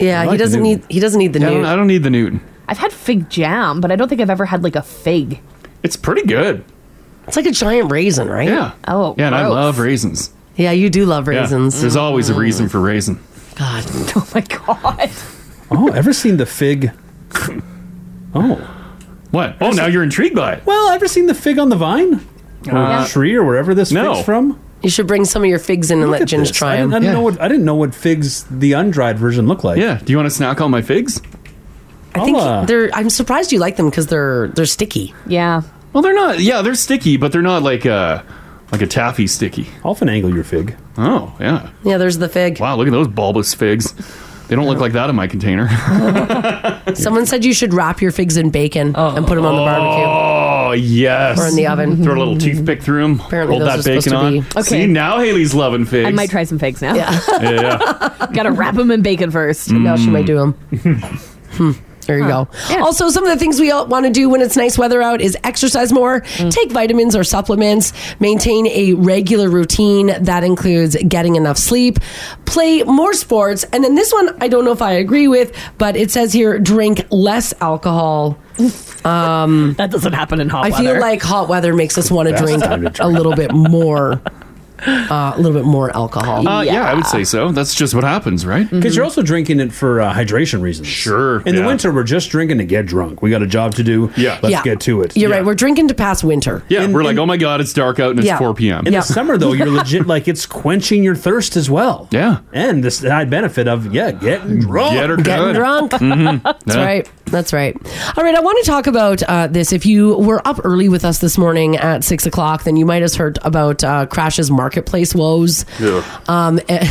S4: yeah,
S5: I
S4: he
S5: like
S4: doesn't
S5: the
S4: need. He doesn't need the
S3: Yeah, I
S4: new.
S3: don't, I don't need the Newton.
S6: I've had fig jam, but I don't think I've ever had like a fig.
S3: It's pretty good.
S4: It's like a giant raisin, right?
S3: Yeah.
S6: Oh,
S3: Yeah, and I
S6: gross.
S3: love raisins.
S4: Yeah, you do love
S3: Yeah,
S4: raisins. Mm.
S3: There's always a reason for raisin.
S4: God.
S6: Oh my god.
S5: Oh, ever seen the fig? Oh,
S3: What? Oh, now you're intrigued by it.
S5: well, ever seen the fig on the vine or
S3: Uh,
S5: the tree or wherever this
S3: no.
S5: fig's from?
S4: You should bring some of your figs in and
S5: Look
S4: let
S5: at
S4: Ginge
S5: this.
S4: try
S5: I didn't, I
S4: them.
S5: didn't
S3: Yeah.
S5: know what I didn't know what figs the undried version look like.
S3: Yeah. Do you want to snack on my figs?
S4: I think
S5: I'll, uh,
S4: they're. I'm surprised you like them because they're they're sticky.
S6: Yeah.
S3: Well, they're not. Yeah, they're sticky, but they're not like uh, Like a taffy sticky. Often angle your fig. Oh, yeah.
S4: Yeah, there's the fig.
S3: Wow, look at those bulbous figs. They don't look like that in my container.
S4: Someone said you should wrap your figs in bacon and put them on the barbecue.
S3: Oh, yes.
S4: Or in the oven.
S3: Throw a little toothpick through them.
S4: Apparently
S3: hold
S4: those
S3: that
S4: are supposed
S3: bacon on.
S4: to
S6: be- Okay.
S3: See, now Haley's loving figs.
S6: I might try some figs now. Yeah.
S3: yeah, yeah.
S6: Gotta wrap them in bacon first.
S4: No, she
S3: Mm.
S4: might do them. There you go. Also, some of the things we want to do when it's nice weather out is exercise more,
S6: Mm.
S4: take vitamins or supplements, maintain a regular routine. That includes getting enough sleep, play more sports. And then this one, I don't know if I agree with, but it says here drink less alcohol. Um,
S6: that doesn't happen in hot
S4: I feel
S6: weather.
S4: like hot weather makes us want to
S3: That's
S4: drink
S3: time to
S4: a
S3: drink.
S4: little bit more, uh, a little bit more alcohol.
S3: Uh, yeah. I would say so. That's just what happens, right?
S5: Because you're also drinking it for uh, hydration reasons. Sure. In the
S3: yeah.
S5: winter, we're just drinking to get drunk. We got a job to do. Yeah. Let's
S4: Yeah.
S5: get to it.
S4: You're right. We're drinking to pass winter.
S3: Yeah, we're like, oh my god, it's dark out and it's
S4: Yeah.
S3: 4 p.m.
S5: In the summer, though, you're legit like it's quenching your thirst as well.
S3: Yeah. Mm,
S5: And this side benefit of, yeah, getting Mm-hmm. drunk.
S4: Get her Getting done. drunk.
S3: Mm-hmm.
S4: Mhm. That's right. That's right. All right. I want to talk about uh, this. If you were up early with us this morning at six o'clock, then you might have heard about uh, Crash's marketplace woes. Um, and,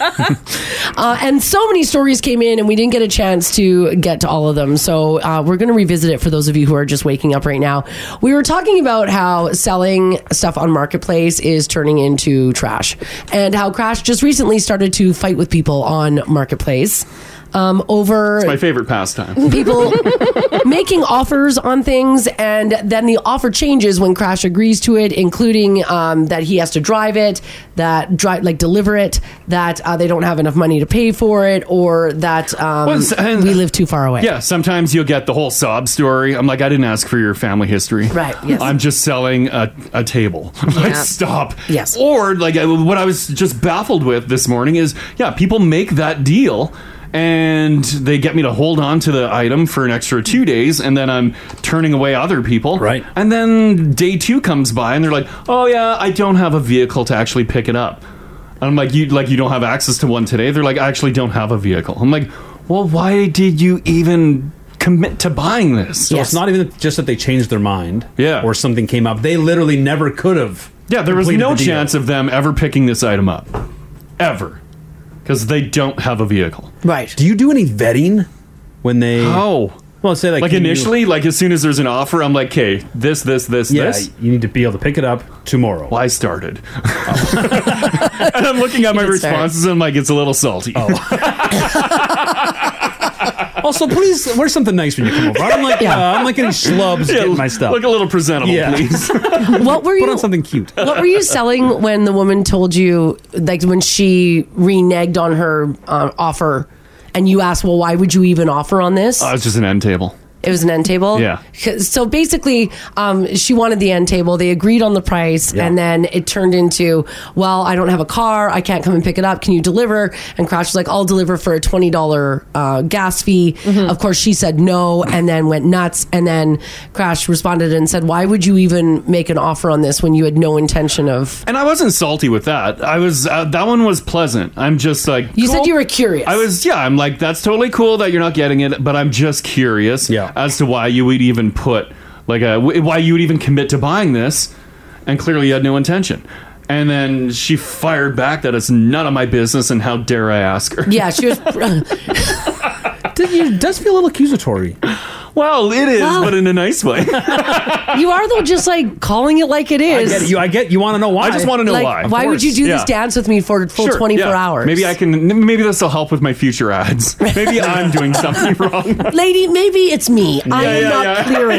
S4: uh, and so many stories came in, and we didn't get a chance to get to all of them. So uh, we're going to revisit it for those of you who are just waking up right now. We were talking about how selling stuff on Marketplace is turning into trash, and how Crash just recently started to fight with people on Marketplace um, over
S3: It's my favorite pastime.
S4: people making offers on things and then the offer changes when crash agrees to it including um, that he has to drive it that drive like deliver it that uh, they don't have enough money to pay for it or that um, we live too far away
S3: Yeah, sometimes you'll get the whole sob story. I'm like, I didn't ask for your family history.
S4: Right, yes.
S3: I'm just selling a, a table. Like,
S4: Yeah.
S3: stop.
S4: Yes.
S3: Or, like, I, what I was just baffled with this morning is, yeah, people make that deal and they get me to hold on to the item for an extra two days and then I'm turning away other people. Right. And then day two comes by and they're like, oh, yeah, I don't have a vehicle to actually pick it up. And I'm like, you like you don't have access to one today. They're like, I actually don't have a vehicle. I'm like, well, why did you even commit to buying this?
S5: So it's not even just that they changed their mind. Yeah. Or something came up. They literally never could have.
S3: Yeah, there was
S5: completed
S3: no
S5: the deal.
S3: chance of them ever picking this item up, ever, because they don't have a vehicle.
S4: Right.
S5: Do you do any vetting when they?
S3: Oh.
S5: Well, say like
S3: Like,
S5: can you-
S3: initially, like as soon as there's an offer, I'm like, okay, this, this, this,
S5: Yeah,
S3: this.
S5: you need to be able to pick it up tomorrow.
S3: Well, I started. and I'm looking at my
S5: start.
S3: responses. and I'm like, it's a little salty.
S5: Oh. also, please wear something nice when you come over. I'm like,
S3: Yeah.
S5: uh, I'm like any schlubs
S3: Yeah,
S5: getting my stuff.
S3: look a little presentable, please.
S4: what were you
S5: Put on something cute.
S4: what were you selling when the woman told you like when she reneged on her uh, offer and you asked well why would you even offer on this
S3: Oh, it's just an end table.
S4: It was an end table.
S3: Yeah.
S4: 'Cause- So basically, um, she wanted the end table. They agreed on the price, and then it turned into, well, I don't have a car. I can't come and pick it up. Can you deliver? And Crouch was like, I'll deliver for a twenty dollar uh, gas fee. Of course, she said no, and then went nuts. And then Crash responded and said, Why would you even make an offer on this when you had no intention of?
S3: And I wasn't salty with that. I was uh, that one was pleasant. I'm just like
S4: You said you were curious.
S3: I was yeah. I'm like that's totally cool that you're not getting it, but I'm just curious as to why you would even put like a, wh- why you would even commit to buying this, and clearly you had no intention. And then she fired back that it's none of my business, and how dare I ask her?
S4: Yeah, she was.
S5: it does feel a little accusatory.
S3: Well, it is,
S4: Well-
S3: but in a nice way.
S4: you are though, just like calling it like it
S5: I
S4: is.
S5: get you. I get you. Want to know why?
S3: I just want to know
S4: Like,
S3: why.
S4: Why would you do this
S3: Yeah.
S4: dance with me for a full
S3: Sure,
S4: twenty four
S3: yeah.
S4: hours?
S3: Maybe I can. Maybe this will help with my future ads. Maybe I'm doing something wrong.
S4: Lady, maybe it's me. I
S3: Yeah,
S4: am
S3: yeah,
S4: not
S3: yeah.
S4: clear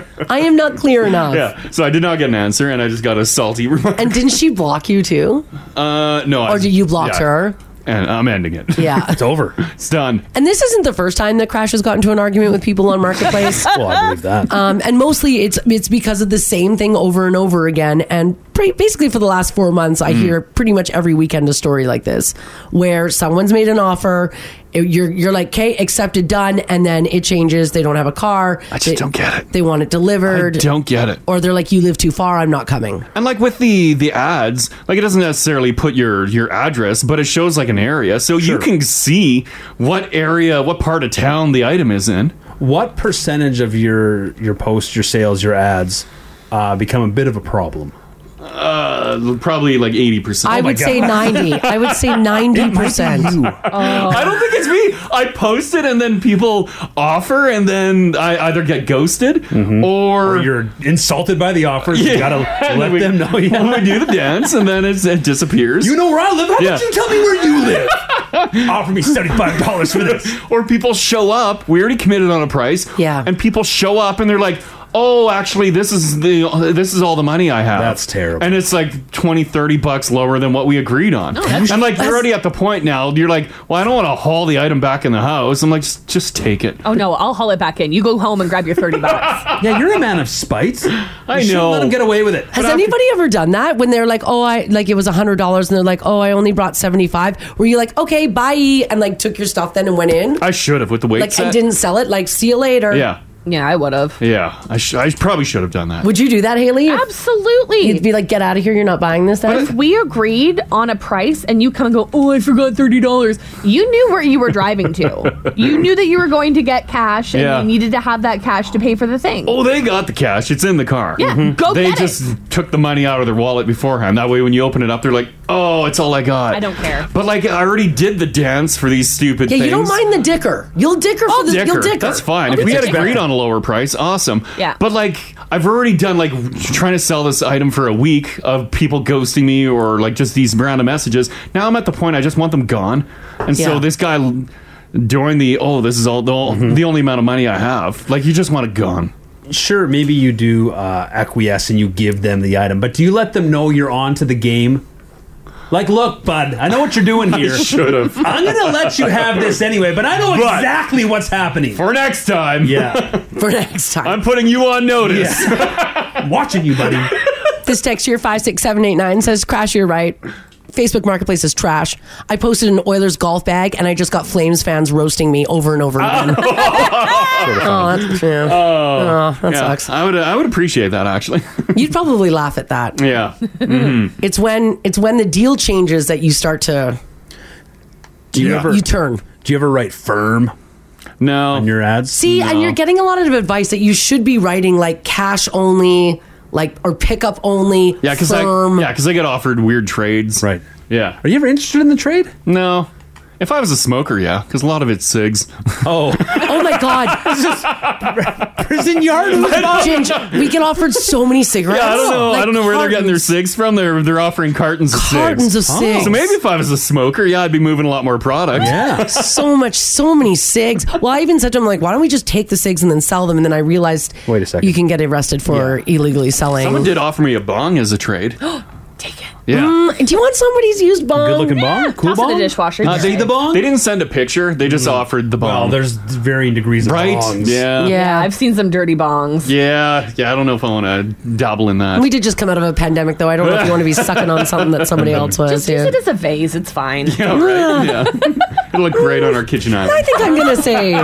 S4: enough. I am not clear enough.
S3: Yeah. So I did not get an answer, and I just got a salty remark.
S4: And didn't she block you too?
S3: Uh, no.
S4: Or did you block her?
S3: And I'm ending it.
S4: Yeah.
S3: it's
S5: over.
S3: It's done.
S4: And this isn't the first time that Crash has gotten into an argument with people on Marketplace.
S5: Well, I believe that.
S4: Um, and mostly it's it's because of the same thing over and over again. And pre- basically for the last four months,
S3: Mm.
S4: I hear pretty much every weekend a story like this, where someone's made an offer, it- you're you're like, "Okay, accepted, done," and then it changes. They don't have a car. I just don't
S3: get it.
S4: They want it delivered.
S3: don't get it.
S4: Or they're like, "You live too far. I'm not coming."
S3: And like with the the ads, like it doesn't necessarily put your your address, but it shows like an area, so you can see what area, what part of town the item is in.
S5: What percentage of your your posts, your sales, your ads uh, become a bit of a problem?
S3: Uh, probably like eighty percent. Oh
S4: I would say 90. I would say Oh. 90%.
S3: I don't think it's me. I post it and then people offer, and then I either get ghosted or, you're insulted by the offer.
S5: You gotta let them know, yeah.
S3: we do the dance, and then it's, it disappears.
S5: You know where I live? How
S3: Yeah.
S5: about you tell me where you live? Offer me seventy-five dollars for this.
S3: or people show up. We already committed on a price. Yeah. And people show up and they're like, "Oh, actually, this is the this is all the money I have." That's terrible. And it's like 20, 30 bucks lower than what we agreed on. and like you're already at the point now. You're like, "Well, I don't want to haul the item back in the house." I'm like, "Just, just take it."
S9: Oh no, I'll haul it back in. You go home and grab your thirty bucks.
S5: Yeah, you're a man of spite. I
S3: know.
S5: Let him get away with it.
S4: Has anybody ever done that when they're like, oh, I like it was hundred dollars, and they're like, oh, I only brought seventy five? Were you like, okay, bye, and like took your stuff then and went in,
S3: I should have with the weight
S4: like
S3: set.
S4: and didn't sell it? Like, see you later.
S3: Yeah.
S9: Yeah, I would have.
S3: Yeah, I, sh- I probably should have done that.
S4: Would you do that, Haley?
S9: Absolutely.
S4: You'd be like, get out of here. You're not buying this. Then.
S9: If we agreed on a price and you come and go, oh, I forgot thirty dollars. You knew where you were driving to. you knew that you were going to get cash, and
S3: Yeah.
S9: you needed to have that cash to pay for the thing.
S3: Oh, they got the cash. It's in the car. Mm-hmm.
S9: Yeah, Mhm. go
S3: They
S9: get it.
S3: just took the money out of their wallet beforehand. That way, when you open it up, they're like, "Oh, it's all I got."
S9: I don't care.
S3: But like, I already did the dance for these stupid
S4: Yeah,
S3: things.
S4: you don't mind the dicker. You'll dicker for the You'll dicker.
S3: That's fine.
S4: I'll
S3: if
S4: be
S3: we had
S4: dicker.
S3: agreed on a lower price, awesome.
S4: Yeah.
S3: But like, I've already done like trying to sell this item for a week of people ghosting me or like just these random messages. Now I'm at the point I just want them gone, and so
S5: Yeah.
S3: this guy during the oh, this is all the, the only amount of money I have. Like, you just want it gone.
S5: Sure, maybe you do uh, acquiesce and you give them the item, but do you let them know you're on to the game? Like, look, bud, I know what you're doing
S3: I
S5: here.
S3: should've.
S5: I'm gonna let you have this anyway, but I know
S3: But-
S5: exactly what's happening
S3: for next time.
S5: Yeah,
S4: for next time.
S3: I'm putting you on notice.
S5: Watching you, buddy.
S4: This text here, 56789, says, Crash, you're right. Facebook Marketplace is trash. I posted an Oilers golf bag and I just got Flames fans roasting me over and over
S3: Ah.
S4: again. oh, that's, yeah. Oh, that
S3: Yeah,
S4: sucks.
S3: I would I would appreciate that actually.
S4: You'd probably laugh at that.
S3: yeah. Mhm.
S4: It's when it's when the deal changes that you start to.
S5: Do you
S4: Yeah.
S5: ever
S4: You turn?
S5: Do you ever write firm?
S3: No,
S5: on your ads.
S4: See, and you're getting a lot of advice that you should be writing like cash only, like or pickup only.
S3: Yeah, because I
S4: firm.
S3: yeah because I get offered weird trades. Right. Yeah. Are
S5: you ever interested in the trade?
S3: No. If I was a smoker, yeah, because a lot of it's cigs.
S5: Oh.
S4: Oh my god!
S5: prison yard.
S4: Ginger, we get offered so many cigarettes.
S3: Yeah, I don't know.
S4: Like,
S3: I don't know where they're getting their cigs from. They're they're offering cartons of
S4: Cartons of
S3: cigs.
S5: Oh.
S4: cigs.
S3: So maybe if I was a smoker, yeah, I'd be moving a lot more product.
S4: so much, so many cigs. Well, I even said to him, like, why don't we just take the cigs and then sell them? And then I realized
S3: Wait a second.
S4: you can get arrested for illegally selling.
S3: Someone did offer me a bong as a trade. Take it. Yeah.
S4: Mm, do you want somebody's used bong?
S3: Uh, they, They didn't send a picture. They just offered the bong. Well,
S5: Mm-hmm. there's varying degrees of
S3: right?
S5: bongs.
S3: Yeah.
S9: I've seen some dirty bongs.
S3: Yeah. Yeah. I don't know if I want to dabble in that.
S4: we did just come out of a pandemic, though. I don't know if you want to be sucking on something that somebody else was.
S9: Just use
S4: yeah.
S9: it as a vase. It's fine.
S3: Yeah, right. yeah. It'll look great on our kitchen
S4: I
S3: island.
S4: think I'm gonna say a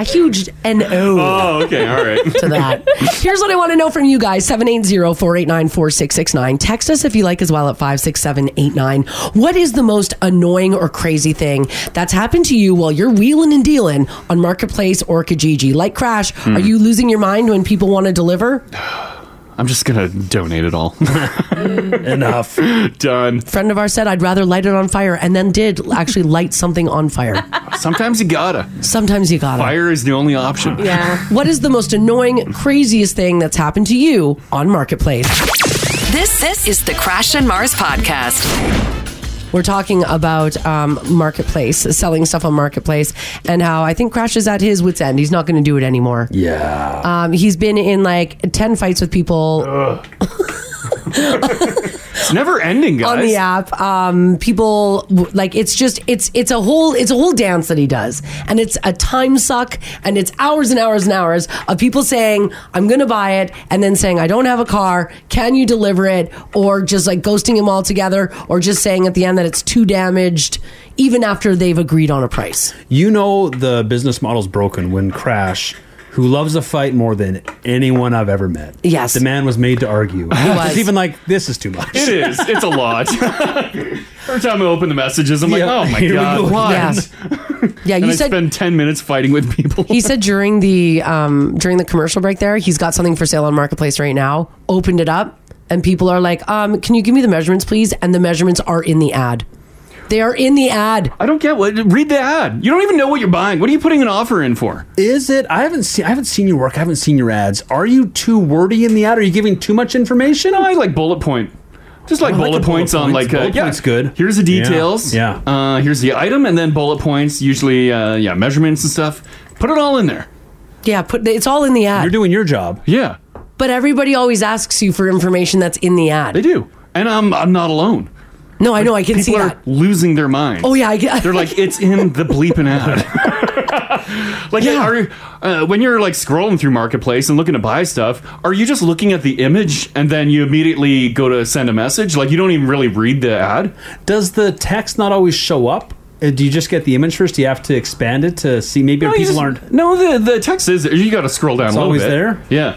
S4: huge no.
S3: Oh, okay, all right.
S4: to that. Here's what I want to know from you guys 780 489 4669. Text us if you like as well at 56789. What is the most annoying or crazy thing that's happened to you while you're wheeling and dealing on Marketplace or Kijiji? Like Crash,
S3: Hmm.
S4: are you losing your mind when people want to deliver?
S3: I'm just gonna donate it all. Enough. Done.
S4: Friend of ours said, I'd rather light it on fire and then did actually light something on fire.
S3: Sometimes you gotta.
S4: Sometimes you gotta.
S3: Fire is the only option.
S4: what is the most annoying, craziest thing that's happened to you on Marketplace?
S2: This this is the Crash and Mars podcast.
S4: We're talking about um, marketplace, selling stuff on marketplace, and how I think Crash is at his wits' end. He's not going to do it anymore.
S5: Yeah.
S4: Um, he's been in like ten fights with people
S3: It's never ending, guys.
S4: on the app. Um, people w- like it's just it's it's a whole it's a whole dance that he does, and it's a time suck, and it's hours and hours and hours of people saying I'm going to buy it, and then saying I don't have a car. Can you deliver it? Or just like ghosting him altogether, or just saying at the end that it's too damaged, even after they've agreed on a price.
S5: You know the business model's broken when Crash, who loves a fight more than anyone I've ever met.
S4: Yes.
S5: The man was made to argue. He
S3: was.
S5: even like, this is too much.
S3: It is. It's a lot. Every time I open the messages, I'm
S5: Yeah.
S3: like, oh my
S5: Here we go
S3: god, why?
S5: again.
S4: Yeah,
S3: and
S4: you
S3: I
S4: said
S3: spend ten minutes fighting with people.
S4: he said during the um during the commercial break there, he's got something for sale on marketplace right now. Opened it up and people are like, um, can you give me the measurements, please? And the measurements are in the ad. They are in the ad.
S3: I don't get what. Read the ad. You don't even know what you're buying. What are you putting an offer in for?
S5: Is it? I haven't seen. I haven't seen your work. I haven't seen your ads. Are you too wordy in the ad? Are you giving too much information?
S3: I like bullet point. Just like, bullet, points on like uh, yeah, good. Here's the
S5: Yeah.
S3: details.
S5: Yeah.
S3: Uh, here's the item, and then bullet points. Usually, uh, yeah, measurements and stuff. Put it all in there.
S4: Yeah, put it's all in the ad. You're
S5: doing your job.
S3: Yeah,
S4: But everybody always asks you for information that's in the ad.
S3: they do. And I'm I'm not alone.
S4: No, I know. I can
S3: People
S4: see
S3: are
S4: that.
S3: losing their minds.
S4: Oh, yeah, I get-
S3: They're like, it's in the bleeping ad. like, are uh, when you're like scrolling through marketplace and looking to buy stuff, are you just looking at the image and then you immediately go to send a message? Like, you don't even really read the ad.
S5: Does the text not always show up? Uh, Do you just get the image first? Do you have to expand it to see? Maybe
S3: No, you
S5: people
S3: just-
S5: aren't.
S3: No, the the text is there. You got to scroll down
S5: It's
S3: a little
S5: always
S3: bit.
S5: there?
S3: Yeah.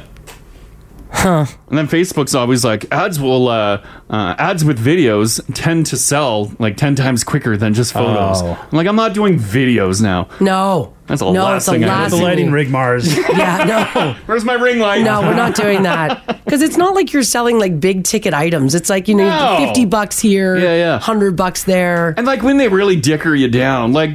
S3: Huh. And then Facebook's always like ads will uh, uh, ads with videos tend to sell like ten times quicker than just photos.
S5: Oh.
S3: I'm like I'm not doing videos now.
S4: No.
S3: That's the
S4: No, it's
S3: last
S4: the
S3: thing I
S4: last
S3: do.
S4: thing The lighting you-
S5: rig Mars.
S4: yeah, no.
S3: Where's my ring light?
S4: No, we're not doing that because it's not like you're selling like big ticket items. It's like you know,
S3: No.
S4: fifty bucks here,
S3: Yeah, yeah.
S4: hundred bucks there.
S3: And like when they really dicker you down, like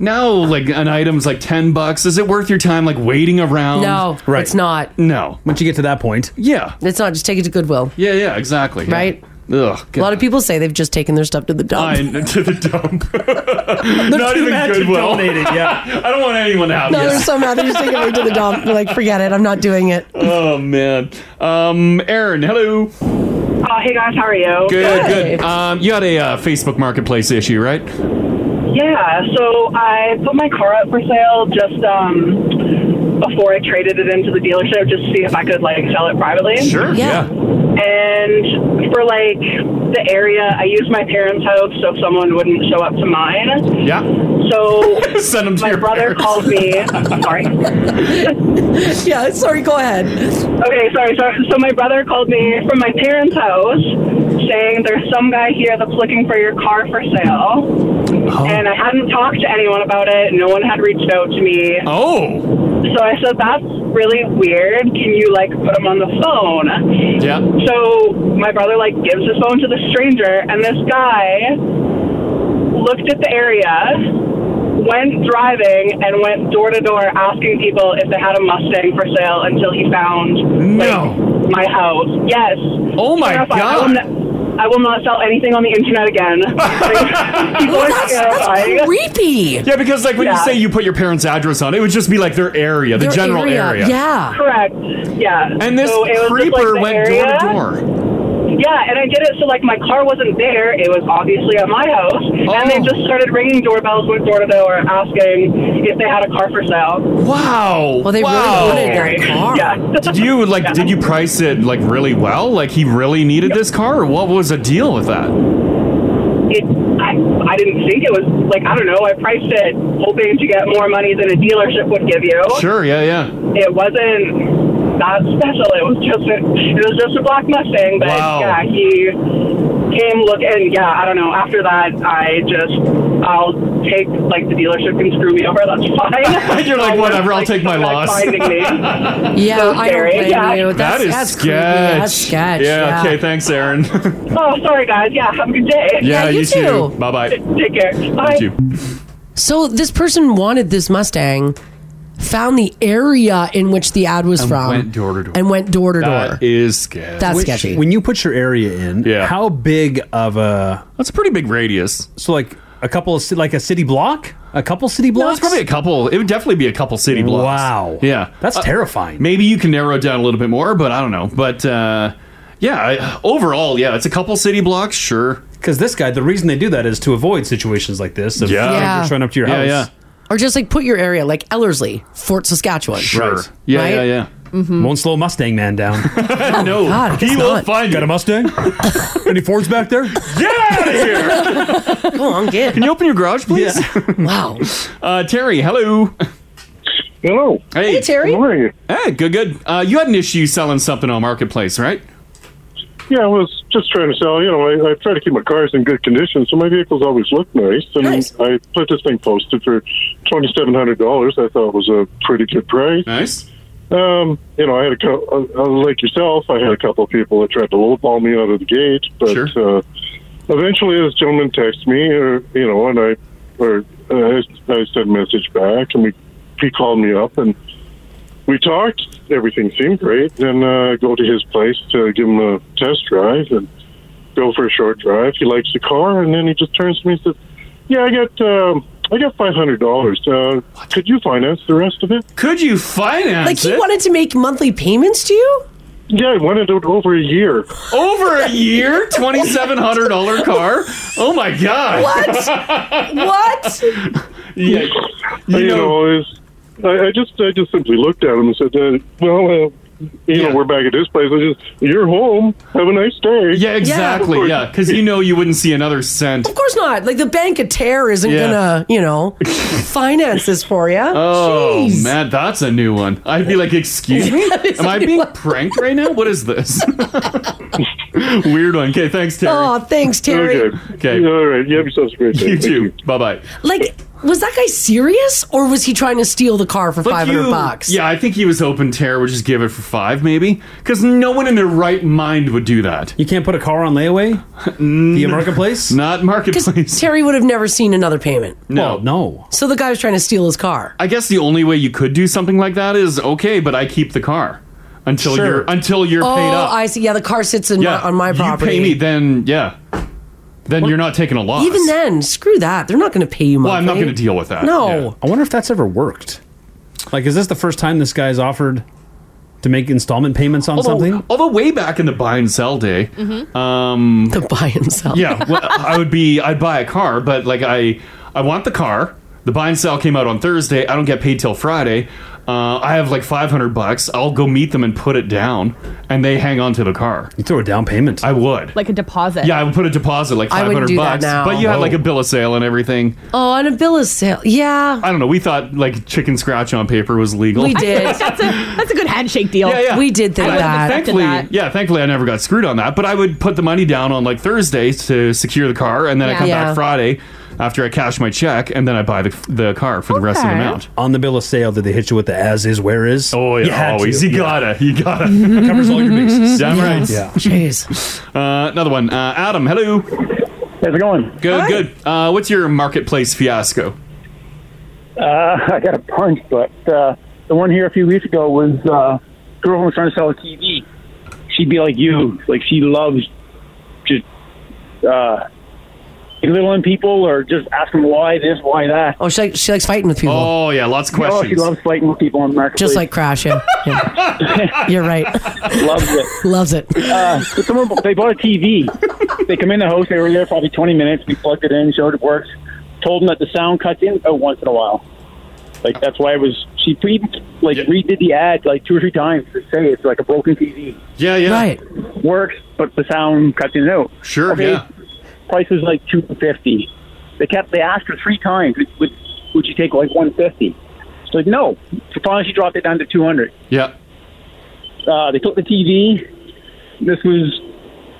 S3: now like an item's like ten bucks. Is it worth your time like waiting around?
S4: No, Right. it's not.
S3: No.
S5: Once you get to that point.
S3: Yeah.
S4: It's not. Just take it to Goodwill.
S3: Yeah, yeah, exactly.
S4: Right.
S3: Ugh.
S4: A lot of people say they've just taken their stuff to the dump.
S3: to the dump.
S4: Not even Goodwill.
S3: yeah. I don't want anyone to have
S4: no,
S3: this.
S4: there's some out there just taking it right to the dump. They're like, forget it. I'm not doing it.
S3: Oh man. Um, Aaron, hello.
S14: Oh, hey guys, how are you?
S3: Good, good. Um, you had a uh, Facebook Marketplace issue, right?
S14: Yeah, so I put my car up for sale just um, before I traded it into the dealership just to see if I could like sell it privately.
S3: Sure. Yeah.
S14: And for like the area, I used my parents' house, so if someone wouldn't show up to mine.
S3: Yeah.
S14: So
S3: Send them to
S14: my
S3: your
S14: brother
S3: parents.
S14: called me. sorry.
S4: yeah, sorry, go ahead.
S14: Okay, sorry, sorry. So my brother called me from my parents' house saying there's some guy here that's looking for your car for sale. And I hadn't talked to anyone about it. No one had reached out to me.
S3: Oh.
S14: So I said, that's really weird. Can you, like, put him on the phone?
S3: Yeah.
S14: So my brother, like, gives his phone to the stranger, and this guy looked at the area, went driving, and went door to door asking people if they had a Mustang for sale until he found, like, my house. Yes.
S3: Oh, my
S14: Terrified. I will
S3: God.
S14: n- I will not sell anything on the internet again. Like, people are terrified.
S3: Yeah, because like when you
S14: Yeah.
S3: say you put your parents' address on, it would just be like their area, the
S14: Their
S3: general area.
S14: Correct. Yeah.
S3: And this
S14: So it was just, like,
S3: creeper
S14: the
S3: went
S14: area.
S3: door to door.
S14: Yeah, and I did it so like my car wasn't there. It was obviously at my house, and
S3: Oh.
S14: they just started ringing doorbells, went door to door, asking if they had a car for sale.
S3: Wow.
S14: Well, they really
S3: wow.
S14: wanted that car. Yeah.
S3: Did you like? Did you price it like really well? Like he really needed this car, or what was the deal with that?
S14: It. I, I didn't think it was like I don't know. I priced it hoping to get more money than a dealership would give you.
S3: Sure. Yeah. Yeah.
S14: It wasn't that special. It was just a, it was just a black Mustang. But
S3: Wow.
S14: yeah, he came look and yeah, I don't know. After that, I just I'll take like the dealership can screw me over. That's fine.
S3: You're like whatever. I'll take my loss.
S14: finding me.
S4: Yeah,
S14: So
S4: I don't
S14: scary.
S4: blame
S14: yeah.
S4: you. That's,
S3: that is
S4: that's
S3: sketch.
S4: creepy. That's sketch.
S3: Yeah,
S4: Yeah.
S3: Okay. Thanks, Aaron. yeah,
S14: Oh, sorry guys. Yeah, have a good day.
S3: you, too. Bye bye.
S14: Take care. Bye.
S3: Thank you.
S4: So this person wanted this Mustang, found the area in which the ad was
S5: And
S4: from,
S5: went door to door.
S4: and went door to door.
S5: That
S3: is sketchy.
S4: That's sketchy.
S5: When you put your area in, yeah. how big of a?
S3: That's a pretty big radius.
S5: So like a couple of ci- like a city block, a couple city
S3: No,
S5: blocks.
S3: it's probably a couple. It would definitely be a couple city blocks.
S5: Wow.
S3: Yeah, Uh,
S5: That's terrifying.
S3: Maybe you can narrow it down a little bit more, but I don't know. But uh, yeah, I, overall, yeah, it's a couple city blocks, sure.
S5: Because this guy, the reason they do that is to avoid situations like this. Of
S3: Yeah.
S4: Yeah.
S5: strangers showing up to your
S3: Yeah,
S5: house.
S3: yeah.
S4: Or just like put your area, like Ellerslie, Fort Saskatchewan.
S5: Right. Yeah,
S4: Right?
S5: yeah, yeah.
S4: Mhm.
S5: Won't slow Mustang man down.
S3: no,
S4: God, I guess
S5: he will
S4: not.
S5: find you. Got a Mustang? Any Fords back there?
S4: Come on, get.
S3: Can you open your garage, please?
S4: wow.
S3: Uh, Terry, hello.
S15: Hello.
S3: Hey,
S4: Terry.
S15: How are you?
S3: Hey, good, good. Uh, you had an issue selling something on Marketplace, right?
S15: Yeah, I was just trying to sell. You know, I, I try to keep my cars in good condition, so my vehicles always look nice. And I put this thing posted for twenty seven hundred dollars. I thought was a pretty good price.
S3: Nice.
S15: Um, you know, I had a couple, uh, like yourself, I had a couple of people that tried to lowball me out of the gate, but uh, eventually this gentleman texted me, or you know, and I, or uh, I- I sent a message back, and we, he called me up, and we talked. Everything seemed great. Then uh, I go to his place to give him a test drive, and go for a short drive. He likes the car, and then he just turns to me and says, "Yeah, I got." Um, I got five hundred dollars. Uh, could you finance the rest of it?
S3: Could you finance
S4: Like he wanted to make monthly payments to you?
S15: Yeah, I wanted it over a year.
S3: Over a year? $2,700 car? Oh my God.
S4: what?
S3: Yeah,
S15: you, know, it's- I, I just I just simply looked at him and said, uh, "Well, uh, you know, we're back at this place. I just you're home. Have a nice day."
S3: Yeah, exactly. Yeah, because you know you wouldn't see another cent.
S4: Of course not. Like the bank of terror isn't
S3: Yeah.
S4: gonna, you know, finance this for you.
S3: Oh man, that's a new one. I'd be like, excuse me,
S4: That is
S3: am
S4: a
S3: I
S4: new
S3: being
S4: one.
S3: pranked right now? What is this? Weird one. Okay, thanks, Terry.
S4: Aw, thanks, Terry. Okay.
S3: Okay.
S15: All right. You have yourselves a great day.
S3: You too. Bye bye.
S4: Like, was that guy serious, or was he trying to steal the car for five hundred bucks?
S3: Yeah, I think he was hoping Terry would just give it for five, maybe, because no one in their right mind would do that. You can't put a car on layaway via marketplace. Not marketplace.
S4: Terry would have never seen another payment.
S3: No, no.
S4: So the guy was trying to steal his car.
S3: I guess the only way you could do something like that is okay, but I keep the car until
S4: Sure.
S3: you're until you're
S4: oh,
S3: paid up.
S4: I see. Yeah, the car sits in my, on my property.
S3: You pay me, then yeah, then you're not taking a loss.
S4: Even then, screw that. They're not going to pay you money.
S3: Well, I'm not going to deal with that.
S4: No.
S5: I wonder if that's ever worked. Like, is this the first time this guy's offered to make installment payments on
S3: Although,
S5: something?
S3: although way back in the buy and sell day,
S9: Mm-hmm.
S3: um,
S4: the buy and sell.
S3: Yeah, well, I would be. I'd buy a car, but like I, I want the car. The buy and sell came out on Thursday. I don't get paid till Friday. Uh, I have like 500 bucks. I'll go meet them and put it down, and they hang on to the car. You throw a down payment. I would.
S9: Like a deposit.
S3: Yeah, I would put a deposit like
S9: I wouldn't
S3: 500
S9: do that
S3: bucks.
S9: now.
S3: But you had
S9: No.
S3: like a bill of sale and everything.
S4: Oh, on a bill of sale. Yeah.
S3: I don't know. We thought like chicken scratch on paper was legal.
S9: I think that's a that's a good handshake deal.
S3: Yeah, yeah.
S4: We did think
S9: I would've
S4: that.
S9: expected
S3: Thankfully,
S9: that.
S3: yeah, thankfully I never got screwed on that. But I would put the money down on like Thursday to secure the car, and then I
S9: Yeah.
S3: come
S9: Yeah.
S3: back Friday after I cash my check, and then I buy the, the car for the rest of the
S5: Okay.
S3: amount.
S5: On the bill of sale, did they hit you with the as is, where is?
S3: Oh yeah, always. You gotta, you gotta.
S5: Covers all your bases.
S3: Damn right.
S5: Yeah.
S4: Jeez.
S3: Uh, another one. Uh, Adam, hello.
S16: How's it going?
S3: Good, good. Uh, what's your marketplace fiasco?
S16: Uh, I got a bunch, but uh, the one here a few weeks ago was uh, girl who was trying to sell a TV. She'd be like you, like she loves just uh, belittling people or just asking why this, why that.
S4: Oh, she, she likes fighting with people.
S3: Oh yeah, lots of
S16: No, she loves fighting with people on marketplace.
S4: Just like crashing. You're right.
S16: loves it.
S4: Loves it.
S16: Uh, but someone they bought a TV. they come in the house. They were there probably 20 minutes. We plugged it in, showed it works. Told them that the sound cuts in oh, once in a while. Like that's why it was. She pre like redid the ad like two or three times to say it's like a broken TV.
S3: Yeah, yeah,
S16: right. Works, but the sound cuts in and out.
S3: Sure, yeah.
S16: Price was like two fifty. They kept they asked her three times. Would would you take like one fifty? She's like no. So finally, she dropped it down to two hundred
S3: Yeah.
S16: uh, they took the TV. This was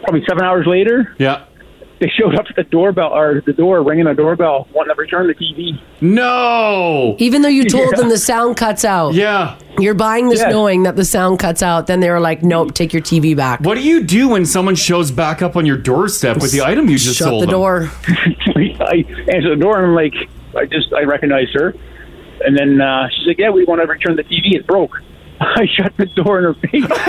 S16: probably seven hours later.
S3: Yeah.
S16: They showed up at the doorbell or the door ringing the doorbell, wanting to return the TV.
S3: No.
S4: Even though you told
S16: Yeah.
S4: them the sound cuts out.
S3: Yeah.
S4: You're buying this
S3: Yeah.
S4: knowing that the sound cuts out. Then they were like, nope, take your TV back.
S3: What do you do when someone shows back up on your doorstep with the item you just
S16: Shut
S3: sold?
S16: the
S3: them?
S4: door.
S16: I answered the door and like I just I recognized her, and then uh, she's like, "Yeah, we want to return the TV. It broke." I shut the door in her face.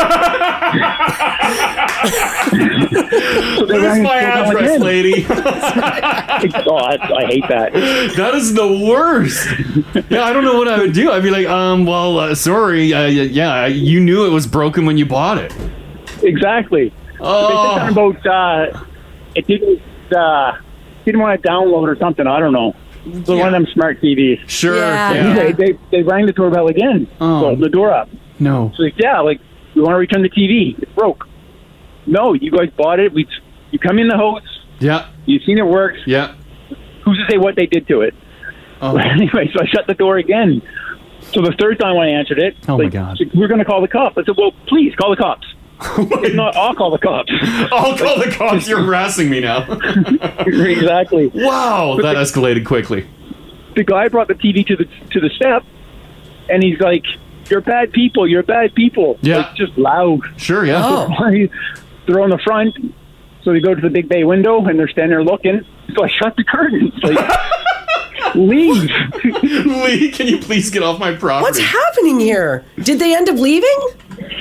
S16: so they
S3: Where's
S16: rang
S3: my
S16: the doorbell
S3: address,
S16: again.
S3: lady?
S16: oh, I, I hate that.
S3: That is the worst. Yeah, I don't know what I would do. I'd be like, um, well, uh, sorry. Uh, y- yeah, you knew it was broken when you bought it.
S16: Exactly.
S3: Oh.
S16: They said something about uh, it didn't uh, didn't want to download or something. I don't know. It was one of them smart TVs.
S3: Sure. Yeah. yeah.
S16: They, they they rang the doorbell again. Oh. the door up.
S3: No.
S16: So like, yeah, like we want to return the TV. It broke. No, you guys bought it. We you come in the house.
S3: Yeah.
S16: You've seen it works.
S3: Yeah.
S16: Who's to say what they did to it?
S3: Oh.
S16: anyway, so I shut the door again. So the third time I answered it,
S3: Oh, my
S16: like,
S3: God. Oh
S16: she's like, we're going to call the cops. I said, well, please call the cops. if not, I'll call the cops.
S3: I'll call the cops. You're harassing me now.
S16: exactly.
S3: Wow, that escalated quickly.
S16: the guy brought the TV to the to the step, and he's like, you're bad people. You're bad people.
S3: Yeah.
S16: It's just loud.
S3: Sure, yeah.
S16: So they're on the front. So they go to the big bay window and they're standing there looking. So I shut the curtains. Like, leave.
S3: Lee, can you please get off my property?
S4: What's happening here? Did they end up leaving?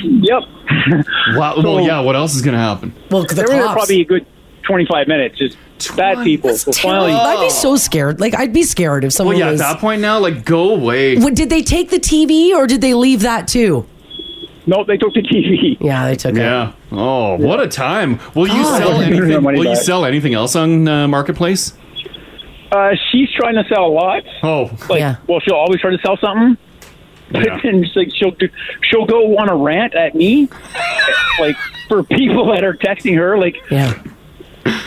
S16: Yep.
S3: Wow. well, yeah. What else is going to happen?
S4: Well, the
S16: they were there
S4: cops.
S16: probably a good 25 minutes. Just bad people. So finally,
S4: I'd be so scared. Like I'd be scared if someone
S3: Well, yeah. At
S4: was.
S3: that point now, like, go away.
S4: What- did they take the TV or did they leave that too?
S16: No, they took the TV.
S4: Yeah, they took
S3: yeah. Oh, what a time! Will you
S16: God.
S3: sell anything?
S16: Money
S3: Will you
S16: back.
S3: sell anything else on uh, marketplace?
S16: Uh, she's trying to sell lots.
S3: Oh,
S16: like, Well, she'll always try to sell something. But
S3: Yeah.
S16: then she's like, she'll do, she'll go on a rant at me, like for people that are texting her, like
S4: yeah,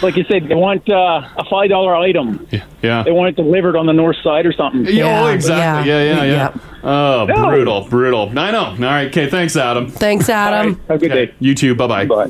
S16: like you said, they want uh, a five dollar item.
S3: Yeah.
S16: They want it delivered on the north side or something.
S3: Yeah, oh, exactly. Yeah, yeah, yeah. Oh,
S16: No.
S3: brutal, brutal. I know. All right. Okay. Thanks, Adam.
S4: Thanks, Adam.
S16: Have a good
S3: day. You too. Bye bye.
S16: Bye.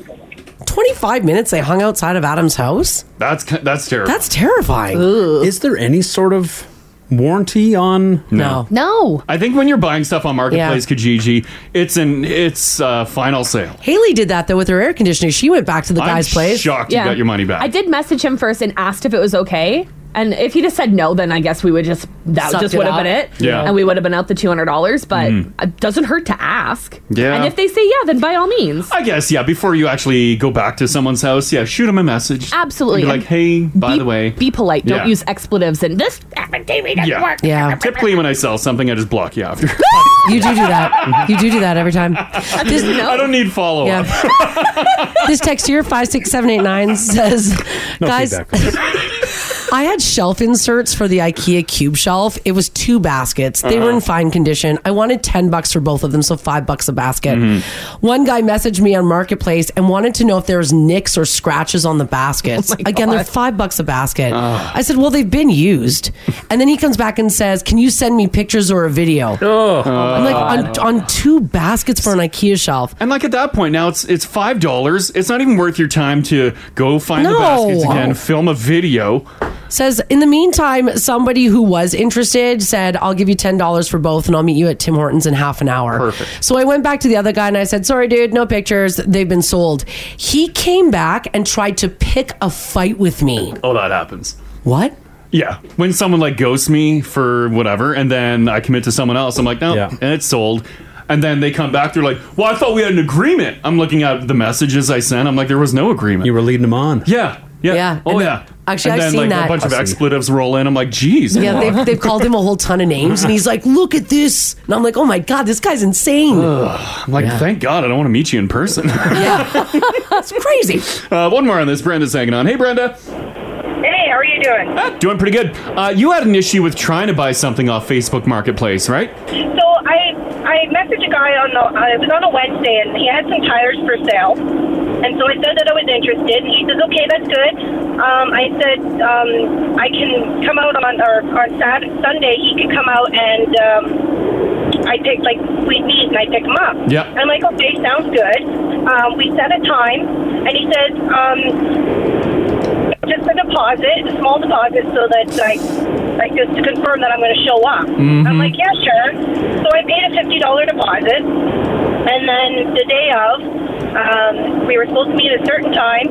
S4: Twenty-five minutes they hung outside of Adam's house.
S3: That's that's terrible.
S4: That's terrifying.
S5: Is there any sort of warranty on?
S3: No.
S9: No.
S3: I think when you're buying stuff on marketplace,
S4: Yeah.
S3: Kijiji, it's an it's uh, final sale.
S4: Haley did that though with her air conditioning. She went back to the
S3: I'm
S4: guy's place.
S3: shocked you got your money back.
S9: I did message him first and asked if it was okay. And if he just said no, then I guess we would just that
S4: Sucked
S9: just
S4: it
S9: would have
S4: up.
S9: been it.
S3: Yeah.
S9: And we would have been out the two hundred dollars, but
S3: Mm.
S9: it doesn't hurt to ask.
S3: Yeah.
S9: And if they say yeah, then by all means.
S3: I guess yeah. Before you actually go back to someone's house, yeah, shoot them a message.
S9: Absolutely.
S3: Be like, hey, by the way,
S9: Be polite. Don't
S3: Yeah.
S9: use expletives and this happened to me doesn't
S3: yeah,
S9: work.
S3: Typically, when I sell something, I just block you after.
S4: You do do that. You do do that every time. This,
S3: I don't need follow up.
S4: this text here, 56789, says,
S3: No
S4: Guys, I had shelf inserts for the IKEA cube shelf. It was two baskets. They were in
S17: Uh-huh.
S4: fine condition. I wanted 10 bucks for both of them, so five bucks a basket.
S3: Mm-hmm.
S4: One guy messaged me on Marketplace and wanted to know if there was nicks or scratches on the baskets. Again, they're five bucks a basket.
S3: Ah.
S4: I said, Well, they've been used. And then he comes back and says, Can you send me pictures or a video?
S3: Oh
S4: I'm like, on, on two baskets for an IKEA shelf.
S3: And like at that point now, it's it's five dollars. It's not even worth your time to go find the
S4: No.
S3: baskets again, film a video.
S4: Says, in the meantime, somebody who was interested said, I'll give you $10 for both and I'll meet you at Tim Hortons in half an hour. Perfect. So I went back to the other guy and I said, Sorry, dude, no pictures. They've been sold. He came back and tried to pick a fight with me.
S3: Oh, that happens.
S4: What?
S3: Yeah, when someone like ghosts me for whatever, and then I commit to someone else, I'm like, no, and it's sold. And then they come back, they're like, well, I thought we had an agreement. I'm looking at the messages I sent. I'm like, there was no agreement. You
S5: were leading them on.
S3: Yeah, yeah, oh
S4: and-
S3: yeah.
S4: actually,
S3: and
S4: I've
S3: then,
S4: seen
S3: like,
S4: that.
S3: A bunch of
S4: I've seen-
S3: expletives roll in. I'm like, geez.
S4: yeah,
S3: come
S4: they've,
S3: on.
S4: they've called him a whole ton of names and he's like, Look at this. And I'm like, Oh my God, this guy's insane.
S3: Ugh. I'm like, thank God I don't want to meet you in person.
S4: That's crazy.
S3: uh, one more on this. Brenda's hanging on. Hey, Brenda.
S18: Hey, how are you doing?
S3: Doing pretty good. Uh, you had an issue with trying to buy something off Facebook Marketplace, right?
S18: So I I messaged a guy on the uh, it was on a Wednesday and he had some tires for sale, and so I said that I was interested, and he says okay that's good. Um, I said um, I can come out on or on Sat Sunday he could come out and um, I picked like we meet and I pick him up.
S19: Yep.
S18: I'm like okay sounds good. Um, we set a time, and he says um, just a deposit, a small deposit, so that I, like, just to confirm that I'm going to show up. I'm like, yeah, sure. So I paid a fifty dollar deposit, and then the day of, um, we were supposed to meet at a certain time.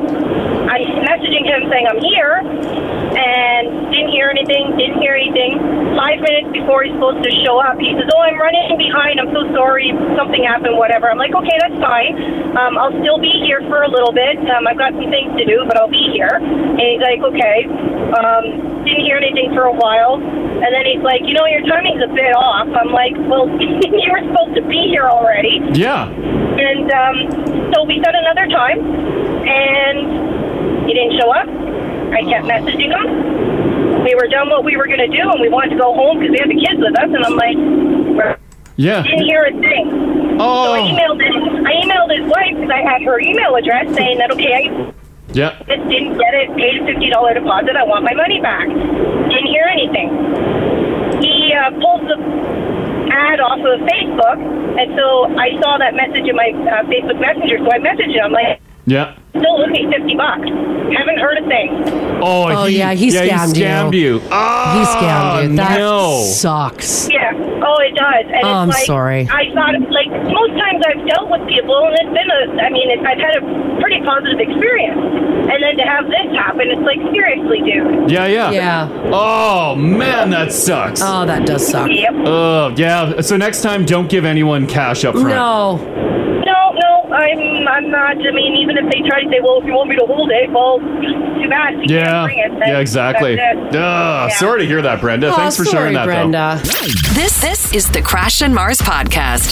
S18: I'm messaging him saying I'm here, and didn't hear anything. Didn't hear anything. Five minutes before he's supposed to show up, he says, "Oh, I'm running behind. I'm so sorry. Something happened. Whatever." I'm like, "Okay, that's fine. Um, I'll still be here for a little bit. Um, I've got some things to do, but I'll be here." And he's like, "Okay." Um, didn't hear anything for a while, and then he's like, "You know, your timing's a bit off." I'm like, "Well, you were supposed to be here already."
S3: Yeah.
S18: And um, so we set another time, and he didn't show up. I kept messaging him. We were done what we were going to do, and we wanted to go home because we had the kids with us. And I'm like,
S3: Yeah.
S18: didn't hear a thing. So I emailed his, I emailed his wife because I had her email address saying that okay, I
S3: Yeah.
S18: just didn't get it. Paid a fifty dollar deposit. I want my money back. Didn't hear anything. He uh, pulled the ad off of Facebook, and so I saw that message in my uh, Facebook Messenger. So I messaged him. I'm like,
S3: Yeah.
S18: still looking fifty bucks. Haven't heard a thing.
S3: Oh,
S4: Oh, yeah, he scammed you.
S3: scammed you.
S4: he scammed you. That
S3: no.
S4: sucks.
S18: Yeah.
S11: No, it does. And
S4: Oh,
S11: it's
S4: I'm
S11: like,
S4: sorry.
S11: I thought, like, most times I've dealt with people, and it's been a, I mean, it, I've had a pretty positive experience. And then to have this happen, it's like, seriously, dude.
S3: Yeah, yeah.
S11: Yeah.
S3: Oh, man, that sucks.
S4: Oh, that does suck.
S11: Yep.
S3: Oh, yeah. So next time, don't give anyone cash up front.
S4: No.
S11: No, no, I'm, I'm not. I mean, even if they try to say, well, if you want me to hold it, well, too bad. If you
S3: Yeah.
S11: can't bring it, then
S3: Yeah, exactly.
S11: that's it.
S3: Ugh, Sorry to hear that, Brenda.
S4: Oh,
S2: Aw,
S3: Thanks for
S2: sorry,
S3: sharing that,
S2: Brenda. This this is the Crash and Mars podcast.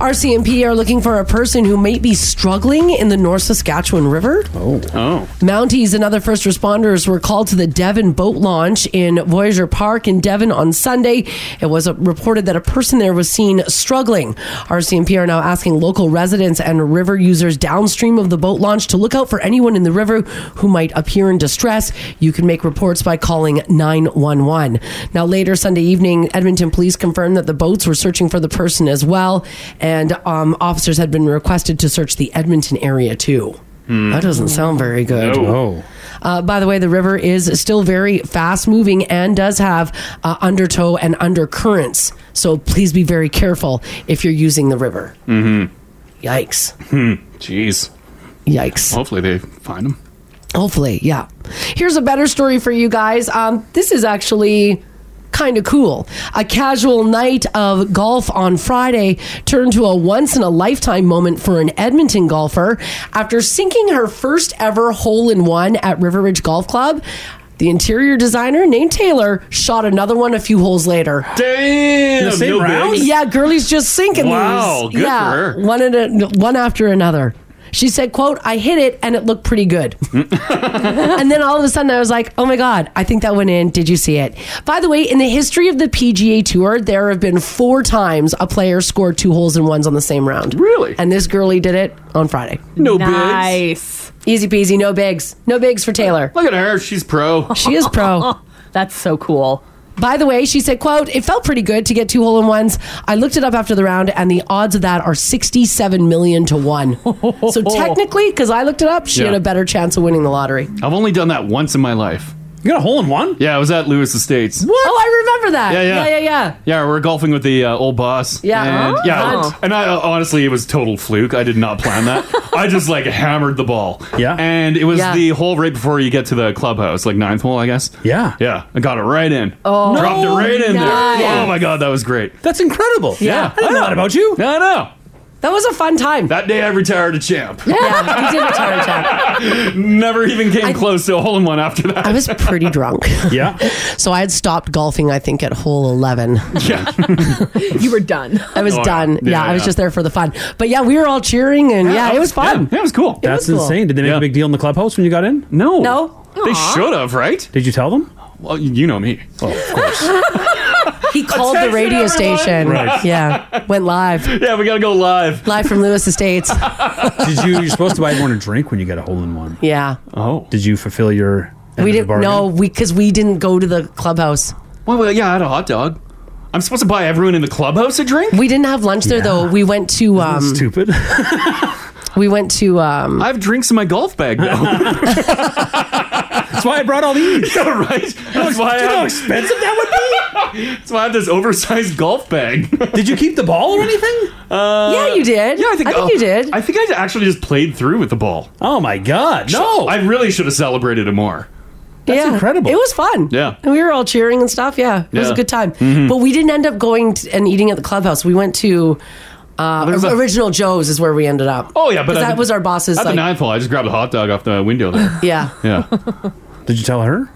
S4: RCMP are looking for a person who may be struggling in the North Saskatchewan River.
S3: though. Oh.
S4: Mounties and other first responders were called to the Devon boat launch in Voyager Park in Devon on Sunday. It was uh, reported that a person there was seen struggling. RCMP are now asking local residents and river users downstream of the boat launch to look out for anyone in the river who might appear in distress. You can make reports by calling 911. Now, later Sunday evening, Edmonton police confirmed that the boats were searching for the person as well, and um, officers had been requested to search the Edmonton area too. That doesn't sound very good.
S5: No.
S4: Uh, by the way, the river is still very fast moving and does have uh, undertow and undercurrents. So please be very careful if you're using the river.
S3: Mm-hmm.
S4: Yikes.
S3: Hmm. Jeez.
S4: Yikes.
S3: Hopefully they find him.
S4: Hopefully, yeah. Here's a better story for you guys. Um, this is actually kind of cool. A casual night of golf on Friday turned to a once in a lifetime moment for an Edmonton golfer after sinking her first ever hole in one at River Ridge Golf Club. The interior designer named Taylor shot another one a few holes later.
S3: Damn!
S5: the same no round? bigs?
S4: Yeah, girlie's just sinking
S5: Wow,
S4: these.
S5: good
S4: yeah,
S5: for her.
S4: One, at a, one after another. She said, quote, I hit it and it looked pretty good. and then all of a sudden I was like, oh my God, I think that went in. Did you see it? By the way, in the history of the PGA Tour, there have been four times a player scored two holes in ones on the same round. Really? And this girlie did it on Friday.
S3: No bigs.
S4: Nice. Easy peasy, no bigs. No bigs for Taylor.
S3: Look at her. She's pro.
S4: She is pro. That's so cool. By the way, she said, quote, it felt pretty good to get two hole in ones. I looked it up after the round and the odds of that are 67 million to one. so technically, because I looked it up, she
S3: Yeah.
S4: had a better chance of winning the lottery.
S3: I've only done that once in my life. You got a hole in one? Yeah, I was at Lewis Estates.
S4: What? Oh, I remember that.
S3: Yeah, yeah.
S4: yeah, yeah.
S3: Yeah, we're golfing with the uh, old boss.
S4: Yeah.
S3: and,
S4: Oh.
S3: yeah. And I uh, honestly, it was total fluke. I did not plan that. I just like hammered the ball. Yeah, and it was
S4: Yeah.
S3: the hole right before you get to the clubhouse, like ninth hole, I guess. Yeah, yeah. I got it right in.
S5: Oh.
S3: dropped it
S5: No,
S3: right in
S5: nice.
S3: there. Oh my god, that was great.
S5: That's incredible.
S3: Yeah.
S5: I don't know that about you.
S3: No, no.
S4: That was a fun time.
S3: That day, I retired a champ.
S4: Yeah, you did retire a
S3: champ. Never even came close to a hole in one after that. I
S4: was pretty drunk.
S3: yeah.
S4: So I had stopped golfing, I think, at hole 11.
S3: Yeah.
S4: you were done. I was
S5: Oh, yeah.
S4: done. Yeah,
S5: Yeah,
S4: I was
S5: yeah.
S4: just there for the fun. But yeah, we were all cheering and yeah, it was fun.
S3: Yeah, it was cool.
S5: That's
S4: was cool.
S5: insane. Did they make a big deal in the clubhouse when you got in?
S3: No.
S4: No.
S3: They should have, right?
S5: Did you tell them?
S3: Well, you know me. Oh, of course.
S4: He called the
S3: Attention,
S4: radio
S3: everyone.
S4: station.
S3: Right.
S4: Yeah, went live.
S3: Yeah, we got to go live.
S4: Live from Lewis Estates.
S5: Did you? You're supposed to buy everyone a drink when you get a hole in one.
S4: Yeah.
S3: Oh.
S5: Did you fulfill your? end
S4: we
S5: of the
S4: didn't
S5: bargain?
S4: know we because we didn't go to the clubhouse.
S3: Well, well, yeah, I had a hot dog. I'm supposed to buy everyone in the clubhouse a drink.
S4: We didn't have lunch there though. We went to um,
S5: stupid.
S4: we went to um,
S3: I have drinks in my golf bag now.
S5: That's why I brought all these.
S3: yeah, right. That's why
S5: Do you know how
S3: expensive that would be. That's why I have this oversized golf bag.
S5: Did you keep the ball or anything?
S3: Uh,
S4: yeah, you did.
S3: Yeah, I think,
S4: I think
S3: oh,
S4: you did.
S3: I think I actually just played through with the ball.
S5: Oh my god! No,
S3: I really should have celebrated it more.
S4: That's yeah, incredible. It was fun.
S3: Yeah.
S4: And we were all cheering and stuff. Yeah, it was a
S3: Yeah.
S4: good time.
S3: Mhm.
S4: But we didn't end up going t and eating at the clubhouse. We went to uh,
S3: There's a-
S4: Original Joe's is where we ended up.
S3: Oh yeah, but
S4: 'Cause
S3: I-
S4: that was our boss's.
S3: At the
S4: Like,
S3: ninth hole, I just grabbed a hot dog off the window there.
S4: yeah,
S3: Yeah.
S5: Did you tell her?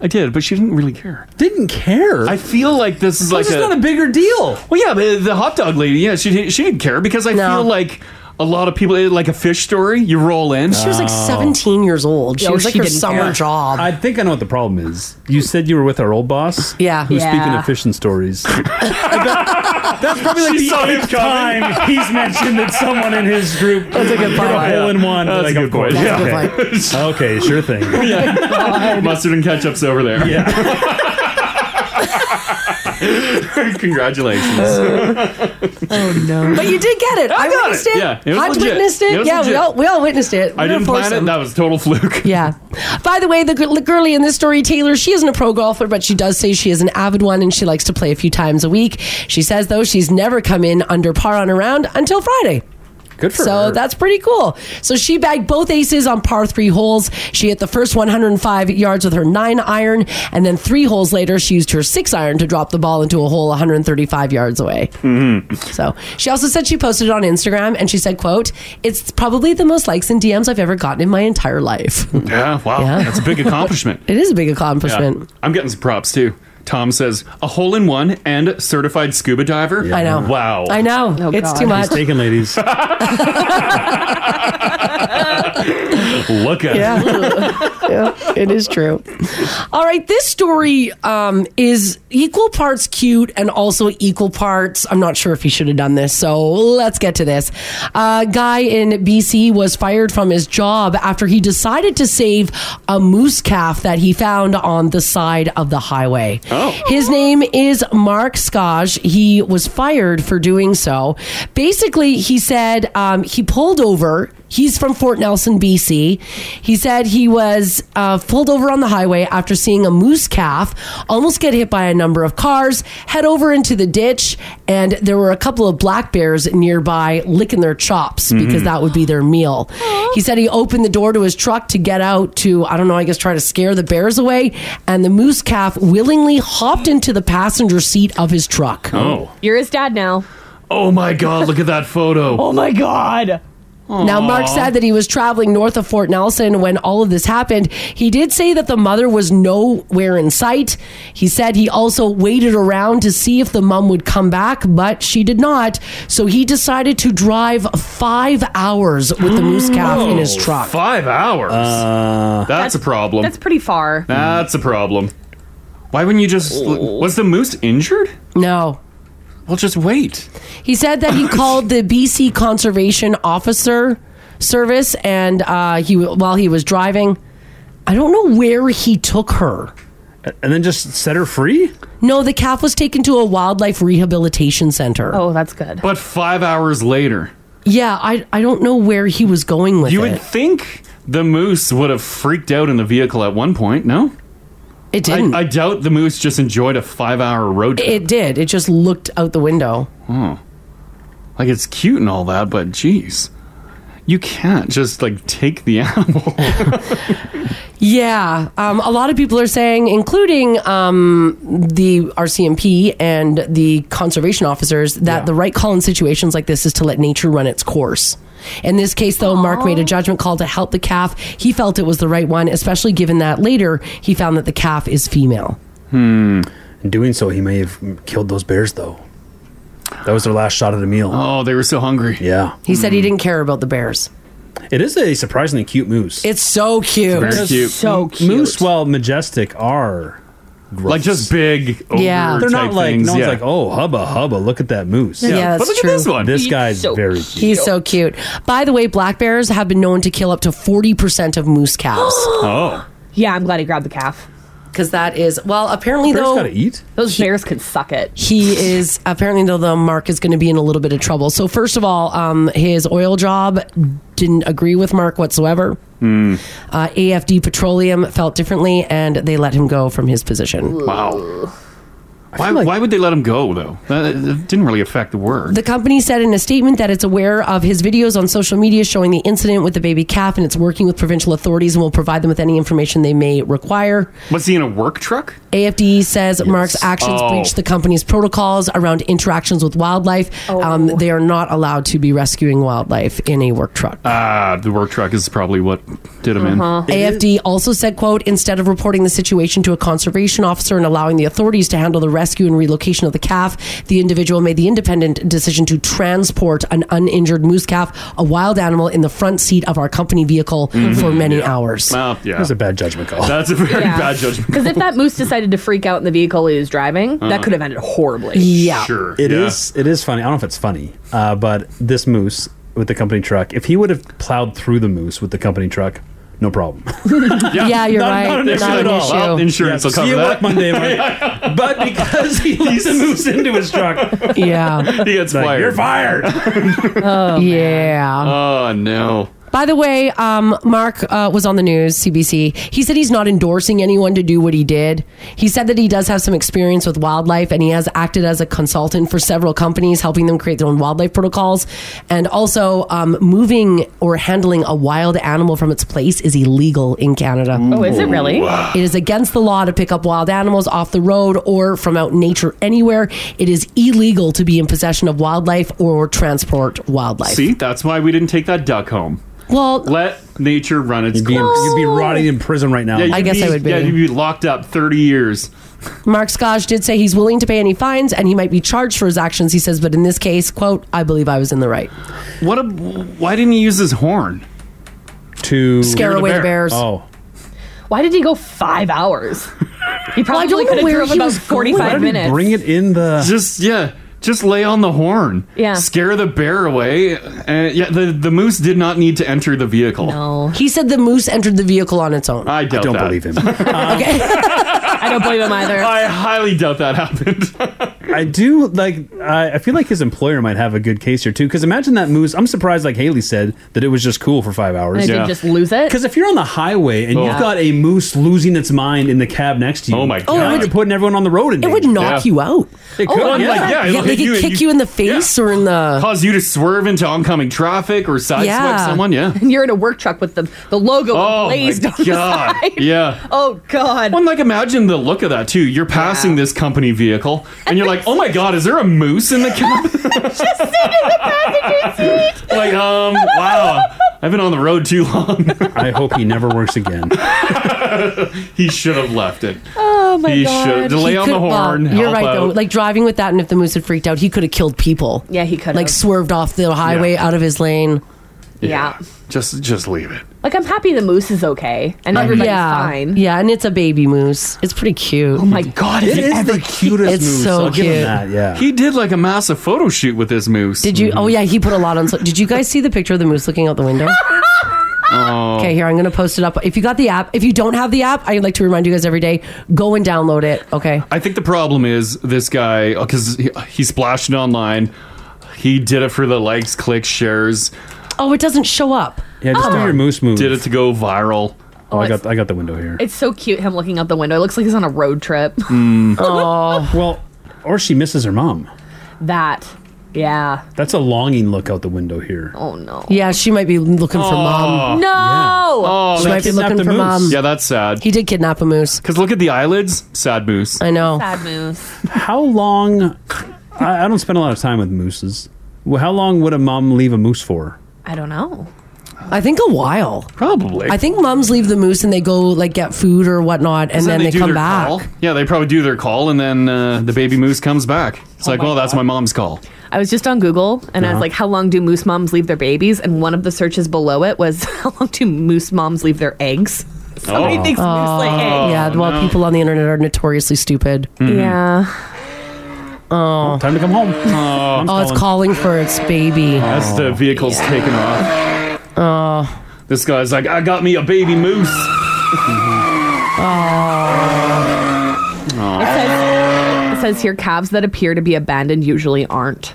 S3: I did, but she didn't really care.
S5: Didn't care.
S3: I feel like this is like
S5: it's
S3: a,
S5: not a bigger deal.
S3: Well, yeah, the, the hot dog lady. Yeah, she she didn't care because I feel like a lot of people like a fish story. You roll in.
S4: She was like 17 years old. She was like her summer job.
S5: I think I know what the problem is. You said you were with our old boss.
S4: Yeah.
S5: Who's
S4: Yeah.
S5: speaking of fishing stories. That's probably like
S4: She
S5: the
S4: saw him
S5: eighth
S4: coming.
S5: time he's mentioned that someone in his group
S4: That's a good
S5: put a
S4: point.
S5: hole in one.
S3: Oh. That's
S5: like,
S3: a good
S5: of course.
S3: point. That's a
S5: okay. okay, sure thing.
S3: Yeah. Mustard and ketchup's over there. Yeah. Congratulations.
S4: oh no! But you did get it. I, witnessed it.
S3: Yeah, it was
S4: I
S3: legit.
S4: witnessed it.
S3: It was
S4: yeah, we
S3: legit.
S4: all we all witnessed it.
S3: I
S4: We were
S3: didn't plan it.
S4: foursome.
S3: That was total fluke.
S4: Yeah. By the way, the, gir- the girly in this story, Taylor, she isn't a pro golfer, but she does say she is an avid one and she likes to play a few times a week. She says, though, she's never come in under par on a round until Friday.
S5: Good for
S4: so
S5: her.
S4: that's pretty cool. So she bagged both aces on par three holes. She hit the first 105 yards with her nine iron, and then three holes later, she used her six iron to drop the ball into a hole 135 yards away.
S5: Mm-hmm.
S4: So she also said she posted it on Instagram, and she said, "quote It's probably the most likes and DMs I've ever gotten in my entire life."
S3: Yeah, wow. That's a big accomplishment.
S4: It is a big
S3: Yeah.
S4: accomplishment.
S3: I'm getting some props too. Tom says a hole in one and certified scuba diver.
S4: I know.
S3: Wow.
S4: I know. Oh, It's God. too much. He's taken,
S5: ladies.
S3: Look at
S4: Yeah. yeah, it is true. All right, this story um, is equal parts cute and also equal parts. I'm not sure if he should have done this, so let's get to this. A guy in BC was fired from his job after he decided to save a moose calf that he found on the side of the highway. Oh. His name is Mark Skosh. He was fired for doing so. Basically, he said um, he pulled over. He's from Fort Nelson, BC. He said he was uh, pulled over on the highway after seeing a moose calf almost get hit by a number of cars, head over into the ditch, and there were a couple of black bears nearby licking their chops because
S17: Mhm.
S4: that would be their meal. He said he opened the door to his truck to get out to, I don't know, I guess try to scare the bears away, and the moose calf willingly hopped into the passenger seat of his truck.
S3: Oh.
S9: You're his dad now.
S3: Oh my God! Look at that photo.
S9: Oh my God.
S4: Now, Mark said that he was traveling north of Fort Nelson when all of this happened. He did say that the mother was nowhere in sight. He said he also waited around to see if the mom would come back, but she did not. So he decided to drive five hours with the moose calf in his
S3: Oh,
S4: truck. Uh,
S3: Five hours. that's, a problem.
S9: That's
S3: That's,
S9: pretty far. Oh.
S3: a problem. Why wouldn't you just? Was the moose injured?
S4: No.
S3: Well, just wait.
S4: He said that he called the BC Conservation Officer Service, and uh, he while he was driving, I don't know where he took her.
S5: And then just set her free?
S4: No, the calf was taken to a wildlife rehabilitation center.
S9: Oh, that's good.
S3: But five hours later,
S4: Yeah, I I don't know where he was going with
S3: you
S4: it.
S3: would think the moose would have freaked out in the vehicle at one point. No,
S4: it didn't.
S3: I, I doubt the moose just enjoyed a five-hour road trip.
S4: it did. It just looked out the window.
S3: Oh. Like it's cute and all that, but geez. You can't just like take the animal.
S4: Yeah, um, a lot of people are saying, including um, the RCMP and the conservation officers, that the right call in situations like this is to let nature run its course. In this case, though, Mark made a judgment call to help the calf. He felt it was the right one, especially given that later he found that the calf is female.
S5: Hmm. In doing so, he may have killed those bears, though. That was their last shot at a meal.
S3: Oh, they were so hungry.
S5: Yeah. Mm.
S4: He said he didn't care about the bears.
S5: It is a surprisingly cute moose.
S4: It's so cute.
S5: Because m- Moose, while majestic, are
S3: Like just big.
S4: Yeah.
S5: They're not
S4: type
S5: like
S4: things,
S5: no one's
S4: yeah.
S5: like oh hubba hubba. Look at that moose.
S4: Yeah, Yeah, But that's look at true. this one.
S5: This
S4: He's
S5: guy's
S4: so
S5: very cute.
S4: He's so cute. By the way, black bears have been known to kill up to 40% of moose calves.
S5: oh.
S9: Yeah, I'm glad he grabbed the calf.
S4: Because that is, well, apparently,
S9: Bears
S4: though.
S9: gotta
S5: eat?
S9: Those bears could suck it.
S4: He is apparently though the Mark is going to be in a little bit of trouble. So first of all, um, his oil job didn't agree with Mark whatsoever. Uh, AFD Petroleum felt differently, and they let him go from his position.
S3: Wow. Why, why would they let him go though? That, it didn't really affect the work.
S4: The company said in a statement that it's aware of his videos on social media showing the incident with the baby calf, and it's working with provincial authorities and will provide them with any information they may require.
S3: Was he in a work truck?
S4: AFD says Mark's actions
S3: Oh.
S4: breached the company's protocols around interactions with wildlife. Um, they are not allowed to be rescuing wildlife in a work truck.
S3: Ah, the work truck is probably what did him
S4: Uh-huh.
S3: in.
S4: AFD also said, quote, instead of reporting the situation to a conservation officer and allowing the authorities to handle the rescue and relocation of the calf, the individual made the independent decision to transport an uninjured moose calf, a wild animal, in the front seat of our company vehicle
S5: Mm-hmm.
S4: for many hours.
S3: Well, yeah.
S5: That's a bad judgment call.
S3: That's a very
S9: Yeah.
S3: bad judgment.
S9: Because if that moose decided to freak out in the vehicle he was driving,
S5: Uh-huh.
S9: that could have ended horribly.
S5: Sure. It
S9: yeah.
S5: is- It is funny. I don't know if it's funny, uh, but this moose with the company truck, if he would have plowed through the moose with the company truck, no problem.
S4: Yeah, you're
S5: Not-
S4: right.
S5: Not an issue
S4: Not
S5: at
S4: an
S5: all.
S4: issue.
S5: Well,
S3: Insurance will
S5: see
S3: cover
S5: you
S3: that.
S5: work Monday, Mike. but because he leaves and moves into his truck,
S4: yeah,
S3: he gets
S5: fired. You're fired.
S4: Oh, yeah.
S3: Oh no.
S4: By the way, um, Mark uh, was on the news, CBC. He said he's not endorsing anyone to do what he did. He said that he does have some experience with wildlife and he has acted as a consultant for several companies, helping them create their own wildlife protocols. And also, um, moving or handling a wild animal from its place is illegal in Canada.
S9: Oh, is it really? Ooh.
S4: It is against the law to pick up wild animals off the road or from out in nature anywhere. It is illegal to be in possession of wildlife or transport wildlife.
S3: See, that's why we didn't take that duck home.
S4: Well,
S3: let nature run its
S5: be-
S3: course.
S5: you'd be rotting
S3: in
S5: prison right now.
S3: you'd
S4: I guess I would be.
S3: Yeah, you'd be locked up thirty years.
S4: Mark Scotch did say he's willing to pay any fines and he might be charged for his actions. He says, but in this case, quote, I believe I was in the right.
S3: What? A, why didn't he use his horn
S5: to
S4: Scare away the bears.
S5: Oh,
S9: Why did he go five hours? He
S4: Well, I
S9: probably
S4: don't know
S9: could have
S4: where
S9: drove
S4: he
S9: about
S4: was going.
S5: Why
S9: 45
S5: did he
S9: minutes.
S5: Bring it in the
S3: just yeah. Just lay on the horn.
S9: Yeah.
S3: Scare the bear away. Uh, yeah. The the moose did not need to enter the vehicle.
S4: No. He said the moose entered the vehicle on its own.
S3: I doubt don't believe
S5: him.
S9: I don't believe him either.
S3: I highly doubt that happened.
S5: I do like. I, I feel like his employer might have a good case here too. Because imagine that moose. I'm surprised, like Haley said, that it was just cool for five
S9: And I
S5: hours.
S9: did just lose it.
S5: Because if you're on the highway and
S9: Oh.
S5: you've got a moose losing its mind in the cab next to you, oh my
S4: Oh, it God. would-
S5: you're putting everyone on the road. In
S4: It would
S5: danger.
S4: knock you out.
S5: It
S3: Oh,
S5: could, yeah.
S4: yeah, they could kick you in the face or in the
S3: cause you to swerve into oncoming traffic or sideswipe
S9: Yeah.
S3: someone. Yeah.
S9: And you're in a work truck with the, the logo
S3: Oh
S9: blazed
S3: my
S9: on the
S3: god!
S9: side.
S3: Yeah.
S9: Oh god.
S3: Well, and, like imagine the look of that too. You're passing this company vehicle, and you're like, "Oh my god, is there a moose in the cab?" like, um, wow, I've been on the road too long.
S5: I hope he never works again.
S3: he should have left it.
S4: Oh
S3: my He God. should- delay on the horn,
S4: you're
S3: help
S4: right though.
S3: out.
S4: Like driving with that, and if the moose had freaked out, he could have killed people. Yeah, he could. Like swerved off the highway out of his lane.
S9: Yeah.
S3: Just, just leave it.
S9: Like I'm happy the moose is okay and everybody's
S4: yeah,
S9: fine.
S4: yeah, and it's a baby moose. It's pretty cute. Oh my
S3: God, is It it is
S5: the cutest
S4: It's
S3: moose,
S4: so
S3: I'll
S4: cute.
S3: give him that, He did like a massive photo shoot with this moose.
S4: Did you? Oh yeah, he put a lot on. so- Did you guys see the picture of the moose looking out the window?
S3: Oh.
S4: Okay, here I'm going to post it up. If you got the app, if you don't have the app, I'd like to remind you guys every day: go and download it. Okay.
S3: I think the problem is this guy because he, he splashed it online. He did it for the likes, clicks, shares.
S4: Oh, it doesn't show up. Oh.
S5: Yeah, just do your moose move.
S3: Did it to go viral.
S5: Oh, I got, I got the window here.
S9: It's so cute him looking out the window. It looks like he's on a road trip.
S3: Mm.
S5: Oh well, or she misses her mom.
S9: That. Yeah.
S5: That's a longing look out the window here.
S9: Oh no.
S4: Yeah, she might be looking for
S3: Oh.
S4: mom.
S9: No. Oh,
S4: she might be looking for mom.
S3: Yeah, that's sad.
S4: He did kidnap a moose.
S3: Because look at the eyelids. Sad moose.
S4: I know.
S9: Sad moose.
S5: How long? I, I don't spend a lot of time with mooses. Well, how long would a mom leave a moose for?
S9: I don't know.
S4: I think a while.
S3: Probably.
S4: I think moms leave the moose and they go like get food or whatnot, and then they,
S3: do
S4: come
S3: their
S4: back.
S3: Call. Yeah, they probably do their call, and then uh, the baby moose comes back. It's
S4: Oh
S3: like, well, that's my mom's call.
S9: I was just on Google and I was
S3: Uh-huh.
S9: like, how long do moose moms leave their babies? And one of the searches below it was, how long do moose moms leave their eggs?
S3: Oh.
S9: Somebody thinks moose lay eggs.
S4: Oh. yeah, well, people on the internet are notoriously stupid.
S3: Mm-hmm.
S9: Yeah.
S4: Oh,
S5: time to come home.
S4: Oh, it's calling for its baby. Oh.
S3: That's the vehicle's taken off. Oh. This guy's like, I got me a baby moose.
S4: oh.
S3: Oh.
S9: It says, it says here calves that appear to be abandoned usually aren't.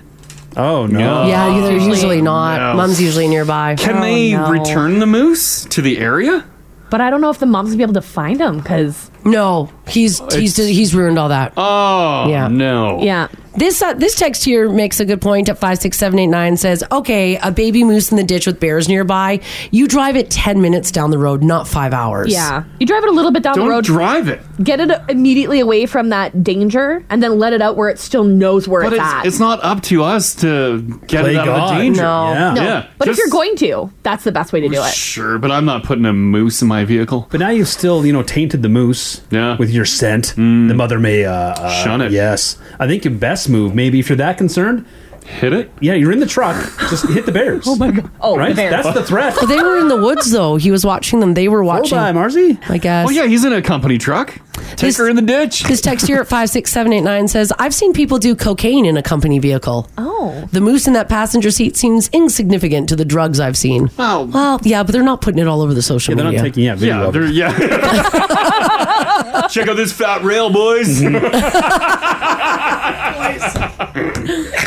S5: Oh no.
S4: Yeah, they're usually, not.
S3: No.
S4: Mom's usually nearby.
S9: Oh,
S4: Oh,
S3: Can they return the moose to the area?
S9: But I don't know if the moms will be able to find him because
S4: No, he's he's
S3: It's-
S4: he's ruined all that.
S3: Oh,
S4: Yeah.
S3: no.
S4: This uh, this text here makes a good point at 56789 says, okay, a baby moose in the ditch with bears nearby. You drive it 10 minutes down the road, not five hours.
S9: yeah, you drive it a little bit down
S4: Don't
S9: the road.
S3: drive it.
S9: Get it immediately away from that danger, and then let it out where it still knows where
S3: But
S9: it's,
S3: it's,
S9: at.
S3: it's not up to us to get
S5: Play
S3: it out of
S5: God.
S3: the danger.
S5: No.
S3: Yeah.
S9: no,
S3: Yeah.
S9: but if
S3: Just-
S9: you're going to, that's the best way to do it.
S3: Sure, but I'm not putting a moose in my vehicle.
S5: But now you've still, you know, tainted the moose yeah. with your scent. The mother may uh, uh,
S3: Mm. Shun it.
S5: Yes, I think your best move, maybe if you're that concerned,
S3: Hit it?
S5: Yeah, you're in the truck. Just hit the bears. oh my god!
S6: Oh,
S5: right? That's the threat.
S4: Well, they were in the woods though. He was watching them. They were watching.
S5: by, Marzi.
S4: I guess.
S3: Well, yeah, he's in a company truck. Take
S4: This-
S3: her in the ditch.
S4: This text here at 56789 says, I've seen people do cocaine in a company vehicle.
S9: Oh.
S4: The moose in that passenger seat seems insignificant to the drugs I've seen. Oh. Well, yeah, but they're not putting it all over the social
S5: They're not
S4: media.
S5: taking yeah, video
S3: Yeah,
S5: of it.
S3: they're, yeah. Check out this fat rail, boys.
S5: Mm-hmm.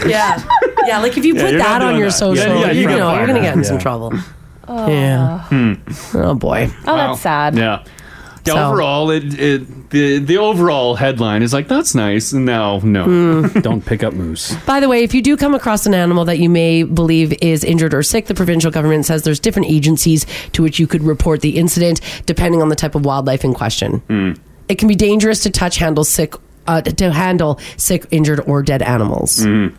S4: yeah. Yeah, like if you
S3: Yeah,
S4: put
S3: you're not
S4: that on
S3: doing
S4: your
S3: that.
S4: social,
S3: Yeah, yeah,
S4: you,
S3: you get
S4: know, you're
S3: fired.
S4: going to get in some
S3: Yeah. Hmm.
S4: trouble.
S9: Oh.
S4: Yeah. Oh, boy.
S9: Oh, that's sad.
S3: Yeah. Yeah,
S9: So-
S3: overall, it, it the the overall headline is like that's nice. No, no,
S4: Hmm.
S5: don't pick up moose.
S4: By the way, if you do come across an animal that you may believe is injured or sick, the provincial government says there's different agencies to which you could report the incident depending on the type of wildlife in question.
S3: Mm.
S4: It can be dangerous to touch, handle sick, uh, to handle sick, injured, or dead animals.
S3: Hmm. Mm-hmm.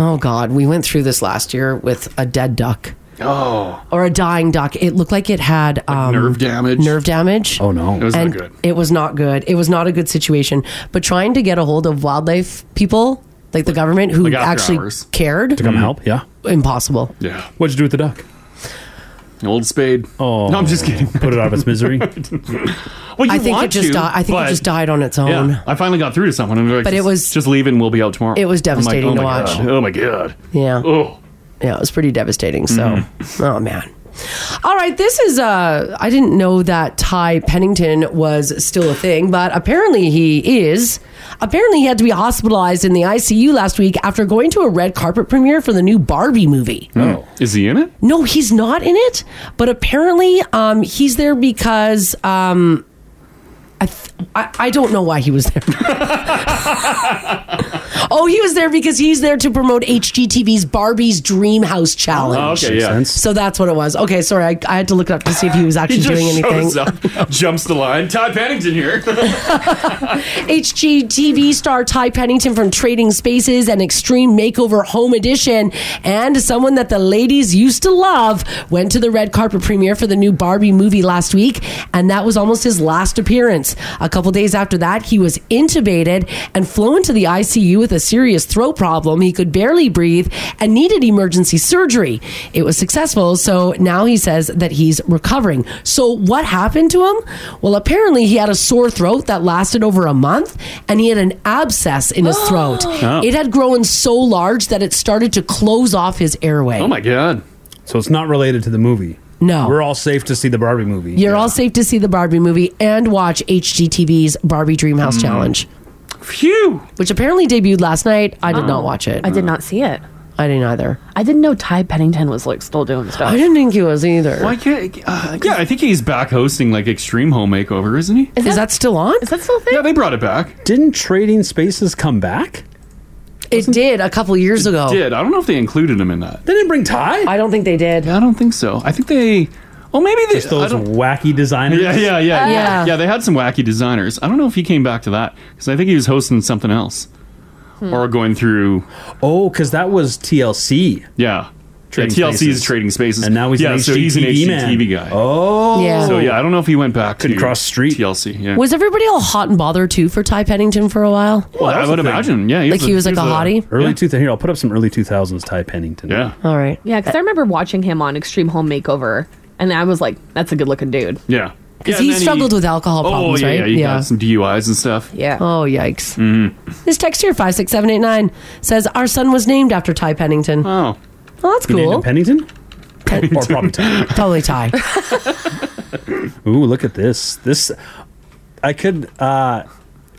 S4: Oh God, we went through this last year with a dead duck.
S3: Oh.
S4: or a dying duck. It looked like it had um,
S3: nerve damage.
S4: Nerve damage.
S5: Oh no,
S3: It was not
S4: and
S3: good.
S4: It was not good. It was not a good situation. But trying to get a hold of wildlife people, like the government, who
S3: Like after
S4: actually
S3: hours.
S4: cared
S5: to come help. Yeah,
S4: impossible.
S3: Yeah.
S5: What'd you do with the duck?
S3: An old spade.
S5: Oh,
S3: No, I'm just kidding.
S5: Put it out of its misery.
S3: Well, you
S4: I think
S3: want
S4: it just
S3: to,
S4: di- I think it
S3: but-
S4: just died on its own.
S3: Yeah, I finally got through to someone. And they're like,
S4: But it
S3: "Just-
S4: was-
S3: just leave and we'll be out tomorrow.
S4: It was
S3: I'm like,
S4: devastating
S3: "Oh my
S4: to watch.
S3: God. Oh my god.
S4: Yeah.
S3: Oh.
S4: Yeah, it was pretty devastating.
S5: Mm-hmm.
S4: So, oh man. All right, this is uh I didn't know that Ty Pennington was still a thing, but apparently he is. Apparently he had to be hospitalized in the ICU last week after going to a red carpet premiere for the new Barbie movie.
S3: No. Mm. Is he in it?
S4: No, he's not in it, but apparently um he's there because um I, th- I, I don't know why he was there. oh, he was there because he's there to promote HGTV's Barbie's Dream House Challenge.
S3: Oh, okay, yeah. Makes sense.
S4: So that's what it was. Okay, sorry, I, I had to look it up to see if he was actually
S3: he just
S4: doing anything.
S3: shows up, jumps the line. Todd Pennington here.
S4: HGTV star Ty Pennington from Trading Spaces and Extreme Makeover Home Edition, and someone that the ladies used to love, went to the red carpet premiere for the new Barbie movie last week, and that was almost his last appearance. A couple days after that, he was intubated and flown to the ICU with a serious throat problem. He could barely breathe and needed emergency surgery. It was successful, so now he says that he's recovering. So, what happened to him? Well, apparently, he had a sore throat that lasted over a month and he had an abscess in his throat.
S5: Oh.
S4: It had grown so large that it started to close off his airway.
S5: Oh, my
S3: god!
S5: So it's not related to the movie.
S4: Oh No,
S5: we're all safe to see the Barbie movie.
S4: You're all safe to see the Barbie movie and watch HGTV's Barbie Dreamhouse
S5: Mm.
S4: Challenge.
S3: Mm-hmm. Phew!
S4: Which apparently debuted last night. I did
S9: Oh.
S4: not watch it.
S9: I did not see it.
S4: I didn't either.
S9: I didn't know Ty Pennington was like still doing stuff.
S4: I didn't think he was either.
S3: Why can't? Uh, yeah, I think he's back hosting like Extreme Home Makeover, isn't he?
S4: Is, that still on? Is
S9: that still a thing?
S3: Yeah, they brought it back.
S5: Didn't Trading Spaces come back?
S4: It did a couple years ago.
S3: Did I don't know if they included him in that.
S5: They didn't bring Ty.
S4: I don't think they did.
S3: I don't think so. I think they. Oh, maybe they.
S5: Just those
S3: I don't-
S5: wacky designers.
S3: Yeah, yeah, yeah,
S5: Yeah.
S3: yeah. Yeah, they had some wacky designers. I don't know if he came back to that because I think he was hosting something else or going through.
S5: Oh, because that was TLC.
S3: Yeah.
S5: Trading
S3: yeah, TLC
S5: Spaces.
S3: is trading spaces,
S5: And now he's
S3: yeah,
S5: an
S3: so he's an
S5: HGTV man.
S3: HGTV guy.
S5: Oh,
S4: Yeah.
S3: So yeah, I don't know if he went back to cross
S5: street
S3: TLC. Yeah,
S4: Was everybody all hot and bothered too for Ty Pennington for a while?
S3: Well, I would imagine. Yeah,
S4: Like he was like a hottie?
S5: Early two thousand. Here, I'll put up some early two thousands Ty Pennington.
S3: Yeah.
S4: All right.
S9: Yeah, because I remember watching him on Extreme Home Makeover, and I was like, "That's a good looking dude."
S3: Yeah.
S4: Because
S3: Yeah, and
S4: he
S3: then Oh,
S4: struggled with alcohol problems,
S3: yeah,
S4: right?
S3: Yeah, he got some DUIs and stuff.
S9: Yeah.
S4: Oh yikes!
S3: Mhm.
S4: This text here five six seven eight nine says our son was named after Ty Pennington.
S3: Oh,
S4: well, that's
S5: You named him
S4: cool.
S5: Pennington. Or probably Ty.
S4: Probably Ty.
S5: Ooh, look at this. This I could uh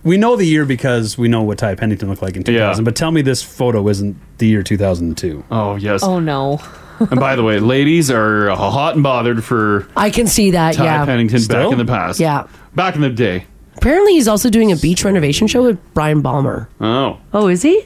S5: we know the year because we know what Ty Pennington looked like in 2000, but tell me this photo isn't the year 2002.
S3: Oh, yes.
S9: Oh no.
S3: and by the way, ladies are hot and bothered for
S4: I can see that.
S3: Ty
S4: yeah.
S3: Pennington back in the past.
S4: Yeah.
S3: Back in the day.
S4: Apparently, he's also doing a beach renovation show with Brian Balmer.
S3: Oh.
S4: Oh, is he?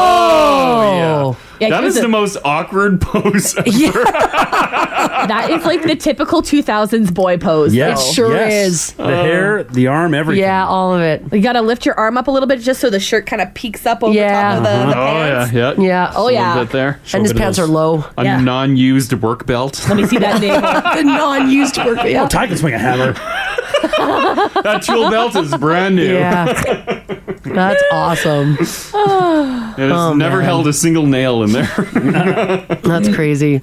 S4: Oh.
S9: Yeah,
S3: that
S9: he was
S3: is
S9: a-
S3: the most awkward pose ever.
S9: that is like the typical 2000s boy pose.
S5: Yes,
S9: though.
S5: yes. The
S3: Uh,
S5: hair, the arm, everything.
S9: Yeah,
S4: all of it.
S9: You got to lift your arm up a little bit just so the shirt kind of peeks up over top of the, the
S3: Uh-huh.
S9: pants.
S3: Oh, yeah, yeah,
S9: Yeah, oh,
S3: Just a little
S9: yeah.
S3: bit there,
S9: And his pants are low.
S3: A
S9: Yeah.
S3: non-used work belt.
S9: Let me see that name.
S4: the non-used work.
S5: Oh, Ty can swing a hammer.
S3: that tool belt is brand new.
S4: Yeah. That's awesome.
S3: And it's
S4: Oh,
S3: never
S4: man.
S3: held a single nail in there.
S4: That's crazy.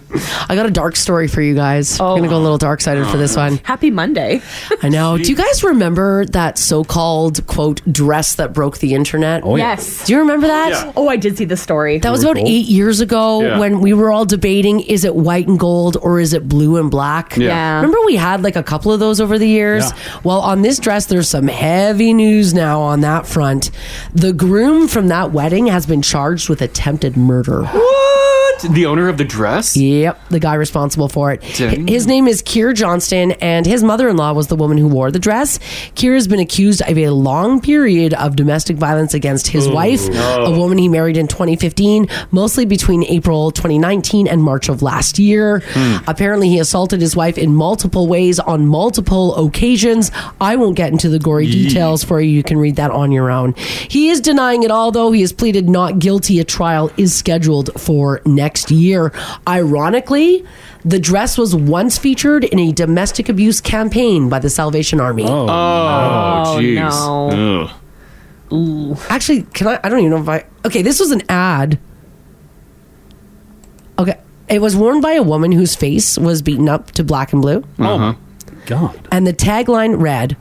S4: I got a dark story for you guys. I'm gonna go a little dark sided for this one.
S6: Happy Monday.
S4: I know. Do you guys remember that so-called quote dress that broke the internet?
S6: Yes.
S4: Do you remember that?
S6: Oh, I did see the story.
S4: That was about eight years ago
S6: Yeah.
S4: when we were all debating is it white and gold or is it blue and black?
S6: Yeah. Yeah.
S4: Remember we had like a couple of those over the years? Well, on this dress, there's some heavy news now on that front. The groom from that wedding has been charged with attempted murder.
S3: the owner of the dress?
S4: Yep, the guy responsible for it.
S3: Dang.
S4: His name is Kier Johnston, and his mother in law was the woman who wore the dress. Kier has been accused of a long period of domestic violence against his
S17: Ooh.
S4: wife,
S17: Oh.
S4: a woman he married in 2015, mostly between April 2019 and March of last year.
S17: Hmm.
S4: Apparently, he assaulted his wife in multiple ways on multiple occasions. I won't get into the gory details for you. You can read that on your own. He is denying it all, though. He has pleaded not guilty. A trial is scheduled for next year. Ironically, the dress was once featured in a domestic abuse campaign by the Salvation Army. Oh,
S3: Oh, jeez. Ugh.
S4: Actually, can I? I don't even know if I. Okay, this was an ad. Okay. It was worn by a woman whose face was beaten up to black and blue.
S9: Oh.
S3: Uh-huh.
S5: God.
S4: And the tagline read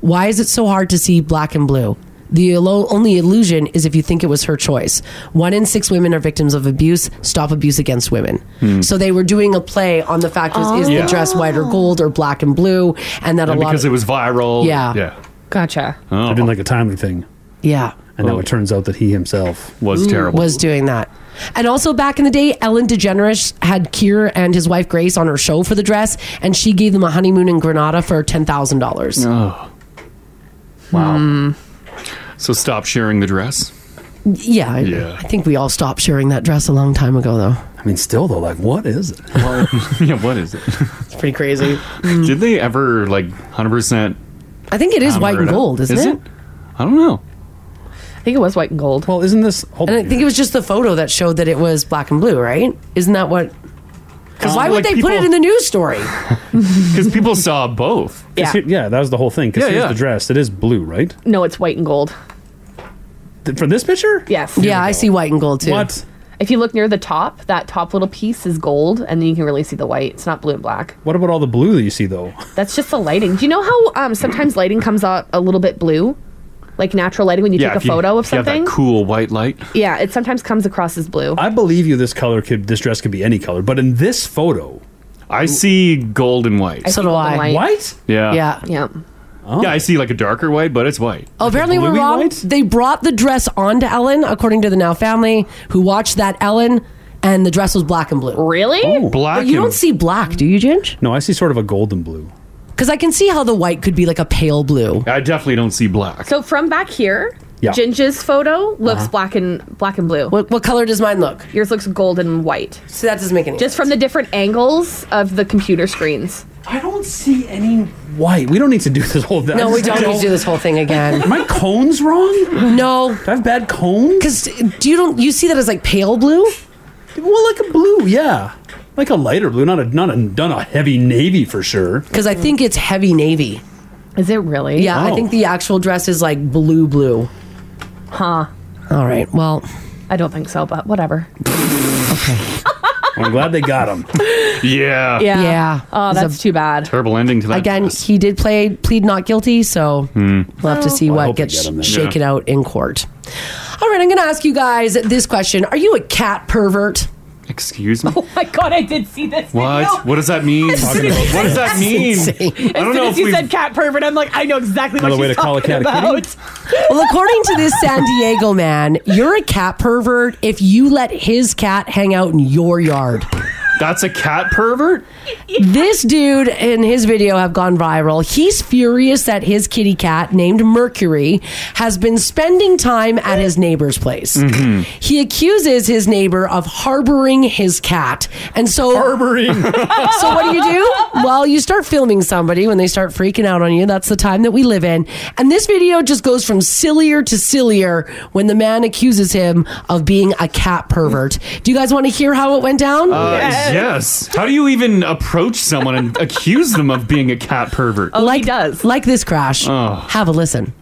S4: Why is it so hard to see black and blue? The ilo- only illusion is if you think it was her choice. One in six women are victims of abuse. Stop abuse against women.
S17: Hmm.
S4: So they were doing a play on the fact is, is
S3: Oh.
S4: the dress white or gold or black and blue? And that
S5: And
S4: a lot
S5: because
S4: of,
S5: it was
S3: viral.
S4: Yeah.
S3: Yeah.
S4: Gotcha.
S5: Oh. I've been like a timely thing.
S4: Yeah.
S5: And now it turns out that he himself
S3: Oh. was
S4: Mm, Was doing that. And also back in the day, Ellen DeGeneres had Kier and his wife Grace on her show for the dress, and she gave them a honeymoon in Granada for ten thousand dollars.
S3: Oh. Wow. So stop sharing the dress.
S4: Yeah, I-
S3: Yeah.
S4: I think we all stopped sharing that dress a long time ago, though.
S5: I mean, still though, like what is it?
S3: yeah, what is it?
S4: It's pretty crazy.
S3: Did they ever like 100%?
S4: I think it is white and gold, isn't
S3: is
S4: it?
S3: it? I don't know.
S4: I think it was white and gold.
S5: Well, isn't this?
S4: and I think it was just the photo that showed that it was black and blue, right? Isn't that what? Because
S5: Um,
S4: why would
S5: like
S4: they put it
S5: people-
S4: in the news story?
S5: Because
S3: people saw both.
S5: Yeah. yeah, that was the whole thing. Because
S6: Yeah,
S5: here's
S6: yeah.
S5: the dress. It is blue, right?
S6: No, it's white and gold.
S5: Th- For this picture?
S6: Yes.
S5: Yeah,
S4: I see white and gold too.
S5: What?
S6: If you look near the top, that top little piece is gold, and then you can really see the white. It's not blue and black.
S5: What about all the blue that you see though?
S6: That's just the lighting. Do you know how um, sometimes lighting comes out a little bit blue, like natural lighting when you take a
S5: if you-
S6: photo of
S5: if you have that Ah.
S6: something?
S3: Cool white light.
S6: Yeah, it sometimes comes across as blue.
S5: I believe you. This color could, this dress could be any color, but in this photo,
S3: I see gold and white.
S6: I see So do gold and I. white.
S5: White?
S3: Yeah.
S4: Yeah.
S6: Yeah.
S5: Oh.
S3: Yeah, I see like a darker white, but it's white.
S4: Oh, apparently we're
S3: bluey
S4: wrong. They brought the dress onto Ellen, according to the Now family, who watched that Ellen, and the dress was black and blue.
S6: Really?
S5: Oh, Black
S4: But you
S5: and-
S4: don't see black, do you, Ginge?
S5: No, I see sort of a golden blue.
S4: Because I can see how the white could be like a pale blue.
S3: I definitely don't see black.
S6: So from back here,
S3: Yeah.
S6: Ginger's photo looks
S3: Uh-huh.
S6: black and black and blue.
S4: What, what color does mine look?
S6: Yours looks gold and white.
S4: So that doesn't make any.
S6: Just from the different angles of the computer screens.
S5: I don't see any White. We don't need to do this whole.
S4: No, we don't need to do this whole thing again.
S5: My cone's wrong.
S4: No,
S5: I have bad cones.
S4: Because do you don't you see that as like pale blue?
S5: Well, like a blue, yeah, like a lighter blue, not a not a not a heavy navy for sure.
S4: Because I think it's heavy navy.
S6: Is it really?
S4: Yeah, I
S5: Oh.
S4: think the actual dress is like blue blue.
S6: Huh.
S4: All right. Well,
S6: I don't think so, but whatever.
S5: I'm glad they got him. Ah.
S3: yeah.
S6: Yeah.
S4: Yeah.
S6: Oh,
S4: It's a-
S6: that's too bad.
S3: Terrible ending to that.
S4: Again, he did play plead not guilty, so
S3: Hmm.
S4: we'll have to see
S5: Oh.
S3: Well, I
S4: what
S3: hope we
S4: gets
S3: get him then.
S4: shaken
S3: Yeah.
S4: out in court. All right, I'm going to ask you guys this question: Are you a cat pervert?
S3: Excuse me?
S6: Oh my god, I did see this.
S3: What? What does that mean?
S6: As soon as-
S3: Talking about- What does that
S6: That's
S3: mean?
S6: insane.
S3: I
S6: As
S3: don't
S6: soon
S3: know
S6: as
S3: if
S6: you
S3: we've
S6: said cat pervert, I'm like, I know exactly
S5: Another
S6: what
S5: way
S6: she's
S5: to call a
S6: talking
S5: cat a
S6: about.
S5: kitty?
S4: well, according to this San Diego man, you're a cat pervert if you let his cat hang out in your yard.
S3: That's a cat pervert?
S4: This dude in his video have gone viral. He's furious that his kitty cat named Mercury has been spending time at his neighbor's place.
S3: Mm-hmm.
S17: Mhm.
S4: He accuses his neighbor of harboring his cat. And so
S5: harboring.
S4: so what do you do? Well, you start filming somebody when they start freaking out on you. That's the time that we live in. And this video just goes from sillier to sillier when the man accuses him of being a cat pervert. Do you guys want to hear how it went down?
S3: Uh, yes. How do you even approach someone and
S4: Oh.
S3: accuse them of being a cat pervert?
S4: like, does. Like this crash.
S3: Oh.
S4: Have a listen.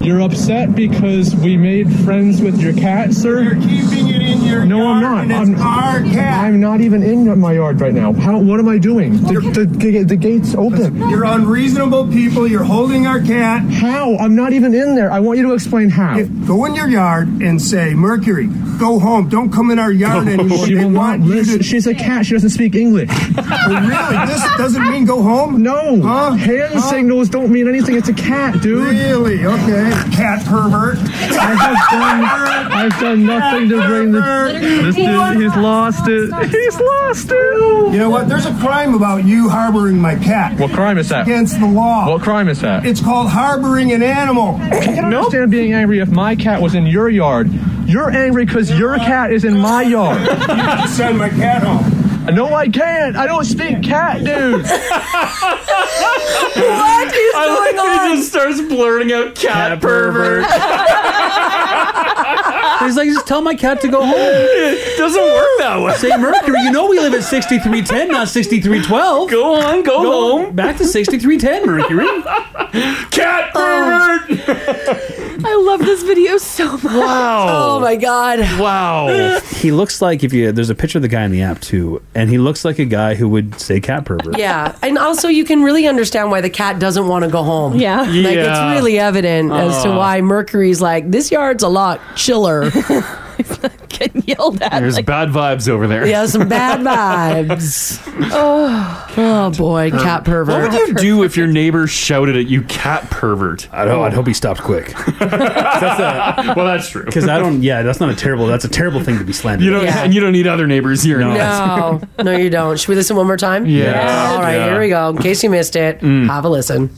S17: You're upset because we made friends with your cat, sir? You're keeping it in your no, I'm not. I'm, our cat. I'm not even in my yard right now. How? What am I doing? The, the, the, the gate's open.
S19: You're unreasonable people. You're holding our cat.
S17: How? I'm not even in there. I want you to explain how.
S19: If- go in your yard and say, Mercury, go home. Don't come in our yard anymore.
S17: Oh, she
S19: They
S17: will not
S19: want you
S17: listen.
S19: to-
S17: She's a cat. She doesn't speak English.
S19: Oh, really? This doesn't mean go home?
S17: No.
S19: Huh?
S17: Hand
S19: Huh?
S17: signals don't mean anything. It's a cat, dude.
S19: Really? Okay. Cat pervert.
S17: I have done, I've done nothing to bring the. This dude, he's lost it. He's lost it.
S19: You know what? There's a crime about you harboring my cat.
S17: What crime is that?
S19: Against the law.
S17: What crime is that?
S19: It's called harboring an animal.
S17: I can understand being angry if my cat was in your yard. You're angry because your cat is in my yard. you can
S19: send my cat home.
S17: No, I can't. I don't speak cat, dude.
S3: what is going on? He just starts blurting out cat, pervert.
S20: He's like, just tell my cat to go home. It
S3: doesn't work that way.
S20: Say Mercury, you know we live at sixty three ten, not sixty three twelve.
S3: Go on, go,
S20: home. Back to sixty three ten, Mercury.
S3: cat pervert.
S9: Oh. I love this video so much.
S3: Wow.
S4: Oh my god.
S3: Wow.
S5: he looks like if you there's a picture of the guy in the app too, and he looks like a guy who would say cat pervert.
S4: Yeah, and also you can really understand why the cat doesn't want to go home.
S5: Yeah.
S4: like
S5: Yeah.
S4: it's really evident as to
S5: Aw.
S4: why Mercury's like this yard's a lot chiller. Getting yelled at.
S3: There's bad vibes over there.
S4: yeah, some bad vibes. Oh, oh boy, cat pervert.
S3: What would you do if your neighbor shouted at you, cat pervert? I
S5: don't- I'd hope he stopped quick.
S3: well, that's true.
S5: Because I don't. Yeah, that's not a terrible. That's a terrible thing to be slandered.
S3: You don't,
S5: against.
S3: and you don't need other neighbors here.
S4: No, no, you don't. Should we listen one more time?
S3: Yes. Mm. Yes.
S4: All right,
S3: Yeah.
S4: here we go. In case you missed it, have a listen.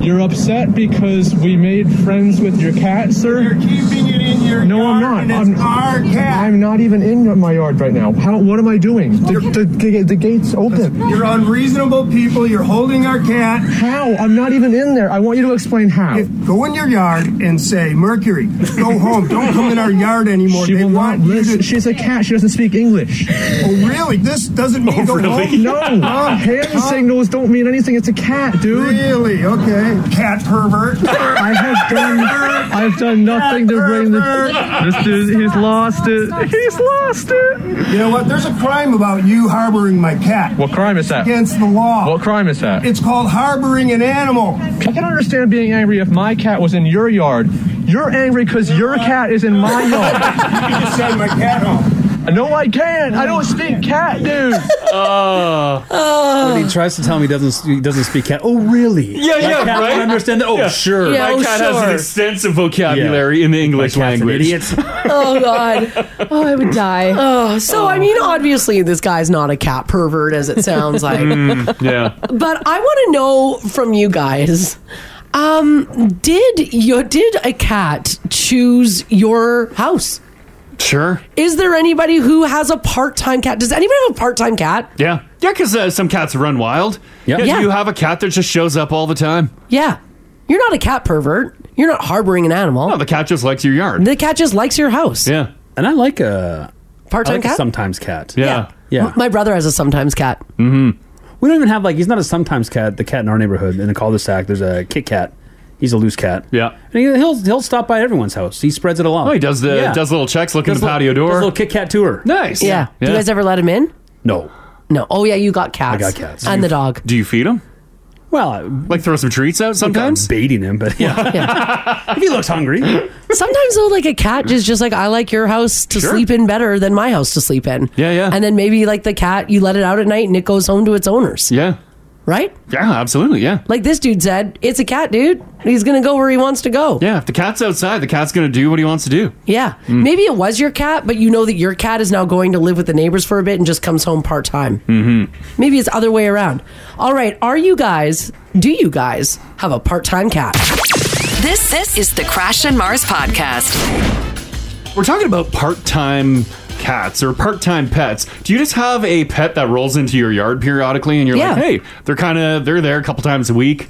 S17: You're upset because we made friends with your cat, sir? You're keeping it in your no, I'm not. I'm, I'm not even in my yard right now. How? What am I doing? The, the, the gate's open.
S19: You're unreasonable people. You're holding our cat.
S17: How? I'm not even in there. I want you to explain how.
S19: Go in your yard and say, Mercury, go home. Don't come in our yard anymore.
S17: She
S19: they
S17: will
S19: want
S17: not
S19: you
S17: listen.
S19: to.
S17: She's a cat. She doesn't speak English.
S19: Oh, really? This doesn't
S17: Oh,
S19: mean go home?
S17: No. uh,
S19: Huh?
S17: Hand signals don't mean anything. It's a cat, dude.
S19: Really? Okay. Cat pervert.
S17: I have done. I've done nothing to bring the. This dude, he's lost it. He's lost it.
S19: You know what? There's a crime about you harboring my cat.
S17: What crime is that?
S19: Against the law.
S17: What crime is that?
S19: It's called harboring an animal.
S17: I can understand being angry if my cat was in your yard. You're angry because your cat is in my yard.
S19: you can send my cat home.
S17: No, I can't. I don't speak cat, dude.
S3: Uh.
S20: Uh.
S5: Oh. When he tries to tell me he doesn't he doesn't speak cat. Oh really?
S3: Yeah,
S5: My
S3: yeah,
S5: cat
S3: right.
S5: won't understand that. Oh
S3: Yeah.
S5: sure.
S3: My cat has an extensive vocabulary in the English language.
S4: Oh God! Oh, I would die. Oh, so I mean, obviously, this guy's not a cat pervert, as it sounds like.
S3: Mm, yeah.
S4: But I want to know from you guys. Um, did you did a cat choose your house?
S3: Sure.
S4: Is there anybody who has a part-time cat? Does anybody have a part-time cat?
S3: Yeah. Yeah, because uh, some cats run wild. Yeah.
S4: Yeah.
S3: You have a cat that just shows up all the time.
S4: Yeah. You're not a cat pervert. You're not harboring an animal. No,
S3: the cat just likes your yard.
S4: The cat just likes your house.
S3: Yeah.
S5: And I like a
S4: Part-time
S5: I like a
S4: cat?
S5: sometimes cat.
S3: Yeah.
S5: Yeah.
S4: My brother has a sometimes cat.
S5: Mm-hmm. We don't even have like he's not a sometimes cat. The cat in our neighborhood in the cul-de-sac. There's a Kit Kat. He's a loose cat.
S3: Yeah.
S5: And he, he'll he'll stop by everyone's house. He spreads it along.
S3: Oh, he does the does little checks, look in
S5: Does
S3: the
S5: little-
S3: patio door.
S5: does little Kit Kat tour.
S3: Nice.
S4: Yeah. Do you guys ever let him in?
S5: No.
S4: No. Oh yeah, you got cats.
S5: I got cats.
S4: And the dog.
S3: Do you feed him?
S5: Well, I-
S3: like throw some treats out sometimes.
S5: baiting him, but yeah. if he looks hungry.
S4: Sometimes though, like a cat is just like I like your house to
S5: Sure.
S4: sleep in better than my house to sleep in. Yeah, yeah. And then maybe like the cat, you let it out at night and it goes home to its owners.
S3: Yeah.
S4: Right?
S3: Yeah, absolutely. Yeah.
S4: Like this dude said, it's a cat, dude. He's gonna go where he wants to go.
S3: Yeah. If the cat's outside, the cat's going to do what he wants to do.
S4: Yeah.
S3: Mm.
S4: Maybe it was your cat, but you know that your cat is now going to live with the neighbors for a bit and just comes home part time.
S3: Mm-hmm.
S4: Maybe it's other way around. All right, are you guys do you guys have a part time cat?
S2: This this is the Crash and Mars podcast.
S3: We're talking about part-time cats or part-time pets. Do you just have a pet that rolls into your yard periodically and you're
S4: Yeah.
S3: like, "Hey, they're kind of they're there a couple times a week,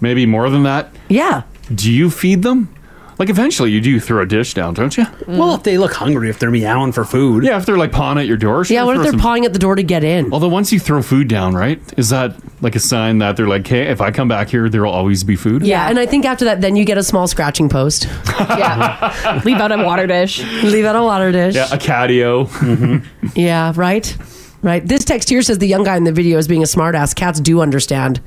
S3: maybe more than that?"
S4: Yeah.
S3: Do you feed them? Like eventually you do throw a dish down, don't you?
S5: Mm. Well, if they look hungry, if they're meowing for food.
S3: Yeah, if they're like pawing at your door. sure,
S4: yeah, what if
S3: throw
S4: they're
S3: some-
S4: pawing at the door to get in?
S3: Although once you throw food down, right? Is that like a sign that they're like, hey, if I come back here, there will always be food.
S4: Yeah, and I think after that, then you get a small scratching post.
S9: yeah, leave out a water dish.
S4: Leave out a water dish.
S3: Yeah, a catio.
S5: Mm-hmm.
S4: Yeah, right? Right. This text here says the young guy in the video is being a smartass. Cats do understand.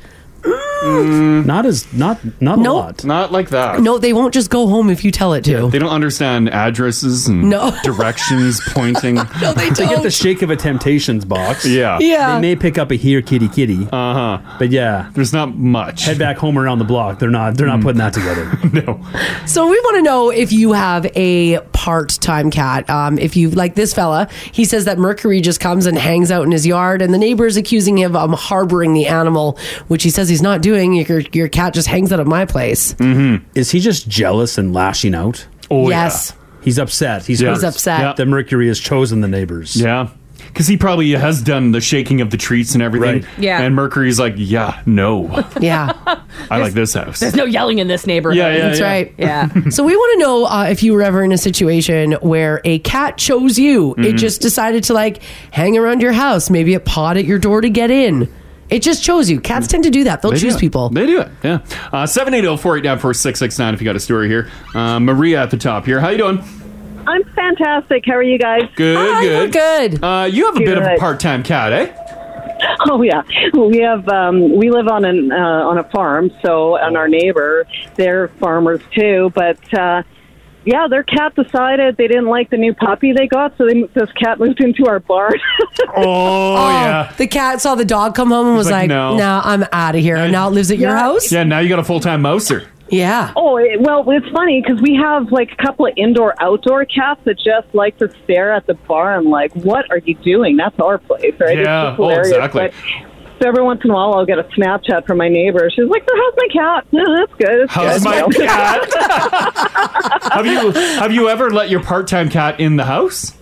S5: Not as not not
S4: Nope.
S5: a lot.
S3: Mm. Not like that.
S4: No, they won't just go home if you tell it to.
S3: They don't understand addresses and
S4: No.
S3: directions pointing. no,
S4: they
S5: get
S4: don't.
S5: the shake of a temptations box.
S3: Yeah. Uh-huh. Yeah.
S5: They may pick up a here kitty kitty. Uh huh. But yeah,
S3: there's not much. Mm.
S5: Head back home around the block. They're not. They're not putting that together.
S3: no.
S4: So we want to know if you have a part-time cat. Um, if you like this fella, he says that Mercury just comes and hangs out in his yard, and the neighbors accusing him of harboring the animal, which he says he's not doing. Your, your cat just hangs out at my place.
S5: Mm-hmm. Is he just jealous and lashing out?
S3: Oh
S4: Yes.
S5: He's upset. He's,
S4: He's
S5: hurt
S4: upset. Yeah.
S5: That Mercury has chosen the neighbors.
S3: Yeah. Because he probably has done the shaking of the treats and everything.
S9: Yeah.
S3: And Mercury's like, yeah, no.
S4: Yeah.
S3: I like this house.
S9: There's no yelling in this neighborhood.
S3: Yeah, yeah,
S4: That's
S3: yeah.
S4: right.
S9: Yeah.
S4: so we want to know uh, if you were ever in a situation where a cat chose you. It
S3: Mm-hmm.
S9: Mhm.
S4: just decided to like hang around your house. Maybe it pawed at your door to get in. It just chose you. Cats tend to do that. They'll
S3: They do
S4: choose
S3: it.
S4: people.
S3: They do it. Yeah. Uh, Seven eight zero four eight nine four six six nine. If you got a story here, uh, Maria at the top here. How you doing?
S21: I'm fantastic. How are you guys?
S3: Good. good.
S4: Oh, Good.
S3: Uh, you have a bit of a
S21: Good.
S3: part time cat, eh?
S21: Oh yeah, we have um, we live on an uh, on a farm, so and our neighbor they're farmers too. But uh, yeah, their cat decided they didn't like the new puppy they got, so they, this cat moved into our barn.
S3: Oh, yeah.
S4: The cat saw the dog come home and
S3: He's
S4: was
S3: like,
S4: like,
S3: "No."
S4: "No, I'm out of here." And now it lives at your house.
S3: Yeah. Now you got a full time mouser.
S4: Yeah.
S21: Oh it, well, it's funny because we have like a couple of indoor outdoor cats that just like to stare at the barn, like, "What are you doing? That's our place, right?" It's
S3: Yeah.
S21: just
S3: Oh,
S21: hilarious,
S3: exactly.
S21: but- So every once in a while, I'll get a Snapchat from my neighbor. She's like, "So how's my cat? No, that's good. It's
S3: How's
S21: good. Uh,
S3: my
S21: You know?
S3: cat? have you have you ever let your part time cat in the house?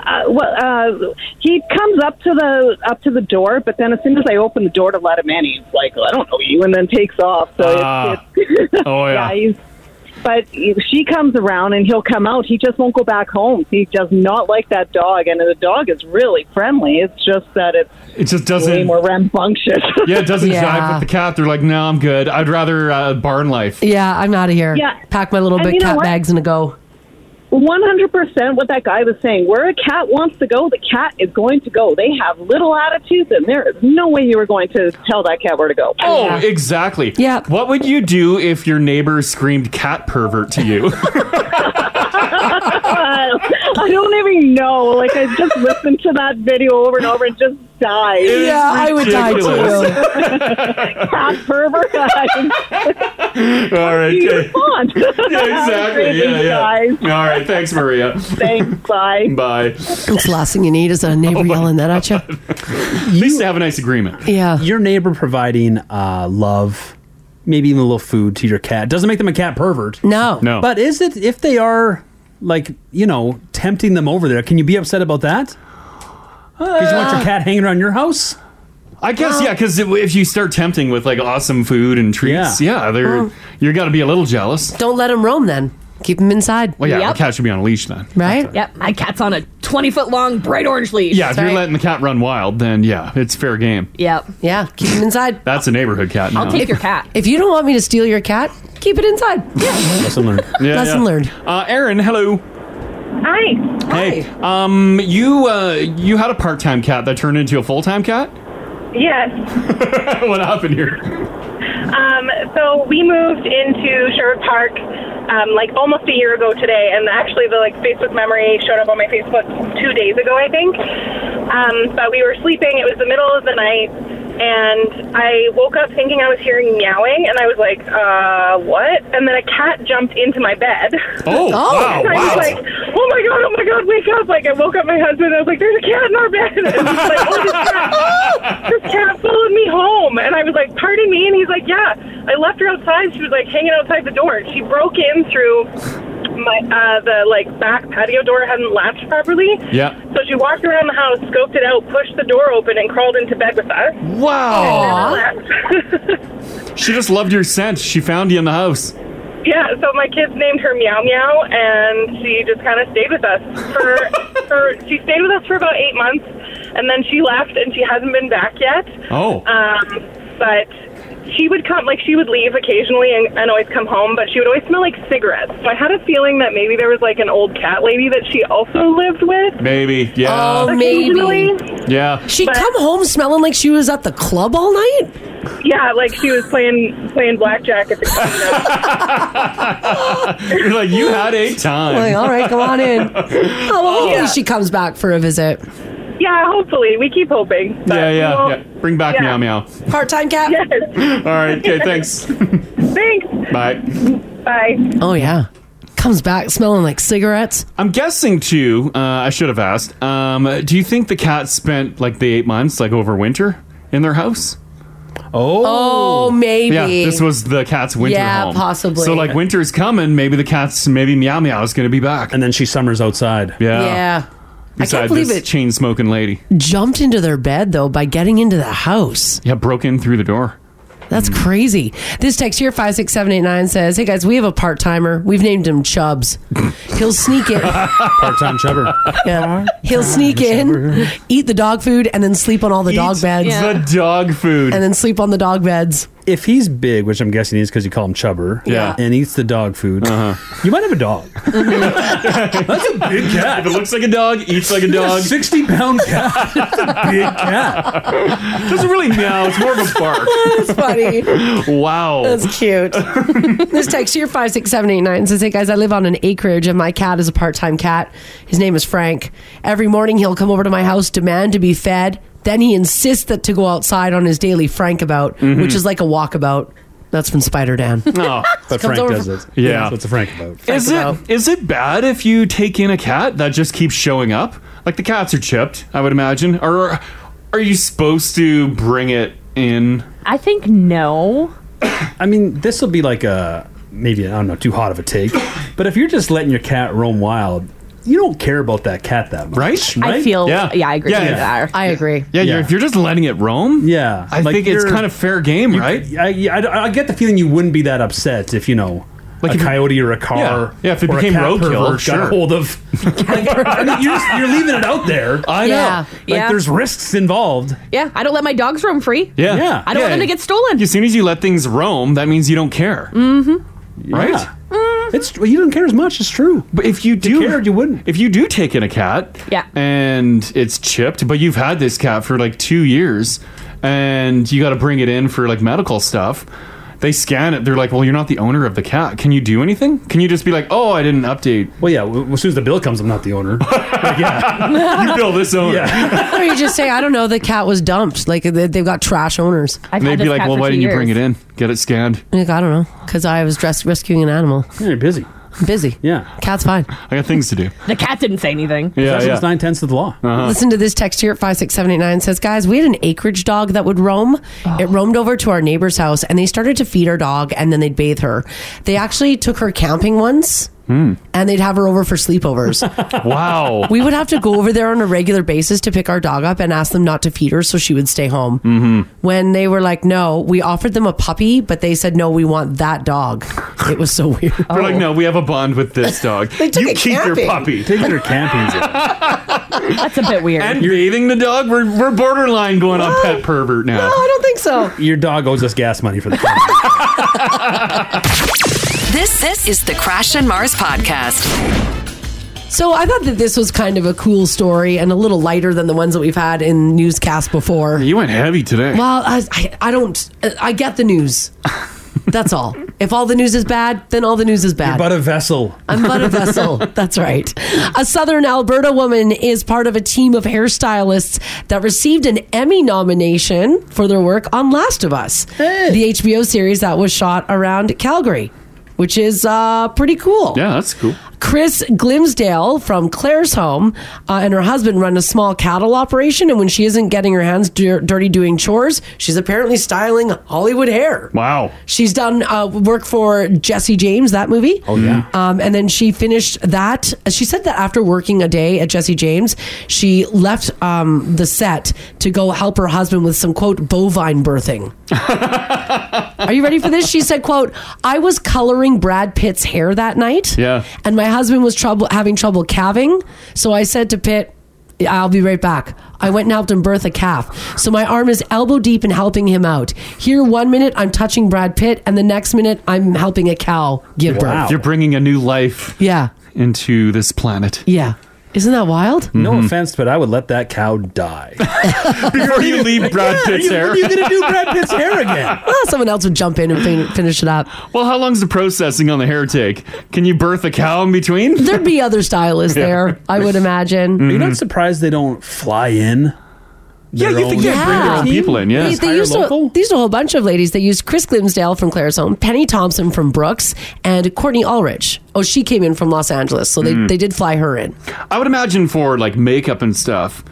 S21: uh, well, uh, he comes up to the up to the door, but then as soon as I open the door to let him in, he's like, "I don't know you," and then takes off. So
S3: Ah.
S21: it's, it's
S3: Oh, yeah.
S21: he's, but if she comes around and he'll come out. He just won't go back home. He does not like that dog, and the dog is really friendly. It's just that it's
S3: It just
S21: way
S3: doesn't.
S21: more rambunctious.
S3: Yeah, it doesn't jive
S21: Yeah.
S3: with the cat. They're like, no, I'm good. I'd rather uh, barn life.
S4: Yeah, I'm out of here.
S21: Yeah.
S4: Pack my little
S21: And
S4: big
S21: you know
S4: cat
S21: what?
S4: bags and a go.
S21: One hundred percent, what that guy was saying. Where a cat wants to go, the cat is going to go. They have little attitudes, and there is no way you were going to tell that cat where to go.
S3: Oh, exactly. Yeah. What would you do if your neighbor screamed cat pervert to you?
S21: I don't even know. Like I just listened to that video over and over and just died.
S3: It is Yeah, I would die ridiculous.
S21: Cat pervert.
S3: All right. okay. Yeah, exactly. Yeah, yeah. All right. Thanks, Maria.
S21: Thanks. Bye.
S3: Bye.
S4: It's the last thing you need is a
S3: Oh
S4: neighbor yelling that at you.
S5: At
S3: least they have a nice agreement.
S4: Yeah.
S5: Your neighbor providing uh, love, maybe even a little food to your cat doesn't make them a cat pervert.
S4: No.
S5: No. But is it if they are like you know tempting them over there? Can you be upset about that?
S3: Uh,
S5: Because you want your cat hanging around your house.
S3: I guess yeah, because if you start tempting with like awesome food and treats, yeah, they're
S4: Oh.
S3: you're got to be a little jealous.
S4: Don't let him roam then. Keep him inside.
S3: Well, yeah, the cat should be on a leash then.
S4: Right?
S9: Yep. My cat's on a 20 foot long bright orange leash.
S3: Yeah, if you're letting the cat run wild, then yeah, it's fair game.
S9: Yep.
S4: Yeah. Keep him inside.
S3: That's a neighborhood cat. Now.
S9: cat.
S4: If you don't want me to steal your cat, keep it inside.
S5: Lesson learned.
S3: Yeah,
S4: Lesson
S3: yeah.
S4: learned.
S3: Uh, Aaron, hello.
S22: Hi.
S3: Hey, um, you uh, you had a part time cat that turned into a full time cat.
S22: Yes.
S3: what happened here?
S22: Um, so we moved into Sherwood Park um, like almost a year ago today, and actually the like Facebook memory showed up on my Facebook two days ago, I think. Um, but we were sleeping. It was the middle of the night, and I woke up thinking I was hearing meowing, and I was like, "Uh, what?" And then a cat jumped into my bed.
S3: Oh, wow,
S22: And I was
S3: wow.
S22: like, "Oh my god! Oh my god! Wake up!" Like I woke up my husband. I was like, "There's a cat in our bed." And he was like, "Oh, this cat, this cat followed me home." And I was like, "Pardon me?" And he's like, "Yeah, I left her outside. She was like hanging outside the door. She broke in through my uh, the like back patio door hadn't latched properly.
S3: Yeah.
S22: So she walked around the house, scoped it out, pushed the door open, and crawled into bed with us. And then I
S3: Wow.
S22: left.
S3: She just loved your scent. She found you in the house.
S22: Yeah, so my kids named her Meow Meow, and she just kind of stayed with us for, for she stayed with us for about eight months, and then she left, and she hasn't been back yet.
S3: Oh.
S22: Um, but she would come, like, she would leave occasionally and, and always come home, but she would always smell like cigarettes. So I had a feeling that maybe there was, like, an old cat lady that she also lived with.
S3: Maybe. Yeah.
S22: Oh, maybe.
S3: Yeah.
S4: She'd come home smelling like she was at the club all night?
S22: Yeah, like she was playing playing blackjack at the
S3: You're like, you had a time.
S4: Like, all right, come on in. Oh, well, hopefully she comes back for a visit.
S22: Yeah, hopefully. We keep hoping.
S3: yeah, yeah, yeah. Bring back
S22: yeah.
S3: meow meow.
S4: Part time cat?
S3: All right. Okay. Thanks.
S22: Thanks.
S3: Bye.
S22: Bye.
S4: Oh, yeah. Comes back smelling like cigarettes.
S3: I'm guessing too. Uh, I should have asked. Um, do you think the cat spent like the eight months, like over winter, in their house?
S4: Oh, maybe.
S3: Yeah, this was the cat's winter
S4: Yeah,
S3: home.
S4: possibly.
S3: So like winter's coming. Maybe the cat's maybe meow meow is going to be back, and then she summers outside. Yeah.
S4: Yeah. I
S3: Beside
S4: can't believe
S3: this
S4: it
S3: chain smoking lady.
S4: jumped into their bed, though, by getting into the house.
S3: Yeah, broke in through the door.
S4: That's
S3: Mm.
S4: crazy. This text here, 56789, says, Hey guys, we have a part timer. We've named him Chubbs. He'll sneak in.
S5: Part time chubber.
S4: Yeah. He'll sneak in, eat the dog food, and then sleep on all the dog beds.
S3: The dog food.
S4: And then sleep on the dog beds.
S5: If he's big, which I'm guessing he is because you call him chubber,
S4: Yeah.
S5: and eats the dog food,
S3: Uh-huh.
S5: you might have a dog.
S3: That's a big cat. If it looks like a dog, eats like a
S5: He's a
S3: dog.
S5: 60 pound cat.
S3: big cat. Doesn't really meow. It's more of a bark.
S4: That's funny.
S3: Wow.
S4: That's cute. this text here, 56789, says, Hey guys, I live on an acreage and my cat is a part time cat. His name is Frank. Every morning he'll come over to my house, demand to be fed. Then he insists that to go outside on his daily Frank about,
S3: Mm-hmm.
S5: Mhm.
S4: which is like a walkabout. That's from Spider Dan.
S3: Oh,
S5: but
S4: Comes over
S5: Frank does
S4: from-
S5: it.
S3: Yeah.
S5: That's what Frank about.
S3: is it is it bad if you take in a cat that just keeps showing up? Like the cats are chipped, I would imagine. Or are you supposed to bring it in?
S9: I think no.
S5: I mean, this will be like a maybe I don't know, too hot of a take. But if you're just letting your cat roam wild, you don't care about that cat that much, right?
S9: I feel- yeah, I agree with that.
S4: I agree.
S3: Yeah, You're, if you're just letting it roam,
S5: yeah,
S3: I think it's kind of fair game, right?
S5: I, yeah, I, I get the feeling you wouldn't be that upset if you know. Like a coyote or a car,
S3: Yeah. Yeah, if it
S5: or a
S3: became
S5: cat
S3: roadkill,
S5: pervert
S3: sure.
S5: got hold of. I mean, you're, just- you're leaving it out there.
S3: Uh,
S5: I
S9: know.
S5: Like
S9: Yeah.
S5: there's risks involved.
S9: Yeah, I don't let my dogs roam free.
S3: Yeah.
S9: I don't want them to get stolen.
S3: As soon as you let things roam, that means you don't care.
S9: Mm-hmm.
S3: right?
S4: Mm.
S5: It's you don't care as much. It's true.
S3: But if you do, cared,
S5: you wouldn't.
S3: If you do take in a cat,
S9: Yeah.
S3: and it's chipped, but you've had this cat for like two years, and you got to bring it in for like medical stuff. They scan it. They're like, "Well, you're not the owner of the cat. Can you do anything? Can you just be like, oh, I didn't update?"
S5: Well, yeah. as soon as the bill comes, I'm not the owner.
S3: yeah, you bill this owner.
S4: or you just say, I don't know, the cat was dumped. Like they- they've got trash owners.
S3: and they'd be like, "Well, why didn't you bring it in? Get it scanned."
S4: Like, I don't know, because I was dressed rescuing an animal.
S5: You're busy.
S4: I'm busy.
S5: Yeah.
S4: Cat's fine.
S3: I got things to do.
S9: The cat didn't say anything.
S5: Possession's nine tenths of the law.
S3: Uh-huh. Uh.
S4: Listen to this text here at 56789 says, Guys, we had an acreage dog that would roam.
S9: Oh.
S4: It roamed over to our neighbor's house and they started to feed our dog and then they'd bathe her. They actually took her camping once and they'd have her over for sleepovers.
S3: Wow.
S4: we would have to go over there on a regular basis to pick our dog up and ask them not to feed her so she would stay home.
S3: Mm-hmm.
S4: When they were like, No, we offered them a puppy, but they said, No, we want that dog. It was so weird.
S3: They're like, "No, we have a bond with this dog.
S4: Oh. They took
S3: you
S4: it
S3: keep
S4: camping.
S3: your puppy.
S5: Take your camping."
S9: That's a bit weird.
S3: And bathing the dog. We're we're borderline going on pet pervert now.
S4: I don't think so.
S5: Your dog owes us gas money for the cat.
S2: This this is the Crash and Mars podcast.
S4: So I thought that this was kind of a cool story and a little lighter than the ones that we've had in newscasts before.
S3: You went heavy today.
S4: Well, I, I, I don't. I get the news. That's all. If all the news is bad, then all the news is bad.
S5: But a vessel.
S4: I'm but a vessel. That's right. A Southern Alberta woman is part of a team of hairstylists that received an Emmy nomination for their work on Last of Us, the HBO series that was shot around Calgary, which is uh, pretty cool.
S3: Yeah, that's cool.
S4: Chris Glimsdale from Claire's home uh, and her husband run a small cattle operation. And when she isn't getting her hands dir- dirty doing chores, she's apparently styling Hollywood hair.
S3: Wow.
S4: She's done uh, work for Jesse James, that movie.
S3: Oh, yeah.
S4: Um, and then she finished that. She said that after working a day at Jesse James, she left um, the set to go help her husband with some, quote, bovine birthing. Are you ready for this? She said, quote, I was coloring Brad Pitt's hair that night.
S3: Yeah.
S4: And my husband was trouble having trouble calving. So I said to Pitt, I'll be right back. I went and helped him birth a calf. So my arm is elbow deep in helping him out. Here, one minute I'm touching Brad Pitt, and the next minute I'm helping a cow give birth.
S3: You're bringing a new life
S4: yeah.
S3: into this planet. Mm-hmm.
S4: Yeah. Isn't that wild?
S5: No offense, but I would let that cow die.
S3: Before you leave Brad Pitt's hair.
S5: What are you going to do, Brad Pitt's hair again?
S4: Well, someone else would jump in and fin- finish it up.
S3: Well, how long's the processing on the hair take? Can you birth a cow in between?
S4: There'd be other stylists there, I would imagine.
S3: Mm-hmm.
S5: You're not surprised they don't fly in.
S3: Yeah, you think
S5: they
S3: they'd bring their own people in, yeah.
S4: They, they used to, they used a whole bunch of ladies. They used Chris Glimsdale from Claire's Home, Penny Thompson from Brooks, and Courtney Ulrich. Oh, she came in from Los Angeles, so they,
S3: Mm.
S4: they did fly her in.
S3: I would imagine for like makeup and stuff,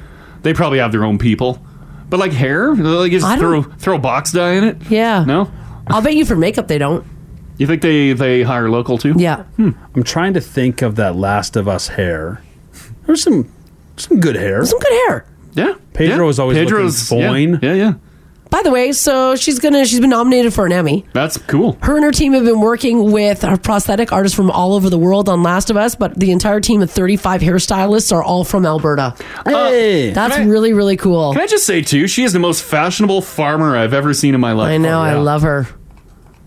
S3: they probably have their own people. But like hair, they just
S4: I
S3: throw
S4: don't-
S3: throw box dye in it.
S4: Yeah.
S3: No,
S4: I'll bet you for makeup they don't.
S3: You think they they hire local too?
S4: Yeah.
S5: Hmm. I'm trying to think of that Last of Us hair. There's some some good hair.
S4: Some good hair.
S3: Yeah.
S5: Pedro is always
S3: Pedro's-
S5: looking
S3: yeah,
S5: fine.
S3: Yeah, yeah.
S4: By the way, so she's gonna she's been nominated for an Emmy.
S3: That's cool.
S4: Her and her team have been working with our prosthetic artists from all over the world on Last of Us, but the entire team of 35 hairstylists are all from Alberta. Uh,
S3: Hey.
S4: That's
S3: Can I-
S4: really, really cool.
S3: Can I just say too, she is the most fashionable farmer I've ever seen in my life. Oh,
S4: I know, I love her.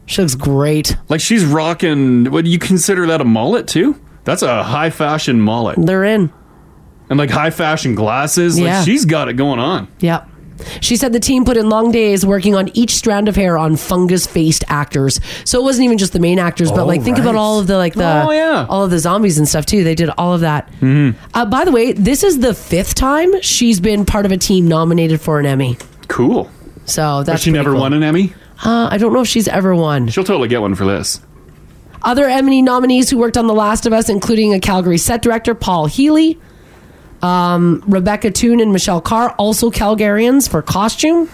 S4: She looks great.
S3: Like she's rocking. Would you consider that a mullet too? That's a high fashion mullet.
S4: They're in.
S3: And like high fashion glasses. Like
S4: Yeah.
S3: she's got it going on.
S4: Yep. She said the team put in long days working on each strand of hair on fungus faced actors. So it wasn't even just the main actors, but
S2: Oh,
S4: like think about
S2: right.
S4: all of the like the
S2: Oh, yeah.
S4: all of the zombies and stuff too. They did all of that. Uh, by the way, this is the fifth time she's been part of a team nominated for an Emmy.
S3: Cool.
S4: So
S3: But
S4: that's
S3: she
S4: pretty
S3: never
S4: cool.
S3: won an Emmy.
S4: Uh, I don't know if she's ever won.
S3: She'll totally get one for this.
S4: Other Emmy nominees who worked on The Last of Us, including a Calgary set director, Paul Healy, um, Rebecca Toon, and Michelle Carr, also Calgarians for costume.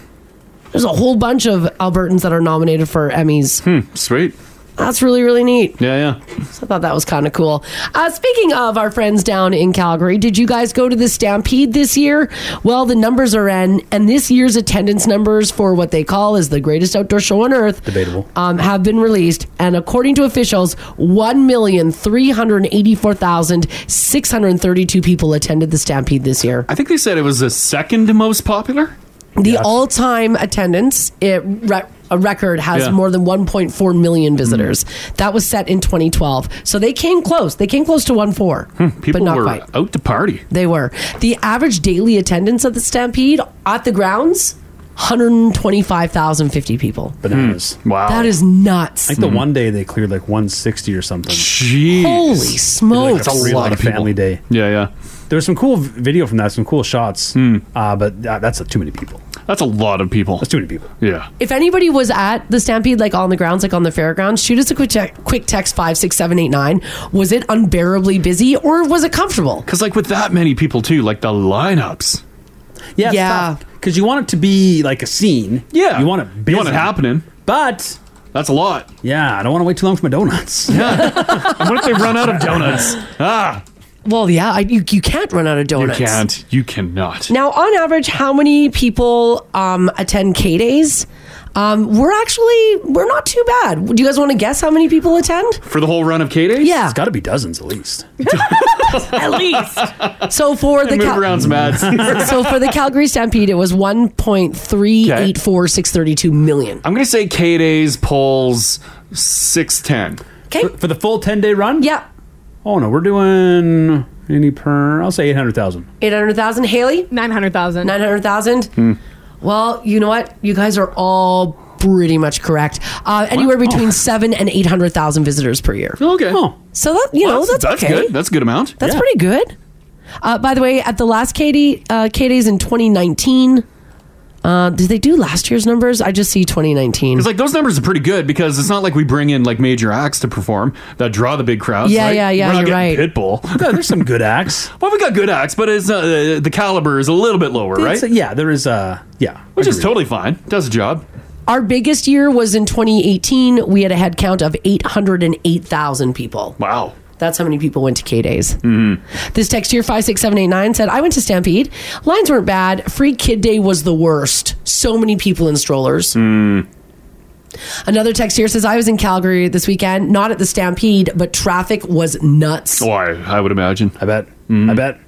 S4: There's a whole bunch of Albertans that are nominated for Emmys.
S3: Hmm. Sweet.
S4: That's really, really neat.
S3: Yeah, yeah.
S4: So I thought that was kind of cool. Uh, speaking of our friends down in Calgary, did you guys go to the Stampede this year? Well, the numbers are in, and this year's attendance numbers for what they call is the greatest outdoor show on earth
S5: Debatable.
S4: um, have been released, and according to officials, one million three hundred eighty-four thousand six hundred thirty-two people attended the Stampede this year.
S3: I think they said it was the second most popular.
S4: The all-time attendance it re- a record has
S3: Yeah.
S4: more than 1.4 million visitors.
S5: Hmm.
S4: That was set in 2012. So they came close. They came close to 1.4,
S5: Hmm,
S3: People
S4: but not
S3: were
S4: quite.
S3: out to party.
S4: They were. The average daily attendance at the Stampede at the grounds 125,050 people.
S5: Bananas.
S3: hmm, Wow. Hmm.
S4: That is nuts.
S5: Like Hmm. the one day they cleared like 160 or something.
S3: Jeez.
S4: Holy
S5: Like
S4: smokes.
S5: a free, like, family day.
S3: Yeah, yeah. Hmm.
S5: There was some cool v- video from that, some cool shots. Uh, but uh, that's uh, too many people.
S3: That's a lot of people.
S5: That's too many people.
S3: Yeah.
S4: If anybody was at the Stampede, like on the grounds, like on the fairgrounds, shoot us a quick, te- quick text 56789. Was it unbearably busy or was it comfortable?
S3: Because like with that many people too, like the lineups.
S5: Yeah, yeah. Because you want it to be like a scene.
S3: Yeah.
S5: You want it.
S3: You want it
S5: busy.
S3: happening.
S5: But
S3: that's a lot.
S5: Yeah, I don't want to wait too long for my donuts.
S3: Yeah. and what if they run out of donuts? Ah.
S4: Well, yeah, I, you, you can't run out of donuts.
S3: You can't. You cannot.
S4: Now, on average, how many people um, attend K days? Um, we're actually we're not too bad. Do you guys want to guess how many people attend?
S3: For the whole run of K days?
S4: Yeah. It's
S5: got to be dozens at least.
S4: At least. So for the
S3: Move
S4: Cal-
S3: around some ads.
S4: so for the Calgary Stampede, it was one point three eight four six thirty two million.
S3: I'm gonna say K days polls six ten.
S4: Okay.
S5: For the full 10 day run?
S4: Yeah.
S5: Oh, no, we're doing any per, I'll say 800,000.
S4: Eight hundred thousand. Haley. Nine hundred thousand. Nine hundred thousand.
S3: Hmm.
S4: Well, you know what? You guys are all pretty much correct. Uh, anywhere between seven and eight hundred thousand visitors per year.
S3: Okay.
S4: So that you know that's, okay.
S3: good. That's a good amount.
S4: That's pretty good. Uh, by the way, at the last KD, uh, KDs in 2019, uh, did they do last year's numbers? I just see 2019.
S3: It's like those numbers are pretty good because it's not like we bring in like major acts to perform that draw the big crowds.
S4: Yeah,
S3: right?
S4: yeah, yeah,
S3: We're not
S4: you're
S3: getting Pitbull.
S5: No, there's some good acts.
S3: Well, we got good acts, but it's uh, the caliber is a little bit lower,
S5: It's-
S3: right?
S5: yeah, there is. Uh, yeah,
S3: which is totally fine. Does a job.
S4: Our biggest year was in 2018. We had a head count of 808,000 people.
S3: Wow.
S4: That's how many people went to K Days. This text here, 56789, said, I went to Stampede. Lines weren't bad. Free Kid Day was the worst. So many people in strollers. Another text here says, I was in Calgary this weekend, not at the Stampede, but traffic was nuts.
S3: Oh, I, I would imagine.
S5: I bet. I bet.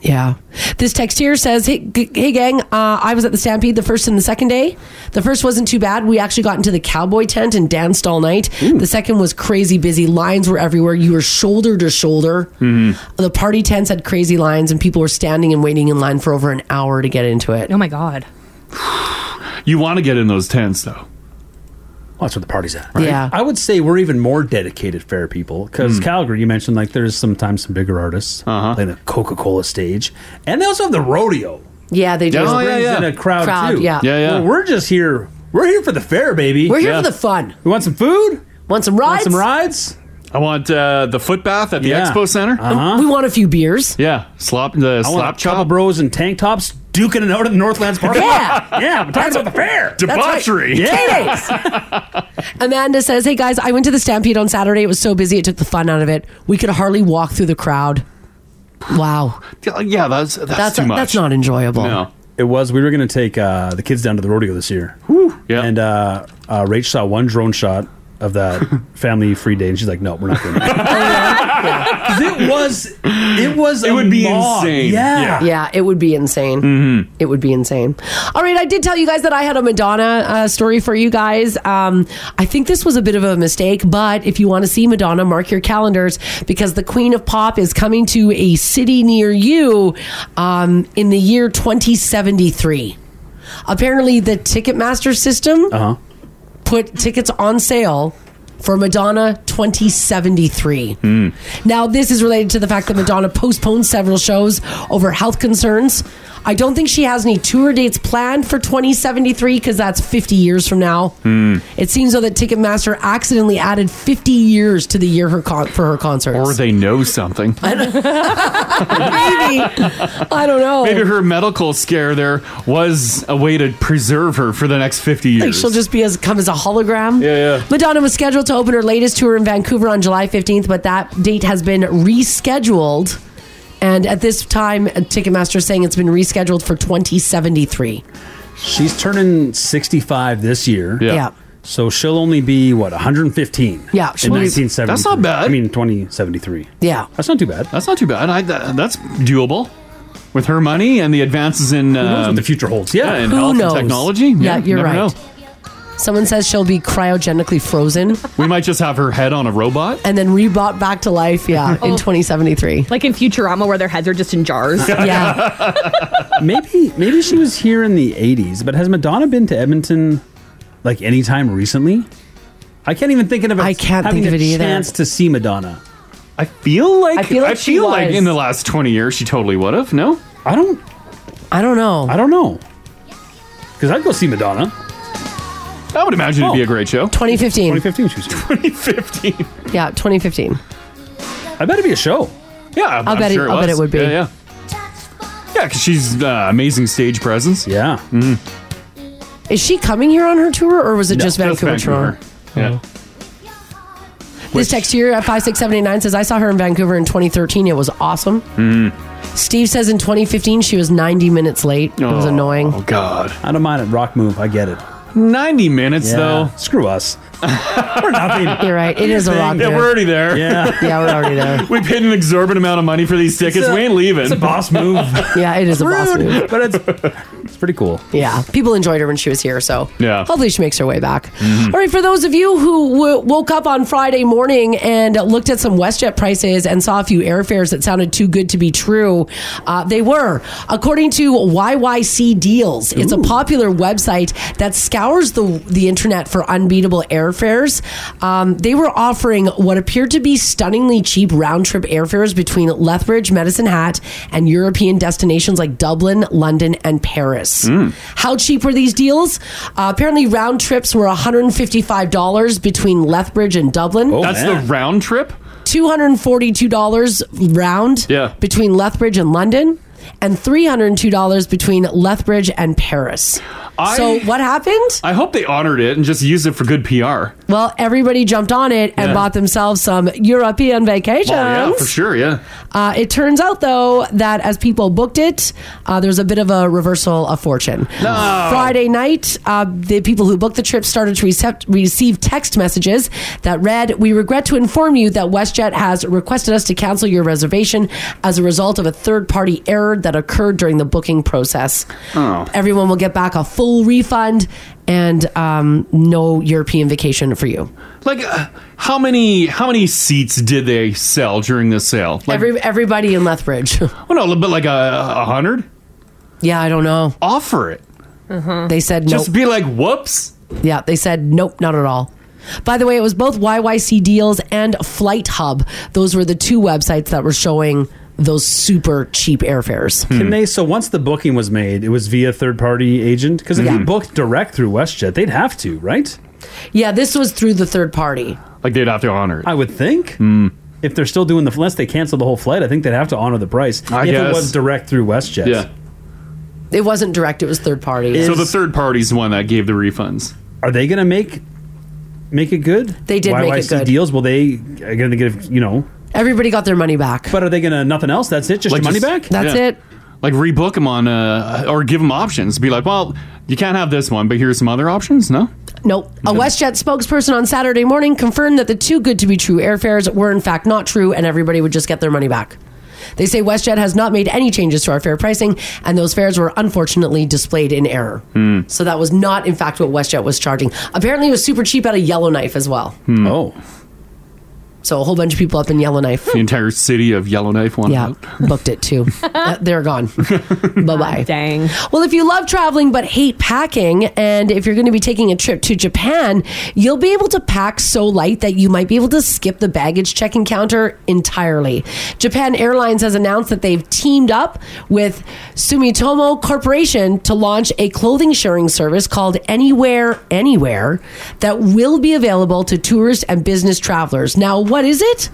S4: Yeah. This text here says, "Hey, g- hey gang, uh, I was at the Stampede the first and the second day. The first wasn't too bad. We actually got into the cowboy tent and danced all night. The second was crazy busy. Lines were everywhere. You were shoulder to shoulder.
S5: Hmm.
S3: Mm-hmm.
S4: The party tents had crazy lines, and people were standing and waiting in line for over an hour to get into it. Oh my god.
S3: You want to get in those tents though.
S5: Well, that's where the party's at.
S4: Yeah.
S5: I would say we're even more dedicated fair people because
S20: Mm.
S3: Hmm.
S5: Calgary, you mentioned like there's sometimes some bigger artists
S3: Uh-huh.
S5: playing the Coca Cola stage, and they also have the rodeo.
S4: Yeah, they do.
S5: Which brings in a crowd, too.
S4: Yeah,
S5: Well, we're just here. We're here for the fair, baby.
S4: We're here for the fun.
S5: We want some food.
S4: Want some rides?
S5: some rides?
S3: I want uh, the foot bath at the
S5: Yeah.
S3: expo center.
S5: Uh-huh.
S4: We want a few beers.
S3: Yeah, slop the
S5: I
S3: slop
S5: want a couple bros in tank tops duking it out at the Northlands Park.
S4: Yeah.
S5: yeah. I'm talking
S4: That's-
S5: about the fair.
S4: that's right. Debauchery.
S5: Yeah.
S4: Amanda says, "Hey guys, I went to the Stampede on Saturday. It was so busy, it took the fun out of it. We could hardly walk through the crowd. Wow.
S3: Yeah, that's that's,
S5: too much.
S4: That's not enjoyable.
S5: It was. We were going to take uh, the kids down to the rodeo this year. Yeah. And uh, uh, Rach saw one drone shot of that family free day, and she's like, "No, we're not going." it was. It was. It would be insane. Mm-hmm. Yeah.
S4: yeah, it would be insane. It would be insane. All right, I did tell you guys that I had a Madonna uh, story for you guys. Um, I think this was a bit of a mistake, but if you want to see Madonna, mark your calendars because the Queen of Pop is coming to a city near you um, in the year 2073. Apparently, the Ticketmaster system
S5: Uh huh.
S4: put tickets on sale for Madonna 2073. Now, this is related to the fact that Madonna postponed several shows over health concerns. I don't think she has any tour dates planned for 2073 because that's 50 years from now.
S3: Hmm.
S4: It seems though that Ticketmaster accidentally added 50 years to the year her con- for her concerts.
S3: Or they know something.
S4: Maybe. I don't know.
S3: Maybe her medical scare there was a way to preserve her for the next 50 years.
S4: Like she'll just be as come as a hologram.
S3: Yeah, yeah.
S4: Madonna was scheduled to open her latest tour in Vancouver on July 15th, but that date has been rescheduled. And at this time, Ticketmaster is saying it's been rescheduled for 2073.
S5: She's turning 65 this year.
S4: Yeah. Yeah.
S5: So she'll only be what 115.
S4: Yeah,
S5: In
S4: she'll be-
S5: 1973.
S4: That's not
S5: bad. I mean 2073.
S4: Yeah.
S5: That's not too bad.
S3: That's not too bad. I, that, that's doable with her money and the advances in
S5: knows what
S3: um,
S5: the future holds. Yeah.
S3: and
S4: Who
S3: health
S4: knows?
S3: and technology.
S4: Yeah, you're
S3: never
S4: right. Someone says she'll be cryogenically frozen
S3: We might just have her head on a robot.
S4: and then rebought back to life. Yeah, in 2073.
S6: Like in Futurama, where their heads are just in jars.
S4: Yeah.
S5: maybe maybe she was here in the 80s, but has Madonna been to Edmonton like anytime recently? I can't even think of it. I can't
S4: think of it either.
S5: Chance to see Madonna.
S3: I feel like
S4: I feel like she was.
S3: in the last 20 years she totally would have. No?
S5: I don't
S4: I don't know.
S5: I don't know. Cuz I'd go see Madonna. Oh.
S3: I would imagine it'd be a great show.
S4: 2015.
S5: 2015 she was here.
S3: 2015.
S4: Yeah, 2015.
S5: I bet it'd be a show.
S3: Yeah, I'm,
S4: I'll
S3: I'm
S4: bet it-
S3: sure
S4: I'll bet
S3: was.
S4: it would be.
S3: Yeah, yeah. Yeah, 'cause she's uh, amazing stage presence. Mm-hmm.
S5: Yeah. Oh.
S4: Is she coming here on her tour or was it just Vancouver tour?
S3: Yeah.
S4: This text here at 56789 says, I saw her in Vancouver in 2013. It was awesome.
S3: Hmm.
S4: Steve says in 2015, she was 90 minutes late. It was annoying.
S3: Oh God.
S5: I don't mind it. Rock move. I get it.
S3: 90 minutes
S5: Yeah.
S3: though.
S5: Screw us. We're nothing.
S4: You're right. It is a rock
S3: Yeah,
S4: move.
S3: we're already there.
S5: Yeah.
S4: Yeah, we're already there.
S3: we paid an exorbitant amount of money for these tickets.
S5: It's a-
S3: we ain't leaving.
S5: it's a boss move.
S4: Yeah, it is a boss
S5: Rude,
S4: move.
S5: but it's it's pretty cool.
S4: Yeah, people enjoyed her when she was here, so
S5: Yeah.
S4: hopefully she makes her way back. All right, for those of you who w- woke up on Friday morning and looked at some WestJet prices and saw a few airfares that sounded too good to be true, uh, they were. According to YYC Deals, it's a popular website that scours the the internet for unbeatable airfares. Um, they were offering what appeared to be stunningly cheap round trip airfares between Lethbridge, Medicine Hat, and European destinations like Dublin, London, and Paris. How cheap were these deals? Uh, apparently, round trips were $155 between Lethbridge and Dublin.
S3: Oh, That's the round trip?
S4: $242 round
S3: Yeah.
S4: between Lethbridge and London, and $302 between Lethbridge and Paris.
S3: I-
S4: so what happened?
S3: I hope they honored it and just used it for good PR.
S4: Well, everybody jumped on it and
S3: Yeah.
S4: bought themselves some European vacations.
S3: Well, yeah, for sure. Yeah.
S4: Uh, it turns out, though, that as people booked it, uh, there's a bit of a reversal of fortune. Friday night, uh, the people who booked the trip started to recept- receive text messages that read, "We regret to inform you that WestJet has requested us to cancel your reservation as a result of a third-party error that occurred during the booking process.
S3: Oh.
S4: Everyone will get back a full refund." And um, no European vacation for you.
S3: Like, uh, how many how many seats did they sell during this sale? Like,
S4: Every, everybody in Lethbridge.
S3: well, no, but like a, a hundred.
S4: Yeah, I don't know.
S3: Offer it.
S4: Uh-huh. They said
S3: Just
S4: nope.
S3: be like, whoops.
S4: Yeah, they said nope, not at all. By the way, it was both YYC Deals and Flight Hub. Those were the two websites that were showing those super cheap airfares.
S3: Hmm.
S5: Can they? So once the booking was made, it was via third party agent. Because
S3: Hmm.
S5: if you booked direct through WestJet, they'd have to, right?
S4: Yeah, this was through the third party.
S3: Like they'd have to honor it. Hmm.
S5: I would think. If they're still doing the unless they cancel the whole flight, I think they'd have to honor the price.
S3: I
S5: if
S3: guess.
S5: it was direct through WestJet,
S3: Yeah.
S4: It wasn't direct, it was third party.
S3: so the third party's the one that gave the refunds.
S5: Are they gonna make make it good?
S4: They did make it
S5: YYC
S4: good.
S5: deals. Well, they are gonna give you know.
S4: Everybody got their money back.
S5: But are they gonna nothing else? That's it. Just your money back.
S4: That's it.
S3: Like rebook them on, uh, or give them options. Be like, well, you can't have this one, but here's some other options. No.
S4: Nope. A WestJet spokesperson on Saturday morning confirmed that the two good to be true airfares were in fact not true and everybody would just get their money back. They say WestJet has not made any changes to our fare pricing and those fares were unfortunately displayed in error.
S3: Hmm.
S4: So that was not in fact what WestJet was charging. Apparently it was super cheap at a Yellowknife as well.
S3: Hmm.
S5: Oh.
S4: So a whole bunch of people up in Yellowknife.
S3: The entire city of Yellowknife wanted
S4: Yeah,
S3: out.
S4: booked it too. Uh, They're gone. bye bye. Dang. Well, if you love traveling but hate packing, and if you're going to be taking a trip to Japan, you'll be able to pack so light that you might be able to skip the baggage check encounter entirely. Japan Airlines has announced that they've teamed up with Sumitomo Corporation to launch a clothing sharing service called Anywhere Anywhere that will be available to tourists and business travelers. Now, what is it?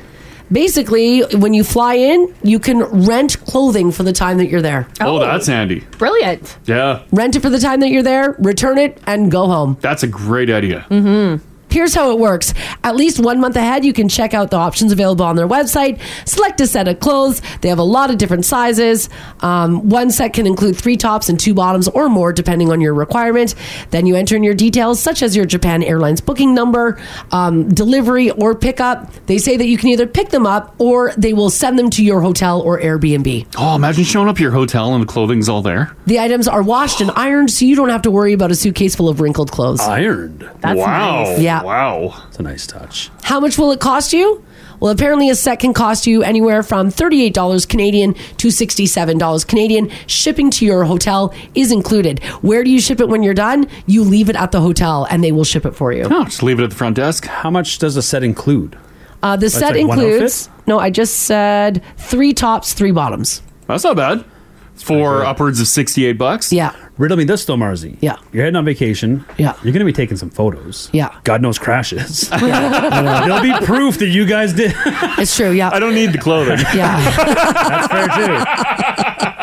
S4: Basically, when you fly in, you can rent clothing for the time that you're there.
S3: Oh, that's handy.
S4: Brilliant.
S3: Yeah,
S4: Rent it for the time that you're there, return it, and go home.
S3: that's a great idea.
S4: Mm-hmm. Here's how it works. At least one month ahead, you can check out the options available on their website. Select a set of clothes. They have a lot of different sizes. Um, one set can include three tops and two bottoms or more, depending on your requirement. Then you enter in your details, such as your Japan Airlines booking number, um, delivery, or pickup. They say that you can either pick them up or they will send them to your hotel or Airbnb.
S3: Oh, imagine showing up at your hotel and the clothing's all there.
S4: The items are washed and ironed, so you don't have to worry about a suitcase full of wrinkled clothes.
S5: Ironed.
S4: That's
S3: wow.
S4: nice. Yeah.
S3: Wow.
S5: It's a nice touch.
S4: How much will it cost you? Well, apparently a set can cost you anywhere from $38 Canadian to $67 Canadian. Shipping to your hotel is included. Where do you ship it when you're done? You leave it at the hotel and they will ship it for you.
S3: Oh, just leave it at the front desk.
S5: How much does a set include?
S4: Uh, the
S5: That's
S4: set
S5: like one
S4: includes, no, I just said three tops, three bottoms.
S3: That's not bad. For upwards of sixty-eight bucks.
S4: Yeah.
S5: Riddle me this, though, Marzi.
S4: Yeah.
S5: You're heading on vacation.
S4: Yeah.
S5: You're going to be taking some photos.
S4: Yeah.
S5: God knows crashes.
S4: Yeah.
S5: There'll be proof that you guys did.
S4: It's true. Yeah. I
S3: don't need the clothing.
S4: Yeah.
S5: That's fair too.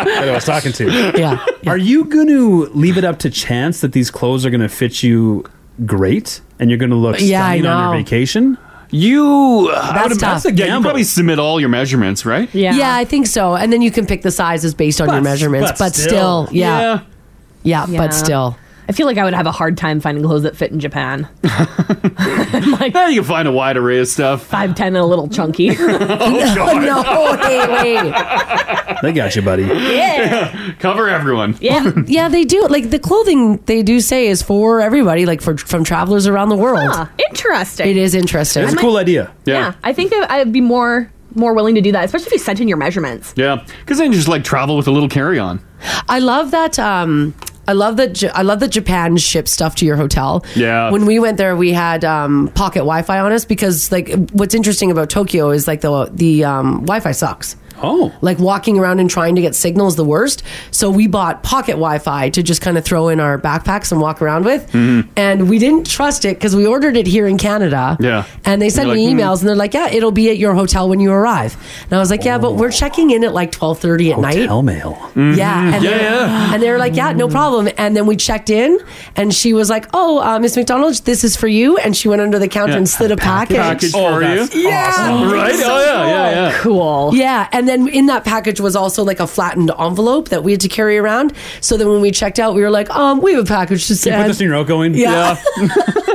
S5: That I was talking to.
S4: Yeah.
S5: Are you going to leave it up to chance that these clothes are going to fit you great and you're going to look
S4: Yeah, I
S5: stunning on
S4: know.
S5: your vacation?
S3: You uh,
S4: That's tough.
S3: Yeah, you probably submit all your measurements, right?
S4: Yeah. I think so. And then you can pick the sizes based on your measurements, but, still, yeah. yeah. but still.
S9: I feel like I would have a hard time finding clothes that fit in Japan.
S3: Yeah, you can find a wide array of stuff.
S9: Five ten and a little chunky.
S3: Oh, God.
S4: no, hey, wait.
S5: They got you, buddy.
S3: Yeah. Cover everyone.
S4: Yeah, yeah, they do. Like the clothing they do say is for everybody, like for from travelers around the world.
S9: Huh, interesting.
S4: It is interesting.
S5: It's a cool idea.
S9: Yeah. I think I- I'd be more more willing to do that, especially if you sent in your measurements.
S3: Yeah. Because then you just like travel with a little carry-on.
S4: I love that. Um, I love that. Ja- I love that Japan ships stuff to your hotel.
S3: Yeah.
S4: When we went there, we had um, pocket Wi-Fi on us because, like, what's interesting about Tokyo is like the the um, Wi-Fi sucks. Oh. Like walking around and trying to get signal is the worst. So we bought pocket Wi Fi to just kind of throw in our backpacks and walk around with. And we didn't trust it because we ordered it here in Canada.
S3: Yeah.
S4: And they sent
S3: You're
S4: me
S3: like, "Hmm."
S4: emails and they're like, yeah, it'll be at your hotel when you arrive. And I was like, yeah, but
S3: Oh.
S4: we're checking in at like 1230 at night. Hotel
S5: mail.
S3: Mm-hmm.
S4: Yeah. And
S5: Yeah,
S4: they-
S5: yeah.
S4: And they were like, yeah, no problem. And then we checked in and she was like, oh, uh, Miss McDonald, this is for you. And she went under the counter
S3: Yeah.
S4: and slid a package.
S3: Package
S9: Oh,
S3: for you.
S4: Yeah.
S3: Awesome. Right?
S4: So
S3: oh, yeah, yeah, yeah.
S4: Cool. Yeah, and then in that package was also like a flattened envelope that we had to carry around. So then when we checked out, we were like, um, we have a package to
S5: You put
S4: send.
S5: this in your outgoing?
S4: Yeah.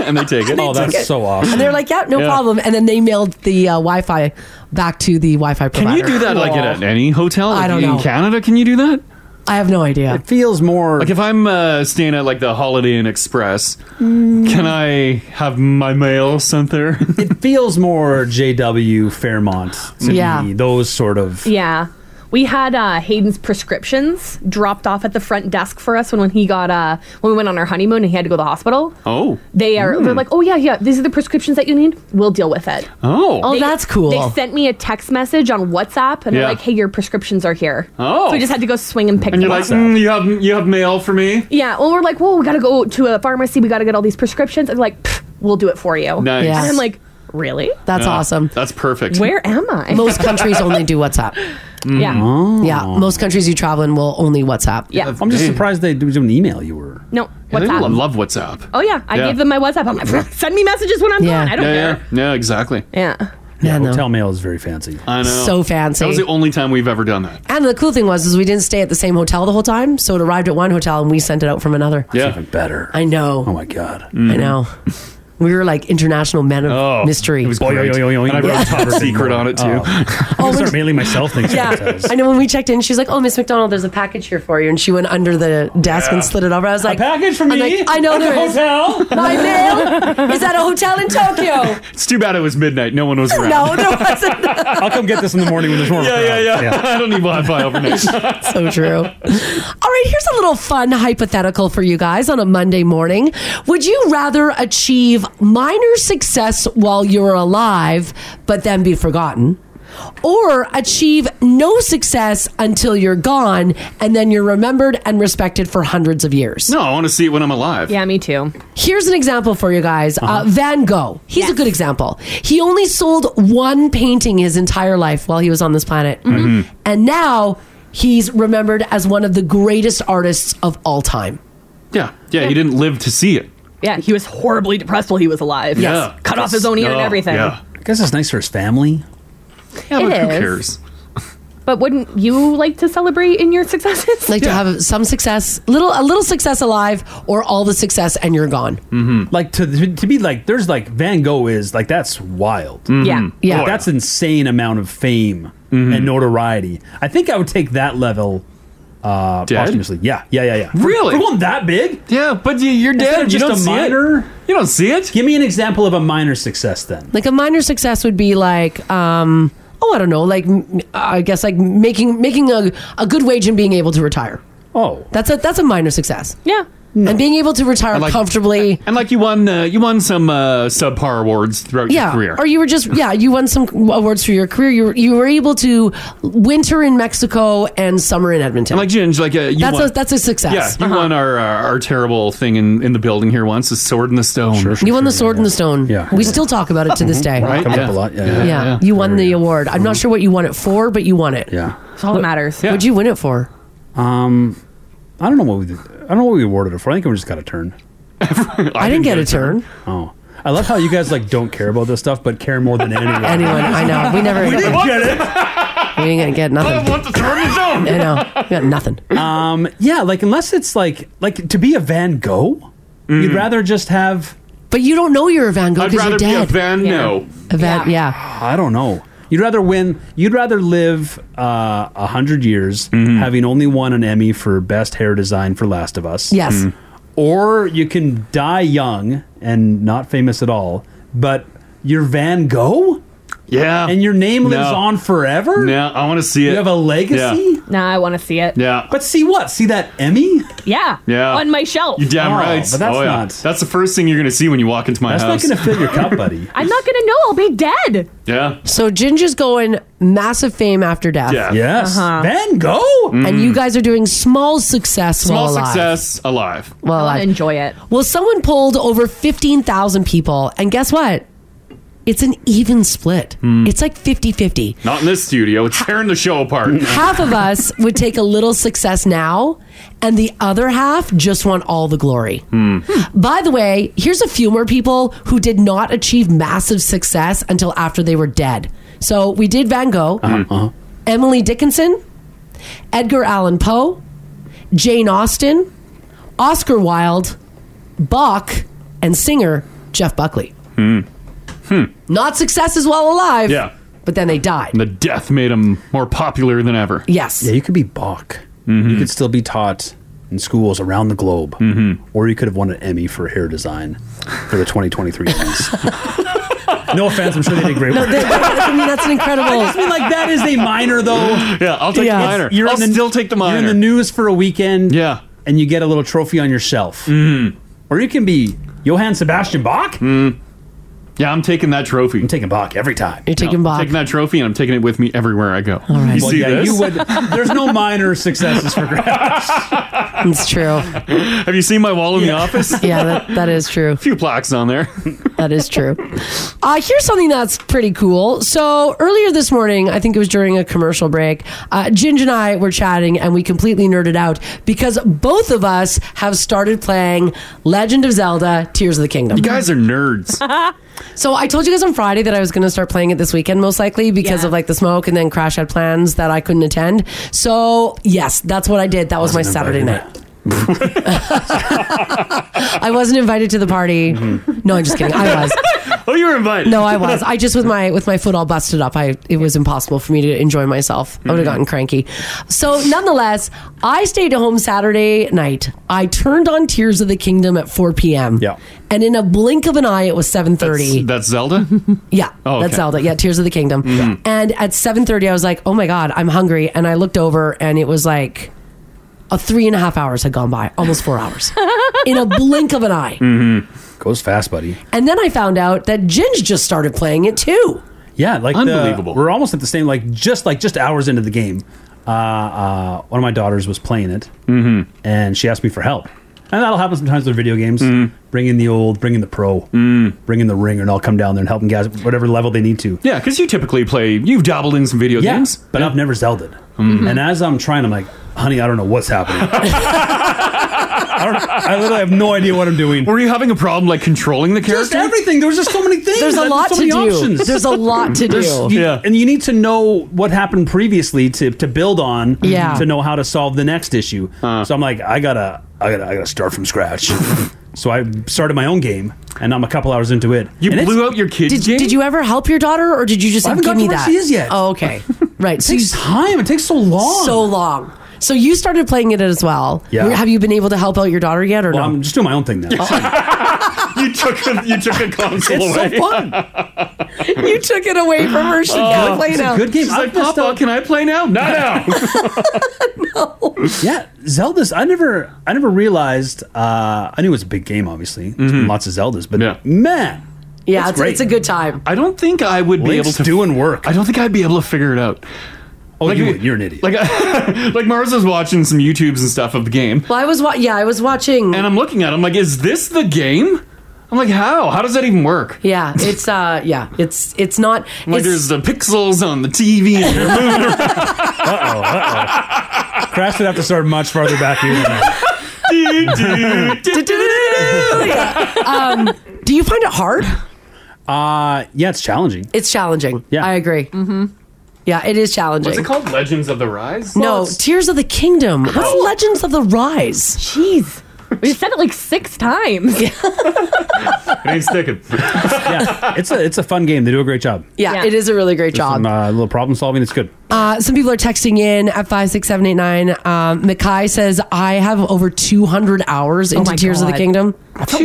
S3: and they take it.
S5: oh, that's
S4: Ticket.
S5: so awesome.
S4: And they're like, yeah, no
S3: Yeah.
S4: problem. And then they mailed the uh, Wi-Fi back to the Wi-Fi
S3: Can
S4: provider.
S3: you do that like at any hotel?
S4: I
S3: Like,
S4: don't
S3: in
S4: know.
S3: Canada, can you do that?
S4: I have no idea. It
S5: feels more
S3: like if I'm uh, staying at like the Holiday Inn Express.
S9: Mm.
S3: Can I have my mail sent there?
S5: it feels more JW Fairmont to
S9: Yeah.
S5: me. Those sort of.
S9: Yeah. We had uh, Hayden's prescriptions dropped off at the front desk for us when, when he got uh, when we went on our honeymoon and he had to go to the hospital.
S3: Oh.
S9: They are they're like, oh yeah, yeah, these are the prescriptions that you need. We'll deal with it.
S3: Oh.
S9: They-
S3: Oh, that's cool.
S9: They sent me a text message on WhatsApp and
S3: Yeah.
S9: they're like, hey, your prescriptions are here.
S3: Oh.
S9: so we just had to go swing and pick
S3: and you're
S9: them
S3: like,
S9: up.
S3: mm, you have you have mail for me.
S9: yeah. Well, we're like, well, we got to go to a pharmacy. We got to get all these prescriptions. And like, "Pfft, we'll do it for you.
S3: Nice.
S9: And I'm like, really?
S4: That's awesome.
S3: That's perfect. Mm.
S9: Where am I?
S4: Most countries only do WhatsApp.
S9: Yeah.
S3: Oh.
S4: Yeah, most countries you travel in will only WhatsApp.
S9: Yeah.
S5: I'm just surprised they didn't email you were.
S9: No.
S3: Yeah, they
S9: WhatsApp.
S3: lo- love WhatsApp.
S9: Oh yeah, I
S3: Yeah.
S9: gave them my WhatsApp. I'm like, send me messages when I'm gone. I don't
S3: yeah,
S9: care.
S3: Yeah, yeah, exactly.
S9: Yeah.
S4: Yeah,
S5: hotel mail is very fancy.
S3: I know.
S4: So fancy.
S3: That was the only time we've ever done that.
S4: And the cool thing was is we didn't stay at the same hotel the whole time, so it arrived at one hotel and we sent it out from another.
S3: Yeah. even
S5: better.
S4: I know.
S5: Oh my god.
S4: I know. We were like international men of
S5: Oh.
S3: Oh,
S4: mystery.
S5: It was great. And I wrote
S4: Yeah.
S5: top secret on it too. I'm
S9: Oh,
S5: gonna start mailing myself things.
S4: Yeah, I know. When we checked in, she's like, "Oh, Miss McDonald, there's a package here for you," and she went under the desk
S5: Yeah.
S4: and slid it over. I was like,
S5: package for
S4: I'm
S5: me?
S4: like, I know
S5: At the
S4: there is.
S5: hotel?
S4: My mail is at a hotel in Tokyo.
S3: Mm. It's too bad it was midnight. No one was around.
S4: No, there wasn't.
S5: I'll come get this in the morning when there's more.
S3: Yeah, yeah, yeah. I don't need Wi-Fi overnight.
S4: so true. All right, here's a little fun hypothetical for you guys on a Monday morning. Would you rather achieve minor success while you're alive, but then be forgotten? Or achieve no success until you're gone, and then you're remembered and respected for hundreds of years.
S3: No, I want to see it when I'm alive.
S9: Yeah, me too.
S4: Here's an example for you guys. uh Van Gogh. He's a good example. He only sold one painting his entire life while he was on this planet.
S9: Hmm. Mm-hmm.
S3: Mm-hmm.
S1: Mhm.
S4: And now he's remembered as one of the greatest artists of all time.
S3: Yeah, yeah. He didn't live to see it.
S9: Yeah, he was horribly depressed while he was alive.
S3: Yeah.
S9: Cut off his own ear and everything.
S5: I guess it's nice for his family.
S9: Yeah, It but who is. cares? But wouldn't you like to celebrate in your successes?
S4: Like to have some success, little a little success alive, or all the success and you're gone.
S5: Mm-hmm. Like to to be like, there's like Van Gogh is like that's wild.
S3: Mm-hmm.
S4: Yeah. Mhm.
S3: Oh,
S4: Yeah.
S5: Like, that's insane amount of fame and notoriety. I think I would take that level. Uh, posthumously. Yeah, yeah, yeah, yeah.
S3: Really?
S5: For one that big?
S3: Yeah, but you- you're
S5: Instead
S3: dead.
S5: of
S3: You
S5: just
S3: don't
S5: a
S3: see it.
S5: minor.
S3: You don't see it.
S5: Give me an example of a minor success then.
S4: Like a minor success would be like, um, oh, I don't know, like m- I guess like making making a, a good wage and being able to retire.
S5: Oh,
S4: that's a that's a minor success.
S9: Yeah,
S4: and being able to retire comfortably.
S3: And like you won, uh, you won some uh, subpar awards throughout
S4: yeah,
S3: your career.
S4: or you were just yeah, you won some awards for your career. You were, you were able to winter in Mexico and summer in Edmonton.
S3: And like Ginge, like uh, you
S4: that's
S3: won,
S4: a that's a success. Uh-huh.
S3: Yeah, you won our, uh, our our terrible thing in, in the building here once, the sword and the stone.
S4: you won the Sword and the Stone. Yeah. We still talk about it to this day.
S3: Right?
S4: Yeah. Yeah. You won the award. I'm not sure what you won it for, but you won it.
S5: Yeah.
S4: That's
S9: all that matters.
S4: What'd you win it for?
S5: Um, I don't know what we did. I don't know what we awarded it for. I think we just got a turn. I,
S4: didn't get a turn.
S5: Oh, I love how you guys like don't care about this stuff, but care more than anyone.
S4: Anyone, I know. We never- We didn't want
S5: it.
S4: We ain't gonna get nothing. I know. We got nothing.
S5: Um, yeah, like unless it's like like to be a Van Gogh,
S4: Mm.
S5: you'd rather just have.
S4: But you don't know you're a Van Gogh because you're dead. A Van, yeah.
S5: I don't know. You'd rather win. You'd rather live uh, a hundred years
S3: Mm-hmm.
S5: having only won an Emmy for best hair design for Last of Us.
S4: Yes.
S3: Mm-hmm.
S4: Mhm.
S5: Or you can die young and not famous at all, but you're Van Gogh.
S3: Yeah.
S5: And your name lives
S3: No.
S5: on forever?
S3: Yeah, I want to see it.
S5: You have a legacy?
S9: Nah, I want to see it.
S3: Yeah.
S5: But see what? See that Emmy?
S9: Yeah.
S3: Yeah.
S9: On my shelf.
S3: You damn right.
S5: but that's
S3: oh, yeah.
S5: not-
S3: That's the first thing you're going to see when you walk into my
S5: That's not
S3: house.
S5: gonna
S3: fill your cup, buddy.
S9: I'm not gonna know. I'll be dead.
S3: Yeah.
S4: So Ginger's going massive fame after death.
S3: Yeah. Yes.
S9: Uh-huh.
S5: Then go.
S4: And
S3: Mhm.
S4: you guys are doing small success
S3: Small
S4: while alive.
S3: success, alive.
S4: While alive.
S9: enjoy it.
S4: Well, someone pulled over 15,000 people, and guess what? It's an even split. It's like 50 50.
S3: Not in this studio. It's tearing the show apart.
S4: Half of us would take a little success now, and the other half just want all the glory.
S3: Hmm.
S4: By the way, here's a few more people who did not achieve massive success until after they were dead. So we did Van Gogh,
S3: Uh-huh,
S4: Emily Dickinson, Edgar Allan Poe, Jane Austen, Oscar Wilde, Bach, and singer Jeff Buckley.
S3: Hmm. Hmm.
S4: Not successes while alive,
S3: Yeah.
S4: but then they died.
S3: And the death made him more popular than ever.
S4: Yes.
S5: Yeah, you could be Bach. You could still be taught in schools around the globe. Or you could have won an Emmy for hair design for the 2023 Emmys. no offense, I'm sure they did great work.
S4: I mean, that's an incredible.
S5: I just mean like that is a minor though.
S3: Yeah, I'll take the minor. I'll still take the minor.
S5: You're in the news for a weekend.
S3: Yeah,
S5: and you get a little trophy on your shelf. Mm. Or you can be Johann Sebastian Bach.
S3: Yeah, I'm taking that trophy. I'm
S5: Mm. taking Bach every time.
S4: You're taking Bach.
S3: Taking that trophy and I'm taking it with me everywhere I go. You
S5: Well,
S3: see
S5: yeah,
S3: this?
S5: you would. There's no minor successes for grabs.
S4: It's true.
S3: Have you seen my wall in the office?
S4: Yeah, that, that is true. A
S3: few plaques on there.
S4: That is true. Uh, here's something that's pretty cool. So earlier this morning, I think it was during a commercial break, uh, Ginge and I were chatting and we completely nerded out because both of us have started playing Legend of Zelda: Tears of the Kingdom.
S3: You guys are nerds.
S4: so I told you guys on Friday that I was going to start playing it this weekend, most likely because of like the smoke, and then Crash had plans that I couldn't attend. So yes, that's what I did. That was my Saturday night. I wasn't invited to the party. No, I'm just kidding. I was.
S3: Oh, you were invited.
S4: No, I was. I just with my with my foot all busted up. I it was impossible for me to enjoy myself. I would have
S23: Mhm.
S3: Mm-hmm.
S4: gotten cranky. So nonetheless, I stayed at home Saturday night. I turned on Tears of the Kingdom at 4 p.m. Yeah, and in a blink of an eye, it was 7:30.
S3: That's Zelda?
S4: Yeah,
S3: Oh, okay.
S4: that's Zelda. Yeah, Tears of the Kingdom.
S3: Mhm.
S4: And at 7:30, I was like, "Oh my god, I'm hungry." And I looked over, and it was like a three and a half hours had gone by, almost four hours, in a blink of an eye.
S5: Mm-hmm. Goes fast, buddy.
S4: And then I found out that Ginge just started playing it too.
S5: Yeah, like the-
S4: Unbelievable.
S5: we're almost at the same. Like just like just hours into the game, uh, uh, one of my daughters was playing it,
S3: Mm-hmm.
S5: and she asked me for help. And that'll happen sometimes with video games. Bring in the old, bring in the pro, bring in the ringer, and I'll come down there and help them guys whatever level they need to.
S3: Yeah, because you typically play, you've dabbled in some video
S5: Yeah,
S3: games. Mm-hmm.
S5: but I've never Zelded. And as I'm trying, I'm like, honey, I don't know what's happening. I, don't, I literally have no idea what I'm doing.
S3: Were you having a problem like controlling the
S5: Just
S3: character?
S5: everything. There was just so many things.
S4: There's a
S5: and
S4: lot
S5: so
S4: to
S5: many
S4: do.
S5: Options.
S4: There's a lot to
S5: There's-
S4: do.
S5: you-
S4: Yeah.
S5: And you need to know what happened previously to, to build on.
S4: Yeah.
S5: To know how to solve the next issue.
S3: Uh.
S5: So I'm like, I gotta, I gotta, I gotta start from scratch. so I started my own game, and I'm a couple hours into it. You
S3: blew out your kids.
S4: Did, did you ever help your daughter, or did you just
S5: I haven't
S4: give me
S5: gotten to where
S4: that?
S5: she is yet.
S4: Oh, okay, right.
S5: It takes time. It takes so long.
S4: So long. So you started playing it as well.
S5: Yeah.
S4: Have you been able to help out your daughter yet, or
S5: Well,
S4: no? Oh.
S5: I'm just doing my own thing now.
S3: you took a, you took a console
S5: It's so
S3: away.
S5: fun.
S4: you took it away from her. She
S3: Oh,
S4: can't play
S3: it's a
S4: now.
S3: good game. She's like, "Papa, can I play now? No, no.
S5: yeah, Zelda's. I never, I never realized. Uh, I knew it was a big game, obviously. There's
S3: Mm-hmm.
S5: been lots of Zeldas, but man,
S4: Yeah,
S5: it's
S4: it's,
S5: great.
S4: it's a good time.
S3: I don't think I would be
S5: Link's
S3: able to
S5: doing work.
S3: I don't think I'd be able to figure it out.
S5: Oh, you would. You're an idiot.
S3: Like, like Mars was watching some YouTubes and stuff of the game,
S4: Well, I was wa- yeah, I was watching.
S3: and I'm looking at. It, I'm like, is this the game? I'm like, how? How does that even work?
S4: Yeah, it's uh, yeah, it's it's not.
S3: I'm like,
S4: it's-
S3: there's the pixels on the TV, and they're moving around.
S5: Crash would have to start much farther back here. Than that.
S4: um, do you find it hard?
S5: Uh, yeah, it's challenging.
S4: It's challenging. Yeah, I agree. Mm-hmm. Yeah, it is challenging.
S3: What's it called? Legends of the Rise?
S4: No, Tears of the Kingdom. What's Legends of the Rise?
S9: Jeez. We said it like six times.
S3: it ain't sticking.
S5: yeah, it's a, it's a fun game. They do a great job.
S4: Yeah, it is a really great
S5: There's
S4: job.
S5: Some, uh, little problem solving. It's good.
S4: Uh, some people are texting in at 56789. Um, Makai says, I have over 200 hours
S3: Oh
S4: into
S3: my
S4: Tears of the
S3: God.
S4: Kingdom.
S3: That's a lot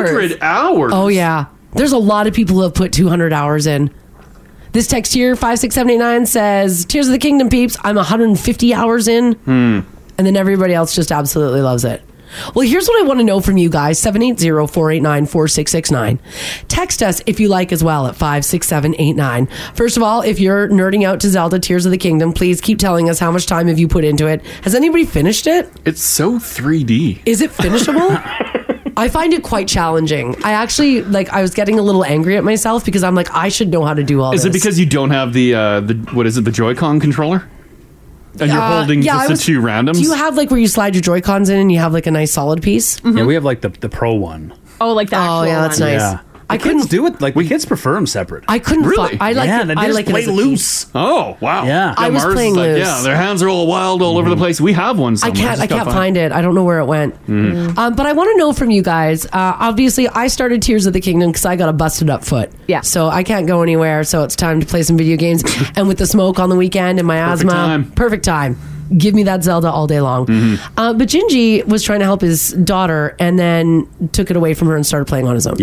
S3: of 200 hours. hours?
S4: Oh, yeah. There's a lot of people who have put 200 hours in. This text here, 56789, says, Tears of the Kingdom peeps, I'm 150 hours in.
S3: Hmm.
S4: And then everybody else just absolutely loves it. Well, here's what I want to know from you guys 780 489 4669. Text us if you like as well at 56789. First of all, if you're nerding out to Zelda Tears of the Kingdom, please keep telling us how much time have you put into it. Has anybody finished it?
S3: It's so 3D.
S4: Is it finishable? I find it quite challenging. I actually like I was getting a little angry at myself because I'm like I should know how to do all
S3: Is
S4: this.
S3: it because you don't have the uh, the what is it the Joy-Con controller? And you're
S4: Uh,
S3: holding
S4: yeah, I
S3: just
S4: was-
S3: the two randoms.
S4: Do you have like where you slide your Joy Cons in and you have like a nice solid piece?
S20: Yeah, we have like the, the pro one.
S9: Oh, like that.
S4: Mm-hmm. Oh yeah, that's nice.
S20: I couldn't do it. Like we kids prefer them separate.
S4: I couldn't.
S20: Really?
S4: fi- I like
S20: Yeah,
S4: it.
S20: then they
S4: I
S20: just
S4: like it
S20: play
S4: as a
S20: loose.
S4: piece.
S3: Oh wow!
S20: Yeah.
S4: I was
S3: Mars is
S4: playing
S3: like,
S4: loose. Mm.
S3: Yeah, their hands are all wild all over the place. We have one.
S4: I
S3: Somewhere.
S4: can't. I can't find it. I don't know where it went. Um, but I want to know from you guys. Uh, obviously, I started Tears of the Kingdom because I got a busted up foot. Yeah. So I can't go anywhere. So it's time to play some video games. and with the smoke on the weekend and my asthma,
S1: time.
S4: perfect time. Give me that Zelda all day
S22: Mm-hmm.
S4: long. Uh, but Jinji was trying to help his daughter and then took it away from her and started playing on his own.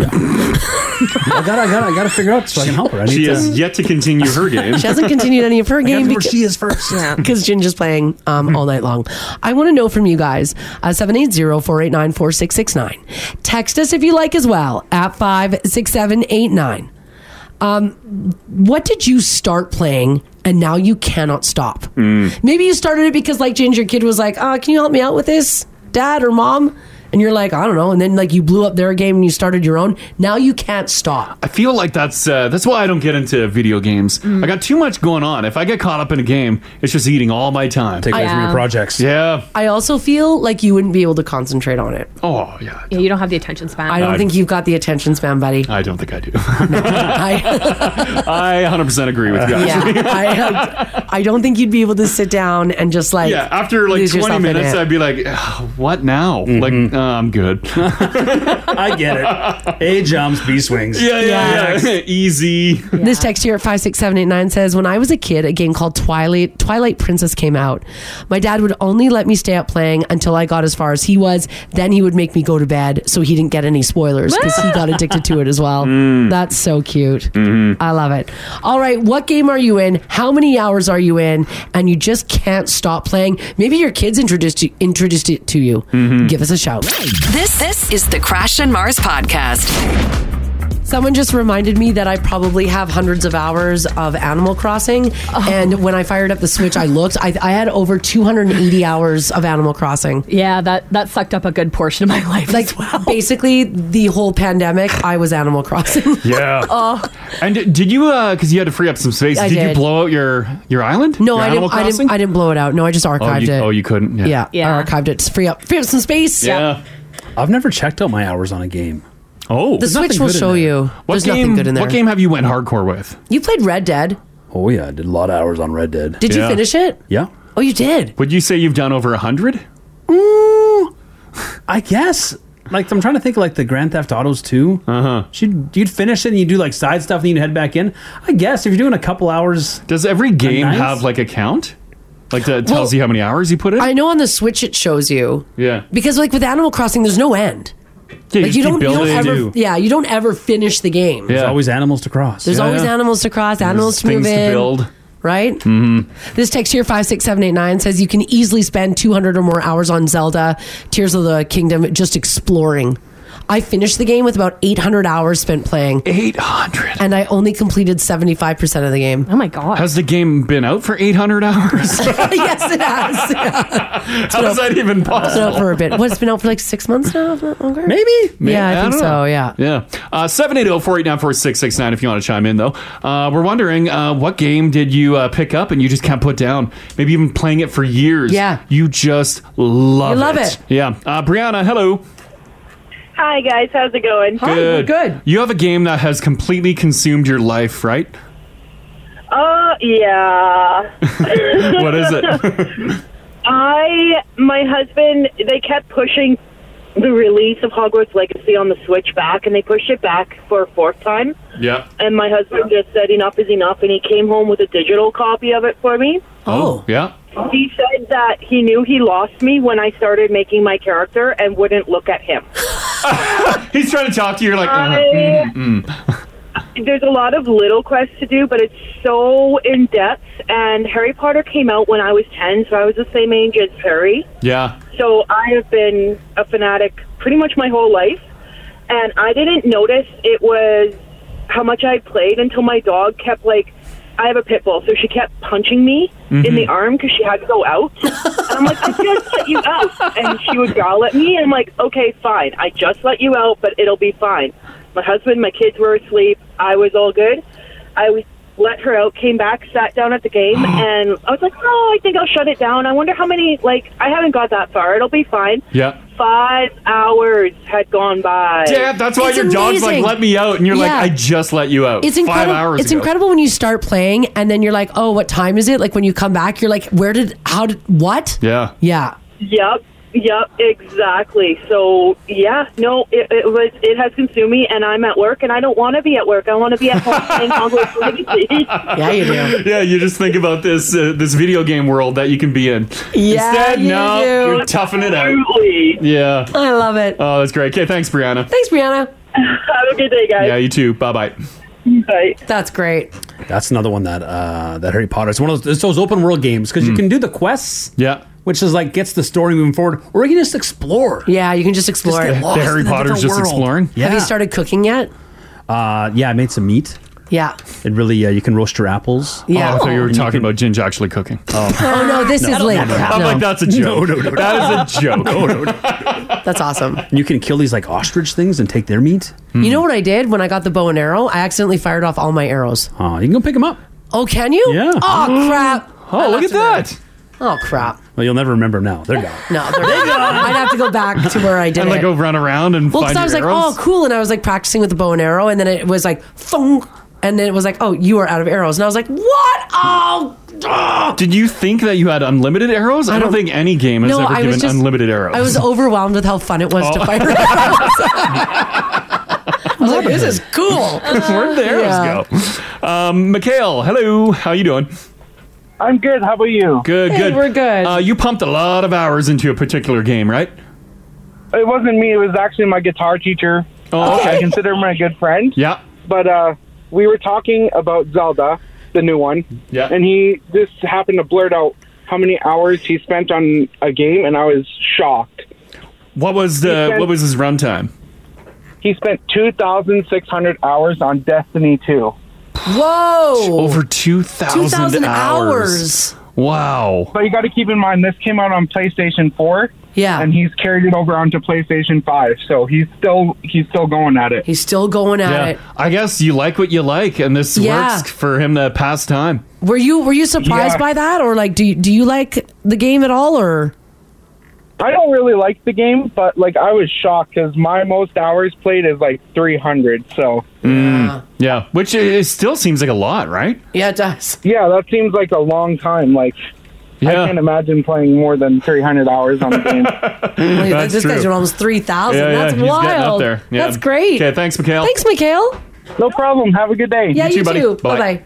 S20: I gotta, I gotta, I gotta figure out so I can help her. I need
S3: She
S20: to,
S3: has yet to continue her game.
S4: She hasn't continued any of her game.
S20: where she is first.
S4: Yeah. Because Ginger's playing um, all night long. I want to know from you guys. uh, 780 489 4669. Text us if you like as well at 56789. Um, what did you start playing and now you cannot stop?
S3: Hmm.
S4: Maybe you started it because like Ginger Kid was like, uh, can you help me out with this, dad or mom? And you're like, I don't know. And then like you blew up their game and you started your own. Now you can't stop.
S3: I feel like that's uh, that's why I don't get into video games.
S4: Mm.
S3: I got too much going on. If I get caught up in a game, it's just eating all my time.
S4: Take away from your Yeah. projects.
S3: Yeah.
S4: I also feel like you wouldn't be able to concentrate on it.
S3: Oh yeah.
S9: Yeah, you don't have the attention span.
S4: I don't think you've got the attention span, buddy.
S3: I don't think I do.
S4: I,
S3: I 100% agree with you. guys.
S4: yeah, I, I don't think you'd be able to sit down and just like
S3: yeah, after like
S4: lose
S3: 20
S4: yourself in
S3: minutes,
S4: it.
S3: I'd be like, "Ugh, what now? Like, uh, I'm good.
S20: Mm. I get it. A jumps, B swings.
S3: Yeah, yeah, yeah. Easy.
S4: This text here at 56789 says When I was a kid, a game called Twilight Twilight Princess came out. My dad would only let me stay up playing until I got as far as he was. Then he would make me go to bed so he didn't get any spoilers because he got addicted to it as well. That's so cute. I love it. All right, what game are you in? How many hours are you in? And you just can't stop playing. Maybe your kids introduced you, introduced it to you. Give us a shout.
S2: This this is the Crash and Mars podcast.
S4: Someone just reminded me that I probably have hundreds of hours of Animal Crossing.
S9: Oh.
S4: And when I fired up the Switch, I looked. I, I had over 280 hours of Animal Crossing.
S9: Yeah, that that sucked up a good portion of my life.
S4: Like, basically, the whole pandemic, I was Animal Crossing.
S3: Yeah.
S4: Oh.
S3: And did you, uh, because you had to free up some space,
S4: I
S3: did, you
S4: did.
S3: blow out your, your island?
S4: No,
S3: Your
S4: I
S3: Animal
S4: didn't, I
S3: Crossing?
S4: didn't. I didn't blow it out. No, I just
S3: oh,
S4: archived
S3: you,
S4: it.
S3: oh, you couldn't? Yeah.
S4: yeah. I archived it. to Free up, free up some space.
S20: I've never checked out my hours on a game.
S3: Oh,
S4: The Switch will show you.
S20: What
S4: There's
S20: game-
S4: nothing good in there.
S20: what game
S3: have you went hardcore with?
S4: You played Red Dead.
S20: Oh yeah, I did a lot of hours on Red Dead.
S4: Did you finish it?
S20: Yeah.
S4: Oh, you did.
S3: Would you say you've done over a hundred?
S20: I guess. Like I'm trying to think, like the Grand Theft Autos too. Uh
S3: Uh-huh.
S20: huh. You'd, you'd finish it and you do like side stuff and then you'd head back in. I guess if you're doing a couple hours.
S3: Does every game have like a count? Like that tells you how many hours you put in?
S4: I know on the Switch it shows you.
S3: yeah.
S4: Because like with Animal Crossing, there's no end.
S3: Yeah, you
S4: like
S3: just keep building.
S4: ever,
S3: You do.
S4: yeah, you don't ever finish the game.
S20: There's always animals to cross.
S4: There's always animals to cross, animals to move in, right?
S20: Mm-hmm.
S4: This text here five six seven eight nine says you can easily spend 200 or more hours on Zelda Tears of the Kingdom just exploring. I finished the game with about 800 hours spent playing.
S3: 800.
S4: And I only completed 75% of the game.
S9: Oh my god.
S3: Has the game been out for 800 hours?
S4: yes, it has.
S3: How is that even
S4: It's been
S3: possible?
S4: out for a bit. What, it's been out for like six months now, if not longer?
S3: Maybe.
S4: Yeah, I,
S3: don't
S4: think so.
S3: know.
S4: Yeah.
S3: Yeah. Uh, 780-489-4669 if you want to chime in, though. Uh, we're wondering, uh, what game did you uh, pick up and you just can't put down? Maybe you've been playing it for years.
S7: Yeah.
S3: You just
S7: You
S3: love it.
S7: love it.
S3: Yeah. Uh, Brianna, hello.
S7: Hi guys, how's it going?
S3: You have a game that has completely consumed your life, right?
S7: Uh, yeah.
S3: what is it?
S7: I, my husband, they kept pushing the release of Hogwarts Legacy on the Switch back, and they pushed it back for a fourth time.
S3: yeah.
S7: And my husband just said enough is enough, and he came home with a digital copy of it for me.
S3: Oh. Yeah.
S7: He said that he knew he lost me when I started making my character and wouldn't look at him.
S3: He's trying to talk to you. You're like, uh,
S7: I-
S3: uh-huh. mm, mm.
S7: there's a lot of little quests to do, but it's so in depth. And Harry Potter came out when I was 10, so I was the same age as Harry.
S3: Yeah.
S7: So I have been a fanatic pretty much my whole life. And I didn't notice it was how much I played until my dog kept, like, I have a pit bull, so she kept punching me in
S1: Mhm.
S7: the arm because she had to go out. and I'm like, I just let you out. And she would growl at me. And I'm like, okay, fine. I just let you out, but it'll be fine. My husband, my kids were asleep. I was all good. I was let her out, came back, sat down at the game, and I was like, oh, I think I'll shut it down. I wonder how many, like, I haven't got that far. It'll be fine.
S3: Yeah.
S7: Five hours had gone by.
S3: Yeah, that's why
S4: It's
S3: your dog's like,
S4: amazing.
S3: let me out. And you're
S4: Yeah.
S3: like, I just let you out.
S4: It's
S3: Oh, Five
S4: incredible.
S3: hours
S4: it's
S3: ago.
S4: incredible when you start playing and then you're like, oh, what time is it? Like when you come back, you're like, where did, how did, what?
S3: Yeah.
S4: Yeah.
S7: Yep. Yep, exactly. So, yeah, no, it, it was it has consumed me, and I'm at work, and I don't want to be at work. I want to be at home playing Hogwarts Legacy.
S4: yeah, you do.
S3: yeah, you just think about this uh, this video game world that you can be in.
S4: Yeah,
S3: Instead,
S4: you
S3: no,
S4: do.
S3: you're toughing it out.
S7: Absolutely.
S3: Yeah.
S4: I love it.
S3: Oh, that's great. Okay, thanks, Brianna.
S4: Thanks, Brianna.
S7: Have a good day, guys.
S3: Yeah, you too. Bye bye.
S7: Bye.
S4: That's great.
S20: That's another one that uh, that Harry Potter. It's one of those, it's those open world games because you can do the quests.
S3: Mm. Yeah.
S20: Which is like gets the story moving forward, or you can just explore.
S4: Yeah, you can just explore.
S20: get lost in a different world. Yeah.
S4: Have you started cooking yet?
S20: Uh, yeah, I made some meat.
S4: Yeah.
S20: It really uh, you can roast your apples.
S4: Yeah. Oh, I thought you were
S20: And
S3: talking about Ginge actually cooking.
S4: Oh, no, this is later.
S20: I'm
S4: No.
S20: like that's a joke.
S4: No, no, no, no.
S3: That is a joke.
S20: No, no, no.
S4: That's awesome.
S20: You can kill these like ostrich things and take their meat.
S4: You know what I did when I got the bow and arrow? I accidentally fired off all my arrows.
S20: Oh, you can go pick them up.
S4: Oh, can you? Yeah. Oh, crap. I
S20: look at
S4: left them there. Oh, crap.
S20: Well, you'll never remember them now. They're gone.
S4: No, they're I'd have to go back to where I did
S3: And like
S4: it.
S3: go run around and
S4: Well,
S3: find
S4: because I was
S3: your
S4: like,
S3: arrows.
S4: oh, cool. And I was like practicing with the bow and arrow. And then it was like, thunk. And then it was like, oh, you are out of arrows. And I was like, what? Oh,
S3: Did you think that you had unlimited arrows? I, don't, think any game has
S4: No,
S3: ever
S4: I was
S3: given
S4: just-
S3: unlimited arrows.
S4: I was overwhelmed with how fun it was to fire arrows. I was like, this is cool.
S3: Where'd the arrows go? Um, Mikhail, hello. How you doing?
S8: I'm good. How about you?
S3: Good,
S8: Hey,
S3: good.
S8: we're good.
S3: Uh, you pumped a lot of hours into a particular game, right?
S8: It wasn't me. It was actually my guitar teacher.
S3: Oh, okay.
S8: I consider him a good friend.
S3: Yeah.
S8: But uh, we were talking about Zelda, the new one.
S3: Yeah.
S8: And he just happened to blurt out how many hours he spent on a game, and I was shocked.
S3: What was the
S8: Because-
S3: what was his runtime?
S8: He spent 2,600 hours on Destiny 2.
S4: Whoa!
S3: Over two thousand hours. Wow.
S8: But you got to keep in mind, this came out on PlayStation 4.
S4: Yeah.
S8: And he's carried it over onto PlayStation 5, so he's still he's still going at it.
S4: He's still going at it.
S3: I guess you like what you like, and this
S4: Yeah.
S3: works for him to pass time.
S4: Were you were you surprised
S8: Yeah.
S4: by that, or like do you, do you like the game at all, or
S8: I don't really like the game, but like I was shocked because my most hours played is like 300. So
S3: Mm, yeah. Which i- it still seems like a lot, right?
S4: yeah, it does.
S8: Yeah, that seems like a long time. Like I can't imagine playing more than 300 hours on the game.
S4: Like, this guy's almost three thousand?
S8: Yeah, yeah,
S4: That's
S8: he's getting
S4: wild.
S8: up there. Yeah.
S4: That's great.
S8: Okay,
S3: thanks, Mikhail.
S4: Thanks, Mikhail.
S8: No problem. Have a good day.
S4: Yeah,
S8: You too,
S4: you,
S8: buddy.
S4: too.
S8: Bye.
S4: Bye bye.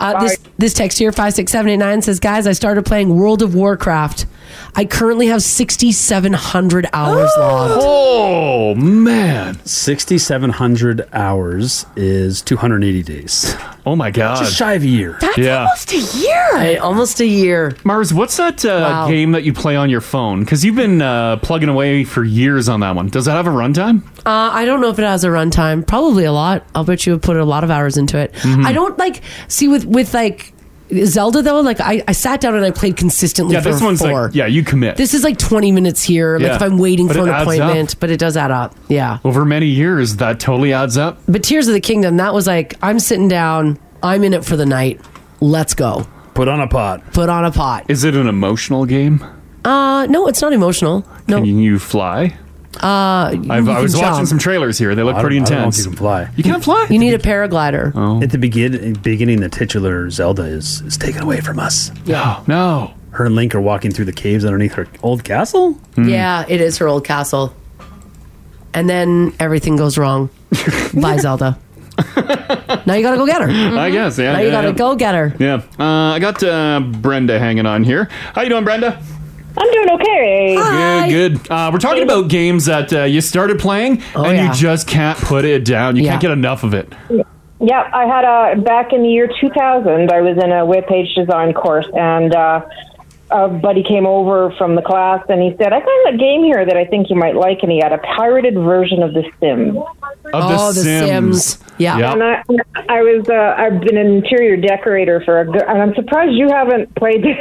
S4: Uh, this this text here five six seven eight nine says, guys, I started playing World of Warcraft. I currently have sixty seven hundred hours logged.
S3: Oh man,
S20: sixty-seven hundred hours is two hundred eighty days.
S3: Oh my god,
S20: just shy of a year.
S4: That's
S3: Yeah.
S4: almost a year. almost a year.
S3: Mars, what's that uh,
S4: Wow.
S3: game that you play on your phone? Because you've been uh, plugging away for years on that one. Does that have a runtime?
S4: Uh, I don't know if it has a runtime. Probably a lot. I'll bet you would put a lot of hours into it.
S3: Mhm.
S4: I don't like see with with like Zelda though. Like I, I sat down and I played consistently.
S3: Yeah,
S4: for
S3: this one's
S4: four.
S3: like yeah, you commit.
S4: This is like twenty minutes here. Like
S3: Yeah.
S4: if I'm waiting
S3: But
S4: for
S3: it
S4: an
S3: adds up.
S4: appointment, but it does add up. Yeah.
S3: over many years. That totally adds up.
S4: But Tears of the Kingdom, that was like I'm sitting down. I'm in it for the night. Let's go.
S20: Put on a pot.
S4: Put on a pot.
S3: Is it an emotional game?
S4: Uh, no, it's not emotional. No.
S3: Can you fly?
S4: Uh,
S3: I've,
S4: you
S3: I
S4: can
S3: was watching
S4: jump.
S3: some trailers here. They look
S20: I
S3: pretty
S20: don't- I don't know if
S3: intense.
S20: you can fly.
S3: You Oh. can't fly.
S4: You need a paraglider.
S20: At the begin, beginning, the titular Zelda is is taken away from us.
S4: Yeah.
S3: No.
S20: Her and Link are walking through the caves underneath her old castle.
S5: Hmm.
S3: Hmm.
S4: Yeah, it is her old castle. And then everything goes wrong. Bye, Zelda. now you gotta go get her.
S3: I guess, yeah,
S4: Now you
S3: yeah,
S4: gotta
S3: yeah.
S4: go get her.
S3: Yeah, uh, I got uh, Brenda hanging on here. How you doing, Brenda?
S24: I'm doing okay.
S3: Good, good. Uh, we're talking about games that uh, you started playing and
S24: Oh, yeah.
S3: you just can't put it down. You can't get enough of it.
S24: Yeah, I had a back in the year 2000. I was in a web page design course, and uh, a buddy came over from the class, and he said, "I found a game here that I think you might like," and he had a pirated version of The Sims.
S3: Of The Oh, The Sims. Sims. Yeah. Yep.
S24: And I, I was, uh, I've been an interior decorator for a, good- and I'm surprised you haven't played this.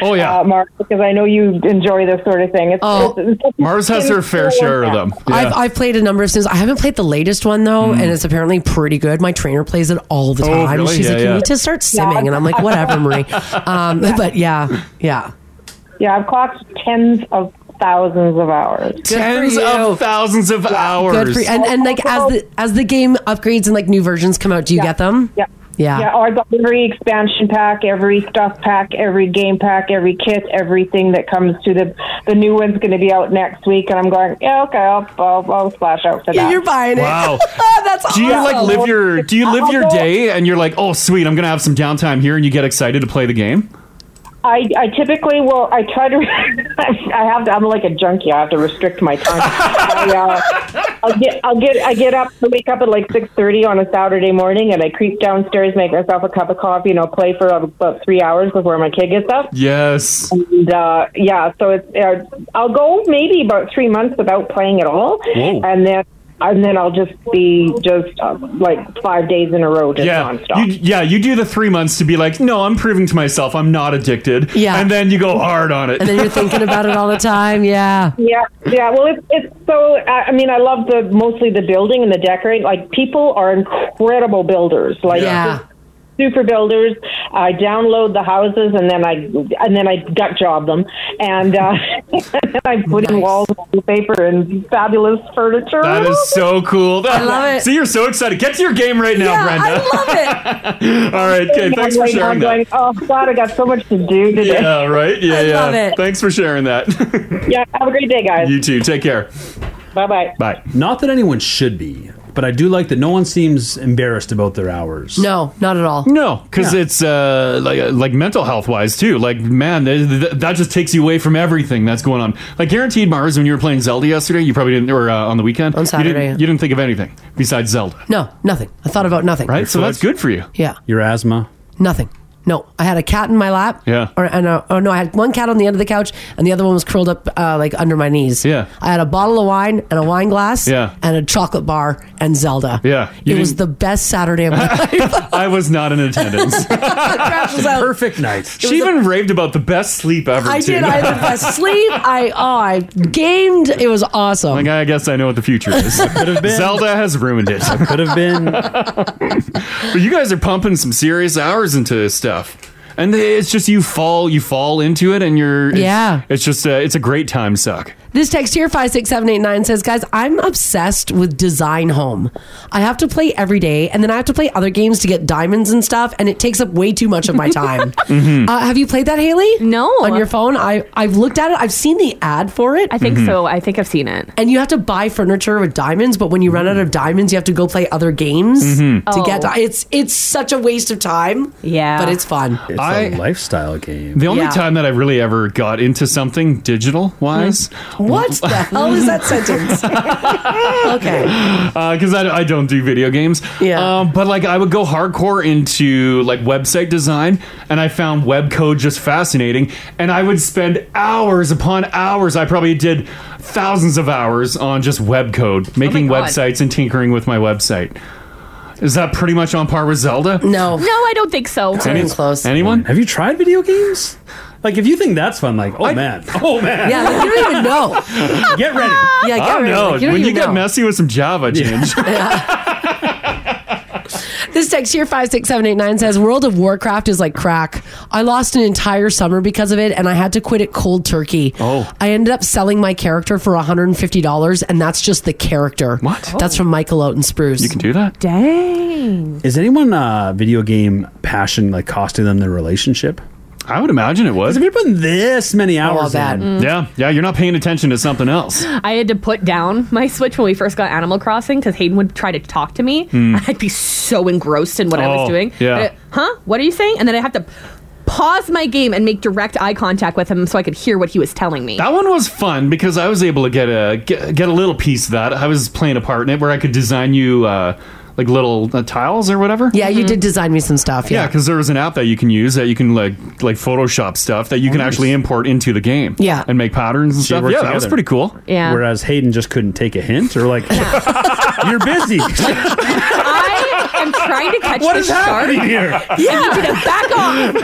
S24: Oh yeah, uh, Mark, because I know you enjoy this sort of thing. It's,
S4: Oh.
S24: it's, it's,
S3: Mars has her fair share of them. Hmm.
S4: I've, I've played a number of Sims. I haven't played the latest one though, and it's apparently pretty good. My trainer plays it all the
S3: Oh,
S4: time.
S3: really?
S4: She's
S3: Yeah,
S4: like, "You
S3: yeah.
S4: need to start simming," and I'm like, "Whatever, Marie." Um, But yeah, yeah.
S24: yeah, I've clocked tens of thousands of hours.
S3: Tens of thousands of hours.
S4: Good for you. And, and like as the as the game upgrades and like new versions come out, do you get them? Yeah. Yeah.
S24: Yeah, oh, I got every expansion pack, every stuff pack, every game pack, every kit, everything that comes to the the new one's going to be out next week, and I'm going, yeah, okay, I'll, I'll, I'll splash out for that.
S4: You're buying
S3: Wow.
S4: That's
S3: do you like
S24: awesome.
S3: live your do you live your day and you're like, "Oh, sweet, I'm going to have some downtime here," and you get excited to play the game?
S24: I, I typically will. I try to. I have to. I'm like a junkie. I have to restrict my time. I, uh, I'll get. I'll get. I get up. I wake up at like six thirty on a Saturday morning, and I creep downstairs, make myself a cup of coffee, and I'll play for about three hours before my kid gets up.
S3: Yes.
S24: And uh, yeah, so it's uh, I'll go maybe about three months without playing at all,
S3: Whoa.
S24: and then and then I'll just be just uh, like five days in a row just
S3: yeah.
S24: nonstop.
S3: You, yeah, you do the 3 months to be like, "No, I'm proving to myself I'm not addicted."
S24: Yeah.
S3: And then you go hard on it.
S24: And then you're thinking about
S4: About it all the time. Yeah.
S24: Yeah, yeah. Well, it's it's so. I I mean, I love the mostly the building and the decorating. Like people are incredible builders. Like
S4: Yeah.
S24: super builders. I download the houses and then I and then I gut job them and uh, and then I put in walls of wallpaper and fabulous furniture.
S3: That is so cool.
S24: I love it.
S3: See, you're so excited. Get to your game right now,
S24: Yeah,
S3: Brenda. I love it. All right, okay.
S24: And I'm
S3: Thanks for
S24: like-
S3: sharing
S24: I'm
S3: that.
S24: going, oh God, I got so much to do today.
S3: Yeah, right? Yeah,
S24: I
S3: yeah.
S24: love it.
S3: Thanks for sharing that.
S24: Yeah. Have a great day, guys.
S3: you too. Take care.
S24: Bye bye.
S3: Bye.
S20: Not that anyone should be, but I do like that no one seems embarrassed about their hours.
S4: No, not at all.
S3: No, because it's uh, like like mental health wise too. Like man, th- th- that just takes you away from everything that's going on. Like guaranteed, Mars. When you were playing Zelda yesterday, you probably didn't, or uh, on the weekend on
S4: Saturday,
S3: you didn't,
S4: yeah.
S3: you didn't think of anything besides Zelda,
S4: No, nothing. I thought about nothing.
S3: right? So that's good for you.
S4: Yeah.
S20: Your asthma.
S4: Nothing. No, I had a cat in my lap.
S3: Yeah.
S4: Or and uh oh no, I had one cat on the end of the couch, and the other one was curled up uh, like under my knees.
S3: Yeah.
S4: I had a bottle of wine and a wine glass.
S3: Yeah.
S4: And a chocolate bar and Zelda.
S3: Yeah,
S4: it was the best Saturday of my life.
S3: I was not in attendance.
S20: Perfect night.
S3: she even raved about the best sleep ever.
S4: I
S3: too.
S4: did. I had the best sleep. I oh, I gamed. It was awesome.
S3: Like I guess I know what the future is.
S20: Could have been.
S3: Zelda has ruined it.
S20: Could have been.
S3: But you guys are pumping some serious hours into this stuff, and it's just you fall you fall into it, and you're it's,
S4: Yeah.
S3: It's just a, it's a great time suck.
S4: This text here, 56789, says, Guys, I'm obsessed with Design Home. I have to play every day, and then I have to play other games to get diamonds and stuff, and it takes up way too much of my time.
S20: Mm-hmm.
S2: Mhm.
S4: uh, have you played that, Haley? No. On your phone? I, I've looked at it, I've seen the ad for it. I
S20: Mm-hmm.
S9: think Mhm. so.
S4: I think I've seen it. And you have to buy furniture with diamonds, but when you run out of diamonds, you have to go play other games
S20: Mhm.
S4: to get
S20: Oh.
S4: di- It's It's such a waste of time. Yeah. But it's fun.
S20: It's a lifestyle game.
S3: The only
S4: Yeah.
S3: time that I really ever got into something digital
S4: Mm-hmm.
S3: wise,
S4: What the hell is that sentence? okay.
S3: because Uh, I, I don't do video games. Yeah. Um, but like I would go hardcore into like website design, and I found web code just fascinating, and I would spend hours upon hours. I probably did thousands of hours on just web code, making
S9: God.
S3: websites and tinkering with my website. Is that pretty much on par with Zelda?
S4: No.
S9: No, I don't think so.
S3: Anyone?
S20: Have you tried video games? Like, if you think that's fun, like, oh man, oh man,
S4: Yeah, like, you don't even know.
S20: get ready.
S4: Yeah, get
S3: oh,
S4: ready.
S3: No.
S4: Like, you don't
S3: when you
S4: even
S3: get
S4: know.
S3: messy with some Java change.
S4: This text here, 56789, says World of Warcraft is like crack. I lost an entire summer because of it, and I had to quit it cold turkey. Oh. I ended up selling my character for $150, and that's just the character. What? That's from Michael Oten Spruce. You
S3: can do that?
S4: Dang.
S20: Is anyone uh, video game passion like costing them their relationship?
S3: I would imagine it was.
S20: If you're putting this many hours
S9: that.
S20: in,
S9: Mm.
S3: Yeah, yeah, you're not paying attention to something else.
S9: I had to put down my Switch when we first got Animal Crossing because Hayden would try to talk to me.
S3: Hmm.
S9: and I'd be so engrossed in what I
S3: Oh,
S9: was doing.
S3: yeah.
S9: that it- huh? What are you saying? And then I have to pause my game and make direct eye contact with him so I could hear what he was telling me.
S3: That one was fun because I was able to get a get, get a little piece of that. I was playing a part in it where I could design you uh, like little uh, tiles or whatever.
S4: Yeah,
S9: Mm-hmm.
S4: you did design me some stuff.
S3: Yeah, because there is an app that you can use that you can like like Photoshop stuff that you can actually import into the game.
S4: Yeah.
S3: and make patterns and
S25: See, it
S3: stuff.
S25: works
S3: Yeah, that was
S25: together.
S3: pretty cool.
S9: Yeah.
S25: Whereas Hayden just couldn't take a hint or like, you're busy.
S9: I am trying to catch
S25: What
S9: the
S25: is
S9: shark.
S25: happening here?
S9: I need you to back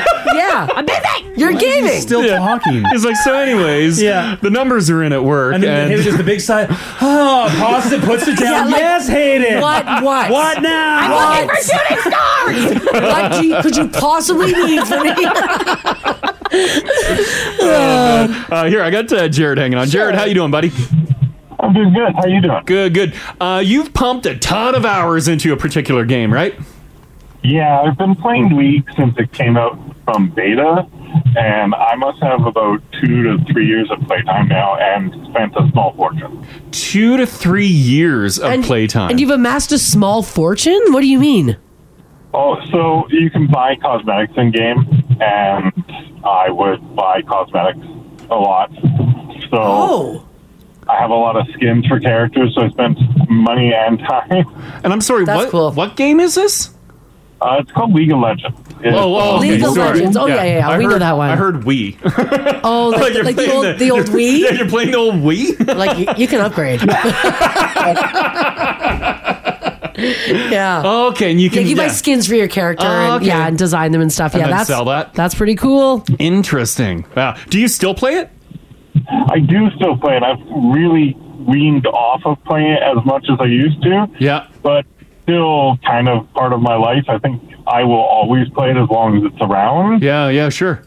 S9: off.
S4: Yeah.
S9: I'm busy.
S4: You're
S9: gaming.
S25: Still talking.
S3: He's like, so anyways, yeah. the numbers are in at work. And,
S5: And then Hayden does the
S3: big sigh.
S5: Oh, pauses it, puts it down.
S4: Yeah, like,
S5: yes, Hayden.
S4: what- what?
S5: What now?
S4: I'm looking for
S9: shooting stars.
S4: what do you, could you possibly need from me?
S3: uh, here, I got uh, Jared hanging on. Jared, how you doing, buddy? I'm doing good. How you doing? Good, good. Uh, you've pumped a ton of hours into a particular game, right?
S1: Yeah, I've been playing League since it came out from beta, and I must have about two to three years of playtime now and spent a small fortune.
S3: Two to three years of playtime.
S4: and you've amassed a small fortune? What do you mean?
S1: Oh, so you can buy cosmetics in game, and I would buy cosmetics a lot. So
S3: Oh.
S1: I have a lot of skins for characters, so I spent money and time.
S3: And I'm sorry, That's what- cool. what game is this?
S1: Uh, it's called League of Legends. It's-
S3: Whoa, whoa, Oh, okay, sorry. I heard- I heard we.
S4: Oh, like,
S3: you're
S4: like the
S3: playing
S4: old the, old
S3: you're-
S4: Wii.
S3: Yeah, you're playing the old Wii.
S4: like you, you can upgrade. yeah.
S3: Okay, and you can
S4: yeah, you buy
S3: yeah.
S4: skins for your character,
S3: Oh,
S4: and,
S3: okay.
S4: yeah, and design them and stuff.
S3: And
S4: yeah,
S3: then
S4: that's
S3: sell that?
S4: That's pretty cool.
S3: Interesting. Wow. Do you still play it?
S1: I do still play it. I've really weaned off of playing it as much as I used to.
S3: Yeah.
S1: But still kind of part of my life. I think I will always play it as long as it's around.
S3: Yeah, yeah, sure.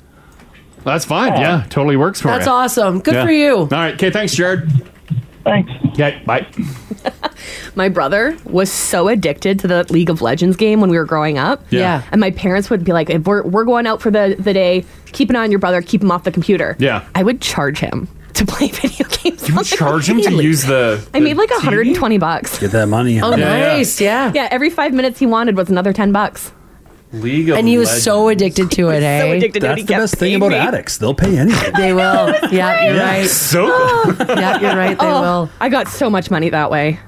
S3: That's fine. Yeah, totally works for
S4: That's
S3: you.
S4: awesome. Good
S3: Yeah.
S4: for you. All
S3: right. Okay. Thanks, Jared.
S1: Thanks.
S3: Okay. Bye.
S9: My brother was so addicted to the League of Legends game when we were growing up.
S3: Yeah. Yeah.
S9: And my parents would be like, if we're, we're going out for the, the day, keep an eye on your brother, keep him off the computer.
S3: Yeah.
S9: I would charge him to play video games. You
S3: Charge him to use the.
S9: I made like 120 bucks.
S5: Get that money.
S9: Oh,
S4: nice. Yeah.
S9: Yeah, every five minutes he wanted was another 10 bucks.
S5: League of
S4: and he was so addicted to it, eh?
S9: addicted to it,
S5: That's
S9: he
S5: the
S9: kept
S5: best thing
S9: paying
S5: about
S9: me.
S5: addicts. They'll pay anything.
S4: They will. Yeah, you're
S5: Yeah.
S4: right. Oh,
S5: So
S4: yeah, you're right. They
S9: Oh,
S4: will.
S9: I got so much money that way.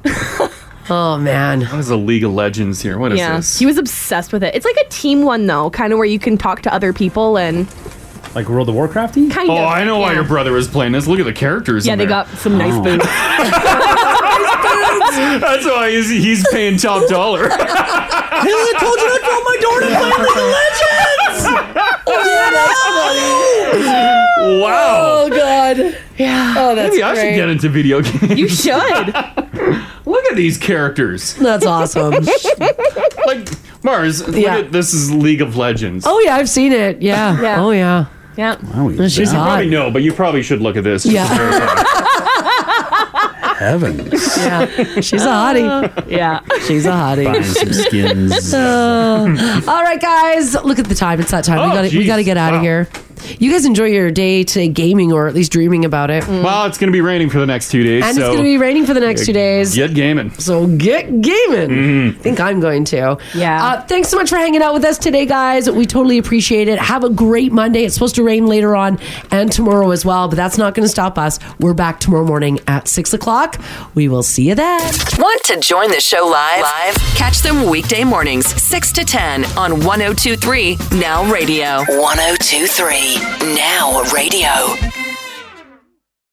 S4: Oh man.
S3: What is the League of Legends here? What is
S9: yeah.
S3: this?
S9: He was obsessed with it. It's like a team one, though, kind of where you can talk to other people and
S3: Like World of Warcrafty?
S9: Kind
S3: oh,
S9: of,
S3: I know why
S9: yeah.
S3: your brother was playing this. Look at the characters.
S9: Yeah,
S3: in
S9: they
S3: there.
S9: got
S5: Oh.
S9: some nice boobs.
S3: That's why he's, he's paying top dollar.
S5: I told you I'd go my door to play League of Legends.
S3: wow.
S4: Oh god. Yeah. Oh, that's
S3: Maybe I should
S4: great.
S3: get into video games.
S9: You should.
S3: Look at these characters.
S4: That's awesome.
S3: like Mars, look
S4: Yeah.
S3: at this is League of Legends.
S4: Oh yeah, I've seen it. Yeah.
S9: Yeah.
S4: Oh yeah.
S9: Yeah.
S3: Wow,
S4: She's
S3: you
S4: hot.
S3: probably know, but you probably should look at this. just
S4: Yeah.
S3: to verify.
S5: Heavens.
S4: Yeah. She's a hottie.
S9: Yeah.
S4: She's a hottie.
S5: Buying some skins.
S4: Oh. all right, guys. Look at the time. It's that time.
S3: Oh,
S4: we got to we
S3: geez.
S4: got to get out
S3: Wow.
S4: of here. You guys enjoy your day to gaming or at least dreaming about it.
S3: Mm. Well, it's going to be raining for the next two days.
S4: and
S3: so
S4: it's going to be raining for the next two days.
S3: Get gaming. Mm-hmm.
S4: So get gaming. I think I'm going to. Yeah. Uh, thanks so much for hanging out with us today, guys. We totally appreciate it. Have a great Monday. It's supposed to rain later on and tomorrow as well, but that's not going to stop us. We're back tomorrow morning at six o'clock. We will see you then.
S2: Want to join the show live? Live? Catch them weekday mornings, 6 to 10 on 1023 Now Radio. 1023 Now Radio.